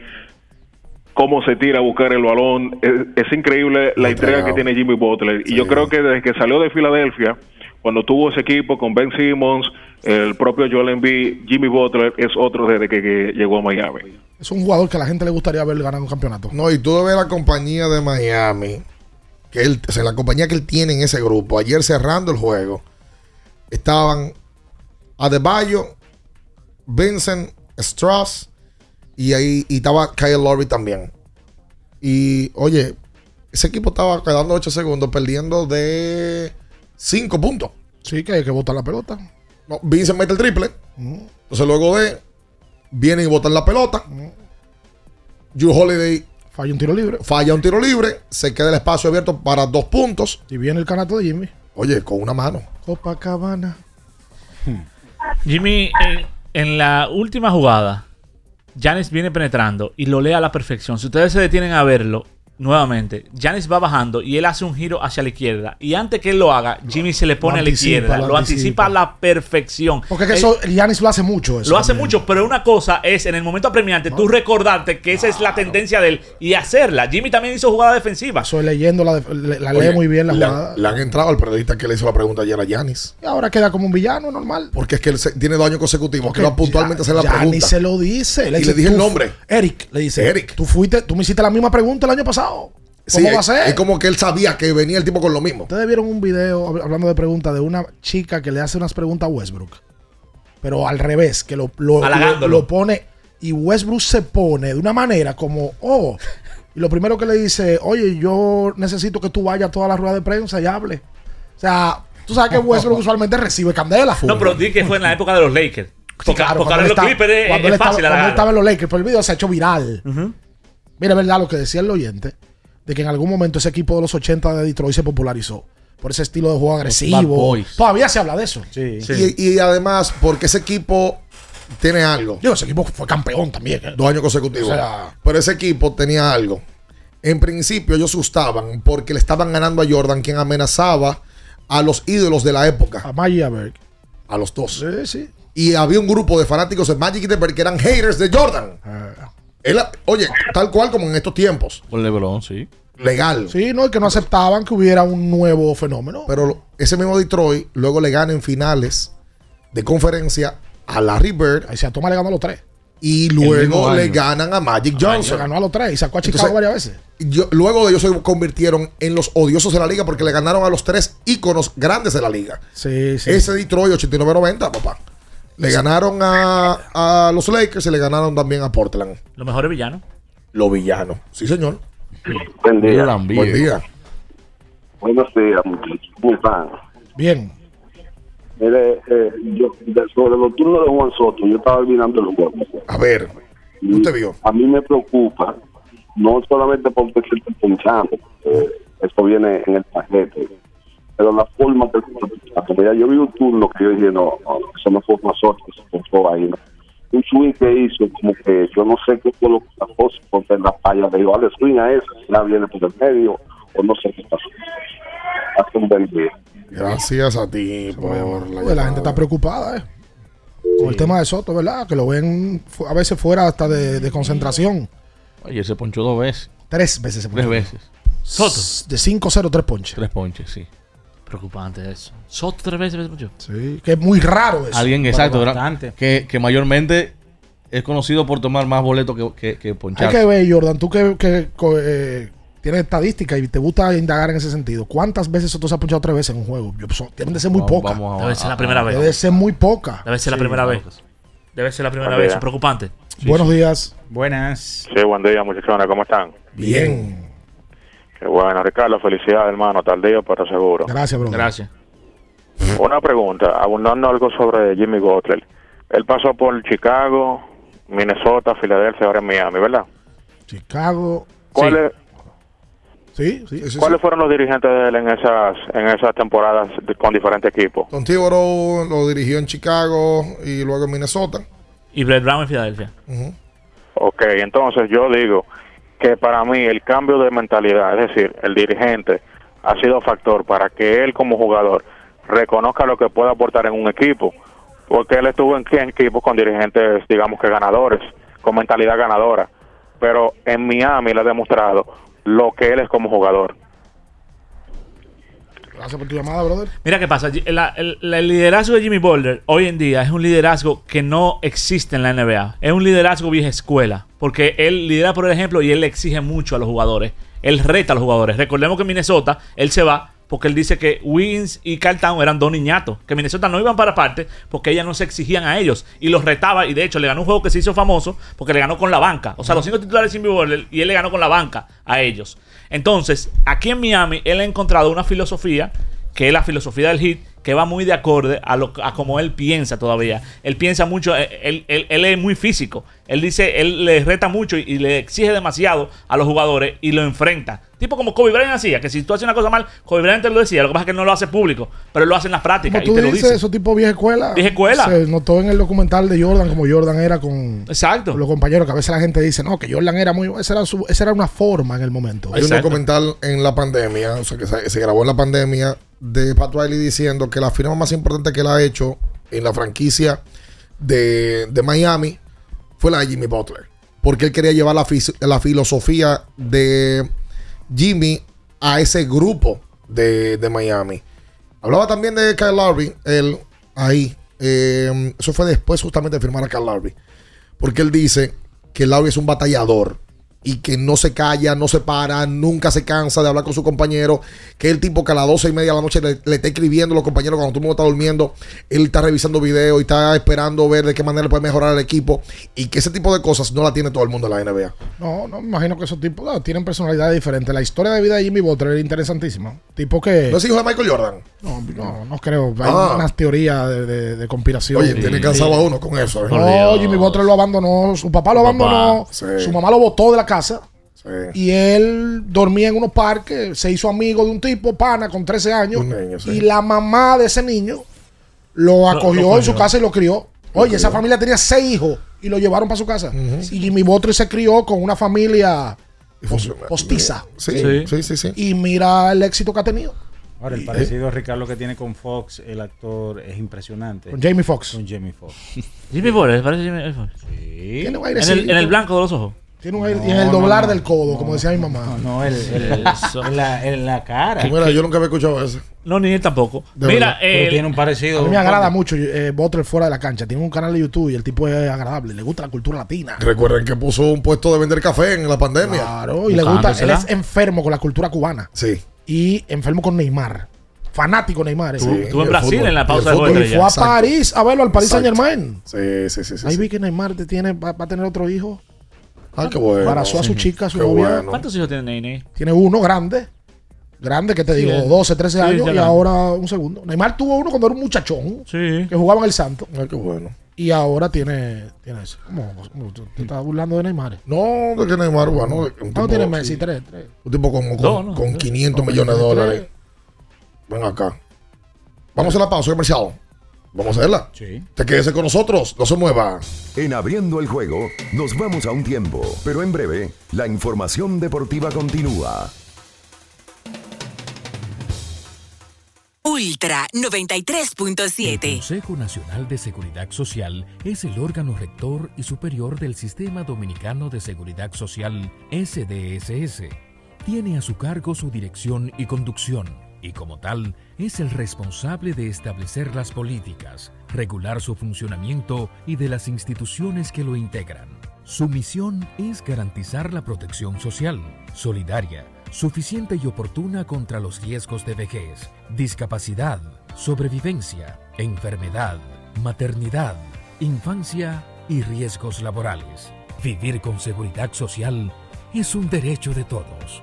cómo se tira a buscar el balón. Es, es increíble la entrega que tiene Jimmy Butler. Y yo creo que desde que salió de Filadelfia, cuando tuvo ese equipo con Ben Simmons, el propio Joel Embiid, Jimmy Butler es otro desde que, que llegó a Miami.
Es un jugador que a la gente le gustaría ver ganar un campeonato.
No, y tú ves la compañía de Miami, que él, o sea, la compañía que él tiene en ese grupo. Ayer cerrando el juego, estaban Adebayo, Vincent, Strauss, y ahí y estaba Kyle Lowry también. Y oye, ese equipo estaba quedando 8 segundos, perdiendo de 5 puntos.
Sí, que hay que botar la pelota.
No, Vincent mete el triple. Entonces luego de vienen y botan la pelota. Drew Holiday
falla un tiro libre.
Falla un tiro libre, se queda el espacio abierto para dos puntos.
Y viene el canato de Jimmy.
Oye, con una mano.
Copacabana.
Jimmy, en, en la última jugada, Janis viene penetrando y lo lee a la perfección. Si ustedes se detienen a verlo nuevamente, Janis va bajando y él hace un giro hacia la izquierda. Y antes que él lo haga, Jimmy se le pone a la
anticipa,
izquierda.
lo
Lo anticipa a la perfección.
Porque es
Él-
que eso, Yanis lo hace mucho. Eso
Lo hace
también.
mucho, pero una cosa es en el momento apremiante tú recordarte que esa es la tendencia de él y hacerla. Jimmy también hizo jugada defensiva.
Soy leyendo, la, def- le- la
Oye,
lee muy bien la
le,
jugada.
le han entrado al periodista que le hizo la pregunta ayer a Yanis.
Y ahora queda como un villano normal.
Porque es que él se- tiene dos años consecutivos que no puntualmente hacer la
Yanis
pregunta.
se lo dice.
Y
dice,
le dije el
tú-
nombre.
Eric, le dice. Eric. Tú fuiste, tú me hiciste la misma pregunta el año pasado.
Sí,
¿Cómo va a
eh,
es-
ser?
Es como que él sabía que venía el tipo con lo mismo.
Ustedes vieron un video hab- hablando de preguntas de una chica que le hace unas preguntas a Westbrook. Pero al revés, que lo, lo, lo,
Halagándolo.
lo pone. Y Westbrook se pone de una manera como, oh. Y lo primero que le dice, oye, yo necesito que tú vayas a todas las ruedas de prensa y hable. O sea, tú sabes que
(laughs)
Westbrook usualmente recibe candela.
No, pero di que fue en la época de los Lakers. Porque,
Claro,
porque ahora
él
los
estaba-
Clippers es- es,
cuando él estaba-
fácil
cuando él
halagarlo.
estaba en los Lakers, pero el video se ha hecho viral. Mira, es verdad lo que decía el oyente, de que en algún momento ese equipo de los 80 de Detroit se popularizó por ese estilo de juego
Bad
agresivo.
Boys.
Todavía se habla de eso.
Y, y además, porque ese equipo tiene algo.
Digo, ese equipo fue campeón también. ¿eh?
Dos años consecutivos.
O sea-
Pero ese equipo tenía algo. En principio ellos asustaban porque le estaban ganando a Jordan, quien amenazaba a los ídolos de la época.
A Magic y a Bird.
A los dos.
Sí, sí.
Y había un grupo de fanáticos de Magic y de Bird que eran haters de Jordan.
Ah.
Él- oye, tal cual como en estos tiempos.
Por LeBron, sí.
Legal.
Sí, no, y que no aceptaban que hubiera un nuevo fenómeno.
Pero lo- ese mismo Detroit luego le gana en finales de conferencia a Larry Bird.
Ahí se toma le ganó a los tres.
Y
El mismo
luego le
año.
ganan a Magic
Se
Johnson.
ganó a los tres y sacó a Chicago
Entonces,
varias veces.
yo- luego de ellos se convirtieron en los odiosos de la liga porque le ganaron a los tres íconos grandes de la liga.
Sí, sí.
Ese Detroit 89-90, papá. Le ganaron a, a los Lakers y le ganaron también a Portland.
Los mejores villanos.
Los villanos. Sí, señor.
Buen día.
Buen día.
Buenos días, muchachos. ¿Cómo están?
Bien.
Mire, eh, yo, de- sobre los turnos de Juan Soto, yo estaba mirando los juegos.
A ver,
usted vio. A mí me preocupa, no solamente porque se está ponchando, eh, Eso viene en el paquete. Pero la forma que la comunidad, yo vi un turno que yo dije, no, no, eso no fue nosotros, eso fue todo ahí. ¿no? Un swing que hizo, como que yo no sé qué fue lo que pasó, si fue en la falla, le digo, dale swing a eso, ya viene por el medio, o no sé qué pasó. Hace un buen día.
Gracias a ti por la
Pues la gente está preocupada, ¿eh? Con el tema de Soto, ¿verdad? Que lo ven fu- a veces fuera hasta de, de concentración.
Oye, se ponchó dos veces.
Tres veces se
Tres
ponchó.
veces.
Soto. De 5-0, tres ponches.
Tres ponches, sí.
Preocupante eso. Soto tres veces, ¿ves mucho?
Sí. Que es muy raro eso.
Alguien exacto, ¿verdad? Que, que mayormente es conocido por tomar más boletos que, que, que
Hay
ponchar.
que ver, Jordan, tú que, que, co- eh, tienes estadística y te gusta indagar en ese sentido. ¿Cuántas veces Soto se ha ponchado tres veces en un juego? Yo, so- deben de ser muy
Vamos-
poca.
vamos a-
Debe ser la primera vez.
Debe ser muy poca.
Debe ser la
Sí.
primera vez. Debe ser la primera
Primera.
vez. Es preocupante.
Buenos días.
Buenas.
Sí, buen día, muchachones. ¿Cómo están?
Bien.
Qué bueno, Ricardo. Felicidades, hermano. Tardío, pero seguro.
Gracias, bro.
Gracias.
Una pregunta, abundando algo sobre Jimmy Butler. Él pasó por Chicago, Minnesota, Filadelfia, ahora en Miami, ¿verdad?
Chicago.
¿Cuáles,
Sí, sí.
¿cuáles fueron los dirigentes de él en esas, en esas temporadas de- con diferentes equipos?
Don Tiboro lo dirigió en Chicago y luego en Minnesota.
Y Brett Brown en Filadelfia.
Ok, entonces yo digo que para mí el cambio de mentalidad, es decir, el dirigente, ha sido factor para que él como jugador reconozca lo que puede aportar en un equipo, porque él estuvo en en equipos con dirigentes, digamos que ganadores, con mentalidad ganadora, pero en Miami le ha demostrado lo que él es como jugador.
Gracias por tu llamada, brother.
Mira qué pasa. La- el, la- el liderazgo de Jimmy Boulder hoy en día es un liderazgo que no existe en la NBA. Es un liderazgo vieja escuela. Porque él lidera por el ejemplo y él le exige mucho a los jugadores. Él reta a los jugadores. Recordemos que en Minnesota él se va porque él dice que Wiggins y Carl Town eran dos niñatos. Que Minnesota no iban para parte porque ellas no se exigían a ellos. Y los retaba. Y de hecho le ganó un juego que se hizo famoso porque le ganó con la banca. O sea, los cinco titulares de Jimmy Butler y él le ganó con la banca a ellos. Entonces, aquí en Miami él ha encontrado una filosofía que es la filosofía del hit, que va muy de acorde a, lo, a como él piensa todavía. Él piensa mucho, eh, él, él- él es muy físico. Él dice, él le reta mucho y, y le exige demasiado a los jugadores y lo enfrenta. Tipo como Kobe Bryant hacía, que si tú haces una cosa mal, Kobe Bryant te lo decía. Lo que pasa es que él no lo hace público, pero él lo hace en las prácticas
Como
y
tú
te lo
dices,
dice.
esos tipos vieja escuela.
Vieja escuela.
Se notó en el documental de Jordan, como Jordan era con,
Exacto.
con los compañeros, que a veces la gente dice, no, que Jordan era muy. Esa era, su- esa era una forma en el momento.
Hay un documental en la pandemia, o sea, que se, se grabó en la pandemia, de Pat Riley diciendo que la firma más importante que él ha hecho en la franquicia de, de Miami fue la de Jimmy Butler. Porque él quería llevar la, fis- la filosofía de Jimmy a ese grupo de, de Miami. Hablaba también de Kyle Larry, él ahí. eh, eso fue después justamente de firmar a Kyle Larry. Porque él dice que Larry es un batallador y que no se calla, no se para, nunca se cansa de hablar con su compañero, que el tipo que a las 12 y media de la noche le, le está escribiendo a los compañeros cuando todo el mundo está durmiendo, él está revisando videos y está esperando ver de qué manera puede mejorar el equipo y que ese tipo de cosas no la tiene todo el mundo en la NBA.
No, no, me imagino que esos tipos no, tienen personalidades diferentes. La historia de vida de Jimmy Butler es interesantísima. Tipo que.
¿No es hijo de Michael Jordan?
No, no, no creo. Hay
Ah.
unas teorías de, de- de conspiración.
Oye, tiene cansado a uno con eso. ¿eh?
No, Jimmy Butler lo abandonó, su papá lo
Su papá,
abandonó,
sí.
su mamá lo botó de la casa
Sí.
y él dormía en unos parques, se hizo amigo de un tipo, pana, con 13 años,
Un niño, sí.
y la mamá de ese niño lo acogió
lo
en su
cogió.
casa y lo crió.
Lo
Oye, esa
crió.
familia tenía seis hijos y lo llevaron para su casa. Y Jimmy Butler se crió con una familia postiza.
Sí, sí, sí. sí,
Y mira el éxito que ha tenido.
Ahora,
eh,
el
Y-
parecido, Ricardo, que tiene con Fox, el actor, es impresionante.
Con Jamie Foxx.
Con Jamie Fox.
Jimmy Butler, parece Jimmy Butler.
Sí.
Tiene un
En el, en el blanco de los ojos.
Tiene un aire-
No,
y en el
no,
doblar
no.
del codo, como decía mi mamá.
No, el, el- en (laughs) la, en la cara.
Mira, yo nunca había escuchado eso.
No, ni él tampoco.
De
Mira,
verdad.
eh,
Pero tiene un parecido.
A mí me agrada mucho eh, Butler fuera de la cancha. Tiene un canal de YouTube y el tipo es agradable. Le gusta la cultura latina.
Recuerden que puso un puesto de vender café en la pandemia.
Claro, y le gusta. Él es enfermo con la cultura cubana.
Sí.
Y enfermo con Neymar. Fanático Neymar. ese.
Sí,
Estuvo en
el
Brasil
fútbol,
en
y
la
el
pausa de
fútbol.
juego.
Y fue a
Exacto.
París a verlo al Paris Saint
Exacto.
Germain.
Sí, sí, sí. sí,
Ahí
sí.
vi que Neymar te tiene, va, va a tener otro hijo.
Ah, qué bueno.
Abrazó a su chica, a su
Qué
novia.
bueno.
¿Cuántos hijos tiene Nene?
Tiene uno grande. Grande, que te
Sí,
digo,
es-
12, 13
sí,
años.
ya
Y
grande.
ahora un segundo. Neymar tuvo uno cuando era un muchachón.
Sí.
Que jugaba en el Santo.
Ah, qué bueno.
Y ahora tiene, tiene eso. ¿Cómo? ¿Cómo? ¿Tú te estás burlando de Neymar?
No, de que Neymar, bueno. de- un
¿Cuánto
tipo-
tiene Messi? Tres, tres.
Un tipo como con,
No, no,
con
no.
500
No,
millones de
no, no, no.
dólares. Ven acá. Vamos a la pausa comercial. Vamos a hacerla.
Sí.
Te quédese con nosotros. No se mueva.
En abriendo el juego, nos vamos a un tiempo, pero en breve, la información deportiva continúa.
Ultra 93.7.
Consejo Nacional de Seguridad Social es el órgano rector y superior del Sistema Dominicano de Seguridad Social, SDSS. Tiene a su cargo su dirección y conducción, y como tal, es el responsable de establecer las políticas, regular su funcionamiento y de las instituciones que lo integran. Su misión es garantizar la protección social, solidaria, suficiente y oportuna contra los riesgos de vejez, discapacidad, sobrevivencia, enfermedad, maternidad, infancia y riesgos laborales. Vivir con seguridad social es un derecho de todos.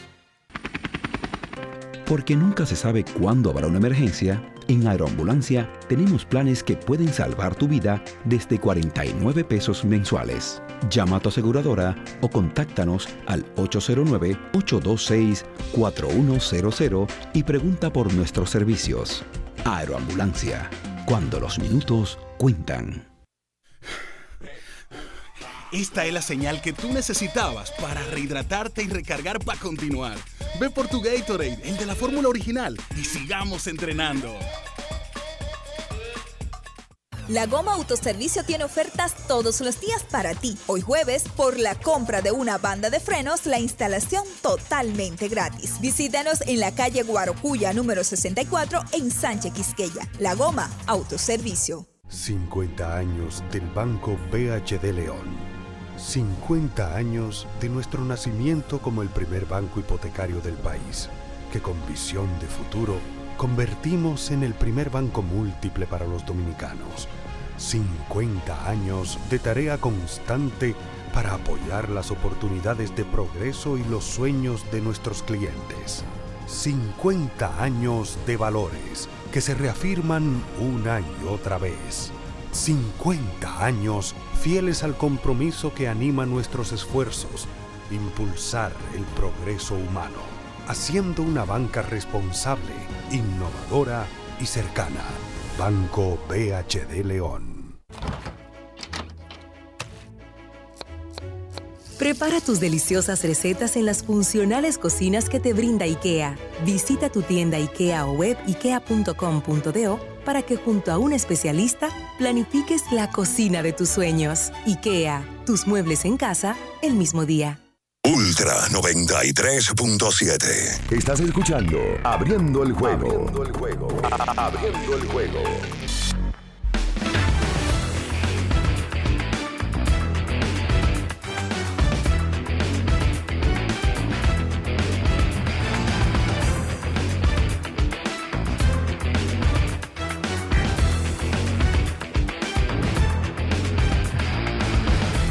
Porque nunca se sabe cuándo habrá una emergencia, en Aeroambulancia tenemos planes que pueden salvar tu vida desde 49 pesos mensuales. Llama a tu aseguradora o contáctanos al 809-826-4100 y pregunta por nuestros servicios. Aeroambulancia, cuando los minutos cuentan.
Esta es la señal que tú necesitabas para rehidratarte y recargar para continuar. Ve por tu Gatorade, el de la fórmula original, y sigamos entrenando.
La Goma Autoservicio tiene ofertas todos los días para ti. Hoy jueves, por la compra de una banda de frenos, la instalación totalmente gratis. Visítanos en la calle Guarocuya número 64 en Sánchez Quisqueya. La Goma Autoservicio.
50 años del Banco BHD León. 50 años de nuestro nacimiento como el primer banco hipotecario del país, que con visión de futuro convertimos en el primer banco múltiple para los dominicanos. 50 años de tarea constante para apoyar las oportunidades de progreso y los sueños de nuestros clientes. 50 años de valores que se reafirman una y otra vez. 50 años fieles al compromiso que anima nuestros esfuerzos, impulsar el progreso humano, haciendo una banca responsable, innovadora y cercana. Banco BHD León.
Prepara tus deliciosas recetas en las funcionales cocinas que te brinda IKEA. Visita tu tienda IKEA o web ikea.com.do para que junto a un especialista planifiques la cocina de tus sueños. IKEA, tus muebles en casa el mismo día.
Ultra 93.7.
Estás escuchando Abriendo el juego. Abriendo el juego. Abriendo el juego.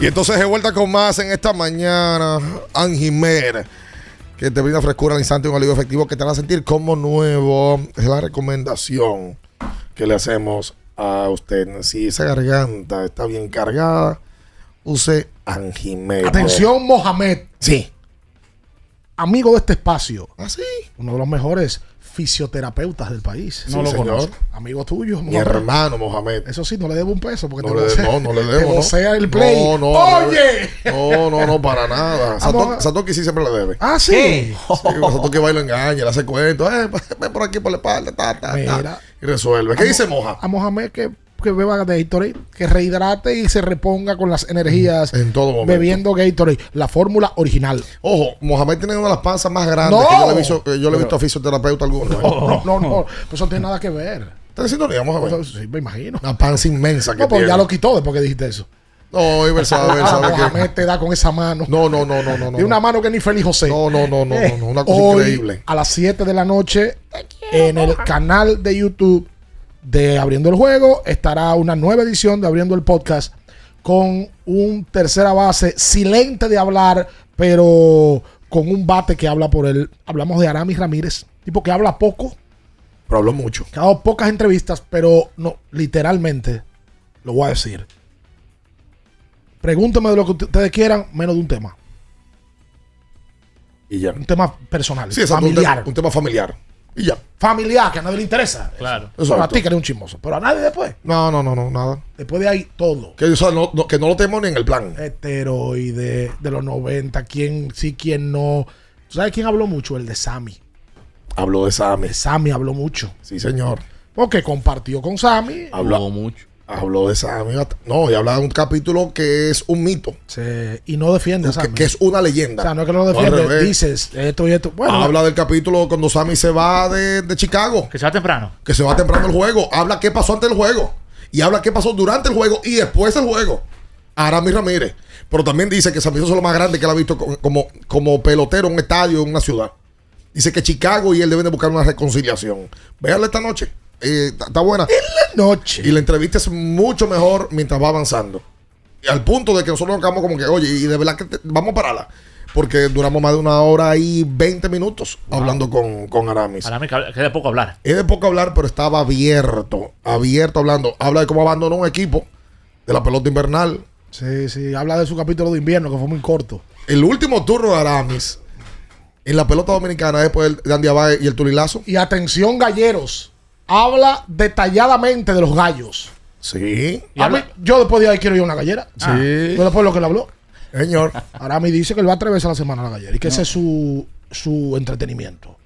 Y entonces de vuelta con más en esta mañana, Anjimer, que te brinda frescura al instante y un alivio efectivo que te hará sentir como nuevo. Es la recomendación que le hacemos a usted. Si esa garganta está bien cargada, use Anjimer.
Atención, Mohamed.
Sí.
Amigo de este espacio.
¿Ah, sí?
Uno de los mejores fisioterapeutas del país.
No Sí, lo señor. conozco.
Amigo tuyo,
Mi hermano Mohamed.
Eso sí, no le debo un peso porque
No
te
le, de-
vocea-
no, no le
(laughs) te
debo.
vocea
no.
el play.
No, no,
¡Oye!
No, no, no, para
(laughs)
nada. Sato-
Vamos
Satoki sí siempre le debe.
Ah, sí.
Sí,
¿Qué?
Satoki va y lo engaña, le hace cuento. Eh, ven por aquí por la espalda, ta, ta, ta.
Mira. Ah,
Y resuelve. ¿Qué dice Moja?
A Mohamed que que beba Gatorade, que rehidrate y se reponga con las energías
En todo momento.
bebiendo Gatorade. La fórmula original.
Ojo, Mohamed tiene una de las panzas más grandes
No.
que yo le he visto, eh, yo le he
Pero-
visto a fisioterapeuta alguno. ¿eh?
No, no, no. Eso no tiene nada que ver.
¿Estás diciendo que vamos a ver?
Sí, me imagino.
Una panza inmensa que
No, pues
tiene.
ya lo quitó después que dijiste eso.
No, Iber sabe, Iber sabe que-
Mohamed te da con esa mano.
No, no, no, no, no. no
de una mano que ni Feliz José.
No, no, no, no, no, no, una cosa
Hoy,
increíble.
A las 7 de la noche, en el canal de YouTube de Abriendo el Juego, estará una nueva edición de Abriendo el Podcast con un tercera base silente de hablar, pero con un bate que habla por él. Hablamos de Aramis Ramírez, tipo que habla poco,
Pero habló mucho.
que ha dado pocas entrevistas, pero no, literalmente, lo voy a decir. Pregúntame de lo que ustedes quieran, menos de un tema.
Y ya.
Un tema personal,
Sí, exacto, un
familiar.
tema- un tema familiar. Y ya.
Familiar, que a nadie le interesa.
Claro.
Eso a ti que eres un chismoso. Pero a nadie después.
No, no, no, no, nada.
Después de ahí, todo. Eh.
Que, o sea, no, no- que no lo tenemos ni en el plan.
Heteroide, de los 90, quién sí, quién no. ¿Tú ¿Sabes quién habló mucho? El de Sammy.
Habló de Sammy.
Sammy habló mucho.
Sí, señor.
Porque compartió con Sammy.
Habló mucho. Habló de Sammy. No, y hablaba de un capítulo que es un mito.
Sí, y no defiende a
Que-
Sammy.
que es una leyenda.
O sea, no es que no lo
Al
defiende.
revés.
Dices esto y esto. Bueno,
Habla del capítulo cuando Sammy se va de, de Chicago.
Ah. Que se va temprano.
Que se va temprano el juego. Habla qué pasó antes del juego. Y habla qué pasó durante el juego y después del juego. Aramis Ramírez. Pero también dice que Sammy Sosa es lo más grande que él ha visto co- como, como pelotero en un estadio, en una ciudad. Dice que Chicago y él deben de buscar una reconciliación. Véanla esta noche. Eh, Está está buena.
En la noche.
Y la entrevista es mucho mejor mientras va avanzando. Y al punto de que nosotros nos quedamos como que, oye, y de verdad que te- vamos a pararla. Porque duramos más de una hora y 20 minutos hablando con, con Aramis.
Ahora me queda queda poco hablar.
Es de poco hablar, pero estaba abierto, abierto hablando. Habla de cómo abandonó un equipo de la pelota invernal.
Sí, sí. Habla de su capítulo de invierno, que fue muy corto.
El último turno de Aramis en la pelota dominicana después del- de Andy Abae y el Tulilazo.
Y atención, galleros. Habla detalladamente de los gallos.
Sí. Ah,
A mí- yo después de ahí quiero ir a una gallera. Ah.
Sí.
Yo después de lo que le habló.
Señor.
Ahora me dice que él va tres veces a la semana a la gallera y que ese es su, su entretenimiento.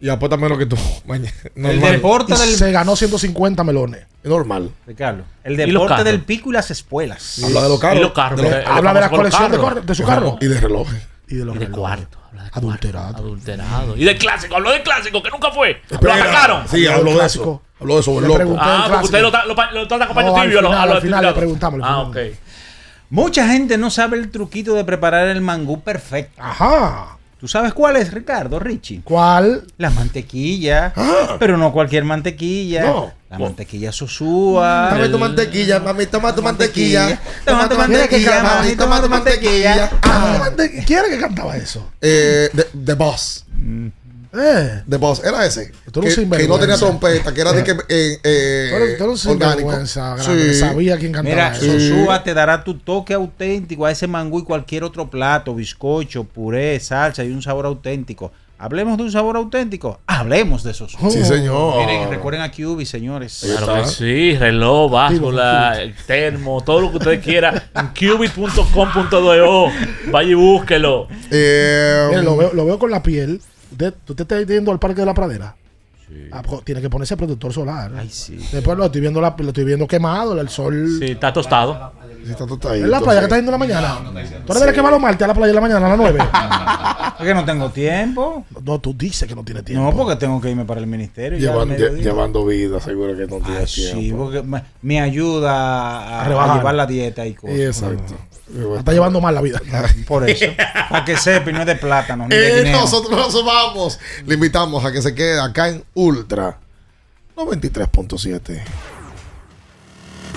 Y apuesta menos que tú. (laughs) Maña- normal.
deporte
Y
del-
Se ganó 150 melones.
Normal.
Ricardo, el
Y los
deporte
carros.
del pico y las espuelas.
Habla de los carros.
Y los carros.
De-
porque él
eh, Habla
es
de
famoso con
la
los
colección de,
carros.
cor- de su carro.
Y de relojes.
Y de los
Y de
relojes.
cuarto. habla de
Adulterado.
Adulterado. Y del clásico. Habló del clásico que nunca fue.
Espera,
Lo atacaron.
Sí,
Habló
habló
del
de
clásico.
eso. Habló de eso,
Le
voló.
pregunté
Ah,
el
porque ustedes lo tra-
clásico.
lo pa- lo tratan con paño
No, al
tibio. a los-
final,
a los
al final le
adulterados.
preguntamos, le
Ah, ok.
preguntamos.
Mucha gente no sabe el truquito de preparar el mangú perfecto.
Ajá.
¿Tú sabes cuál es, Ricardo, Richie?
¿Cuál?
La mantequilla.
Ah.
Pero no cualquier mantequilla.
No.
La mantequilla Sosúa.
Dame tu mantequilla, mami, toma tu mantequilla.
Toma tu mantequilla, mami, toma tu mantequilla.
Ah.
¿Quién era que cantaba eso?
Eh, The, The Boss.
Mm. Eh.
The Boss, era ese.
Tú eres un
que, que no
sinvergüenza.
tenía trompeta, que era
(laughs)
de que. Eh, eh,
Tú eres- tú eres un
orgánico.
sinvergüenza grande,
Sí.
Sabía quién cantaba
Mira,
eso.
Sosúa te dará tu toque auténtico a ese mangú y cualquier otro plato, bizcocho, puré, salsa y un sabor auténtico. Hablemos de un sabor auténtico. Hablemos de Sosúa.
Sí, señor.
Miren, recuerden a Cubi, señores.
Claro que sí, reloj, báscula, el termo, todo lo que ustedes quieran. En cubit.com.do. e Vaya y búsquelo.
Eh,
Mira, lo, veo, lo veo con la piel. Usted- ¿Tú te estás yendo al parque de la pradera? Ah, jo- tiene que ponerse protector solar.
Ay, sí.
Después lo estoy viendo, la- lo estoy viendo quemado, el sol.
Sí, está tostado.
sí, está tostadito,
¿Es la playa
sí.
que estás yendo en la mañana? ¿Tú eres de la que va los martes a la playa en la mañana a
(laughs)
las 9?
Es que no tengo tiempo.
no, tú dices que no tienes tiempo.
No, porque tengo que irme para el ministerio. ya al
Llevan- lle-
mediodía.
llevando vida, seguro que no
Ay,
tienes
sí,
tiempo.
porque me, me ayuda a,
A
a
rebajar.
llevar la dieta y cosas.
Sí, exacto.
Está llevando mal la vida.
Por
(laughs)
eso. Para que sepa, y no es de plátano. Ni de
Eh,
guineo.
nosotros nos vamos. Le invitamos a que se quede acá en Ultra 93.7.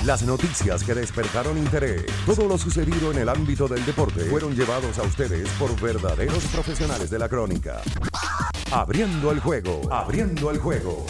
Las noticias que despertaron interés, todo lo sucedido en el ámbito del deporte, fueron llevados a ustedes por verdaderos profesionales de la crónica. Abriendo el juego, abriendo el juego.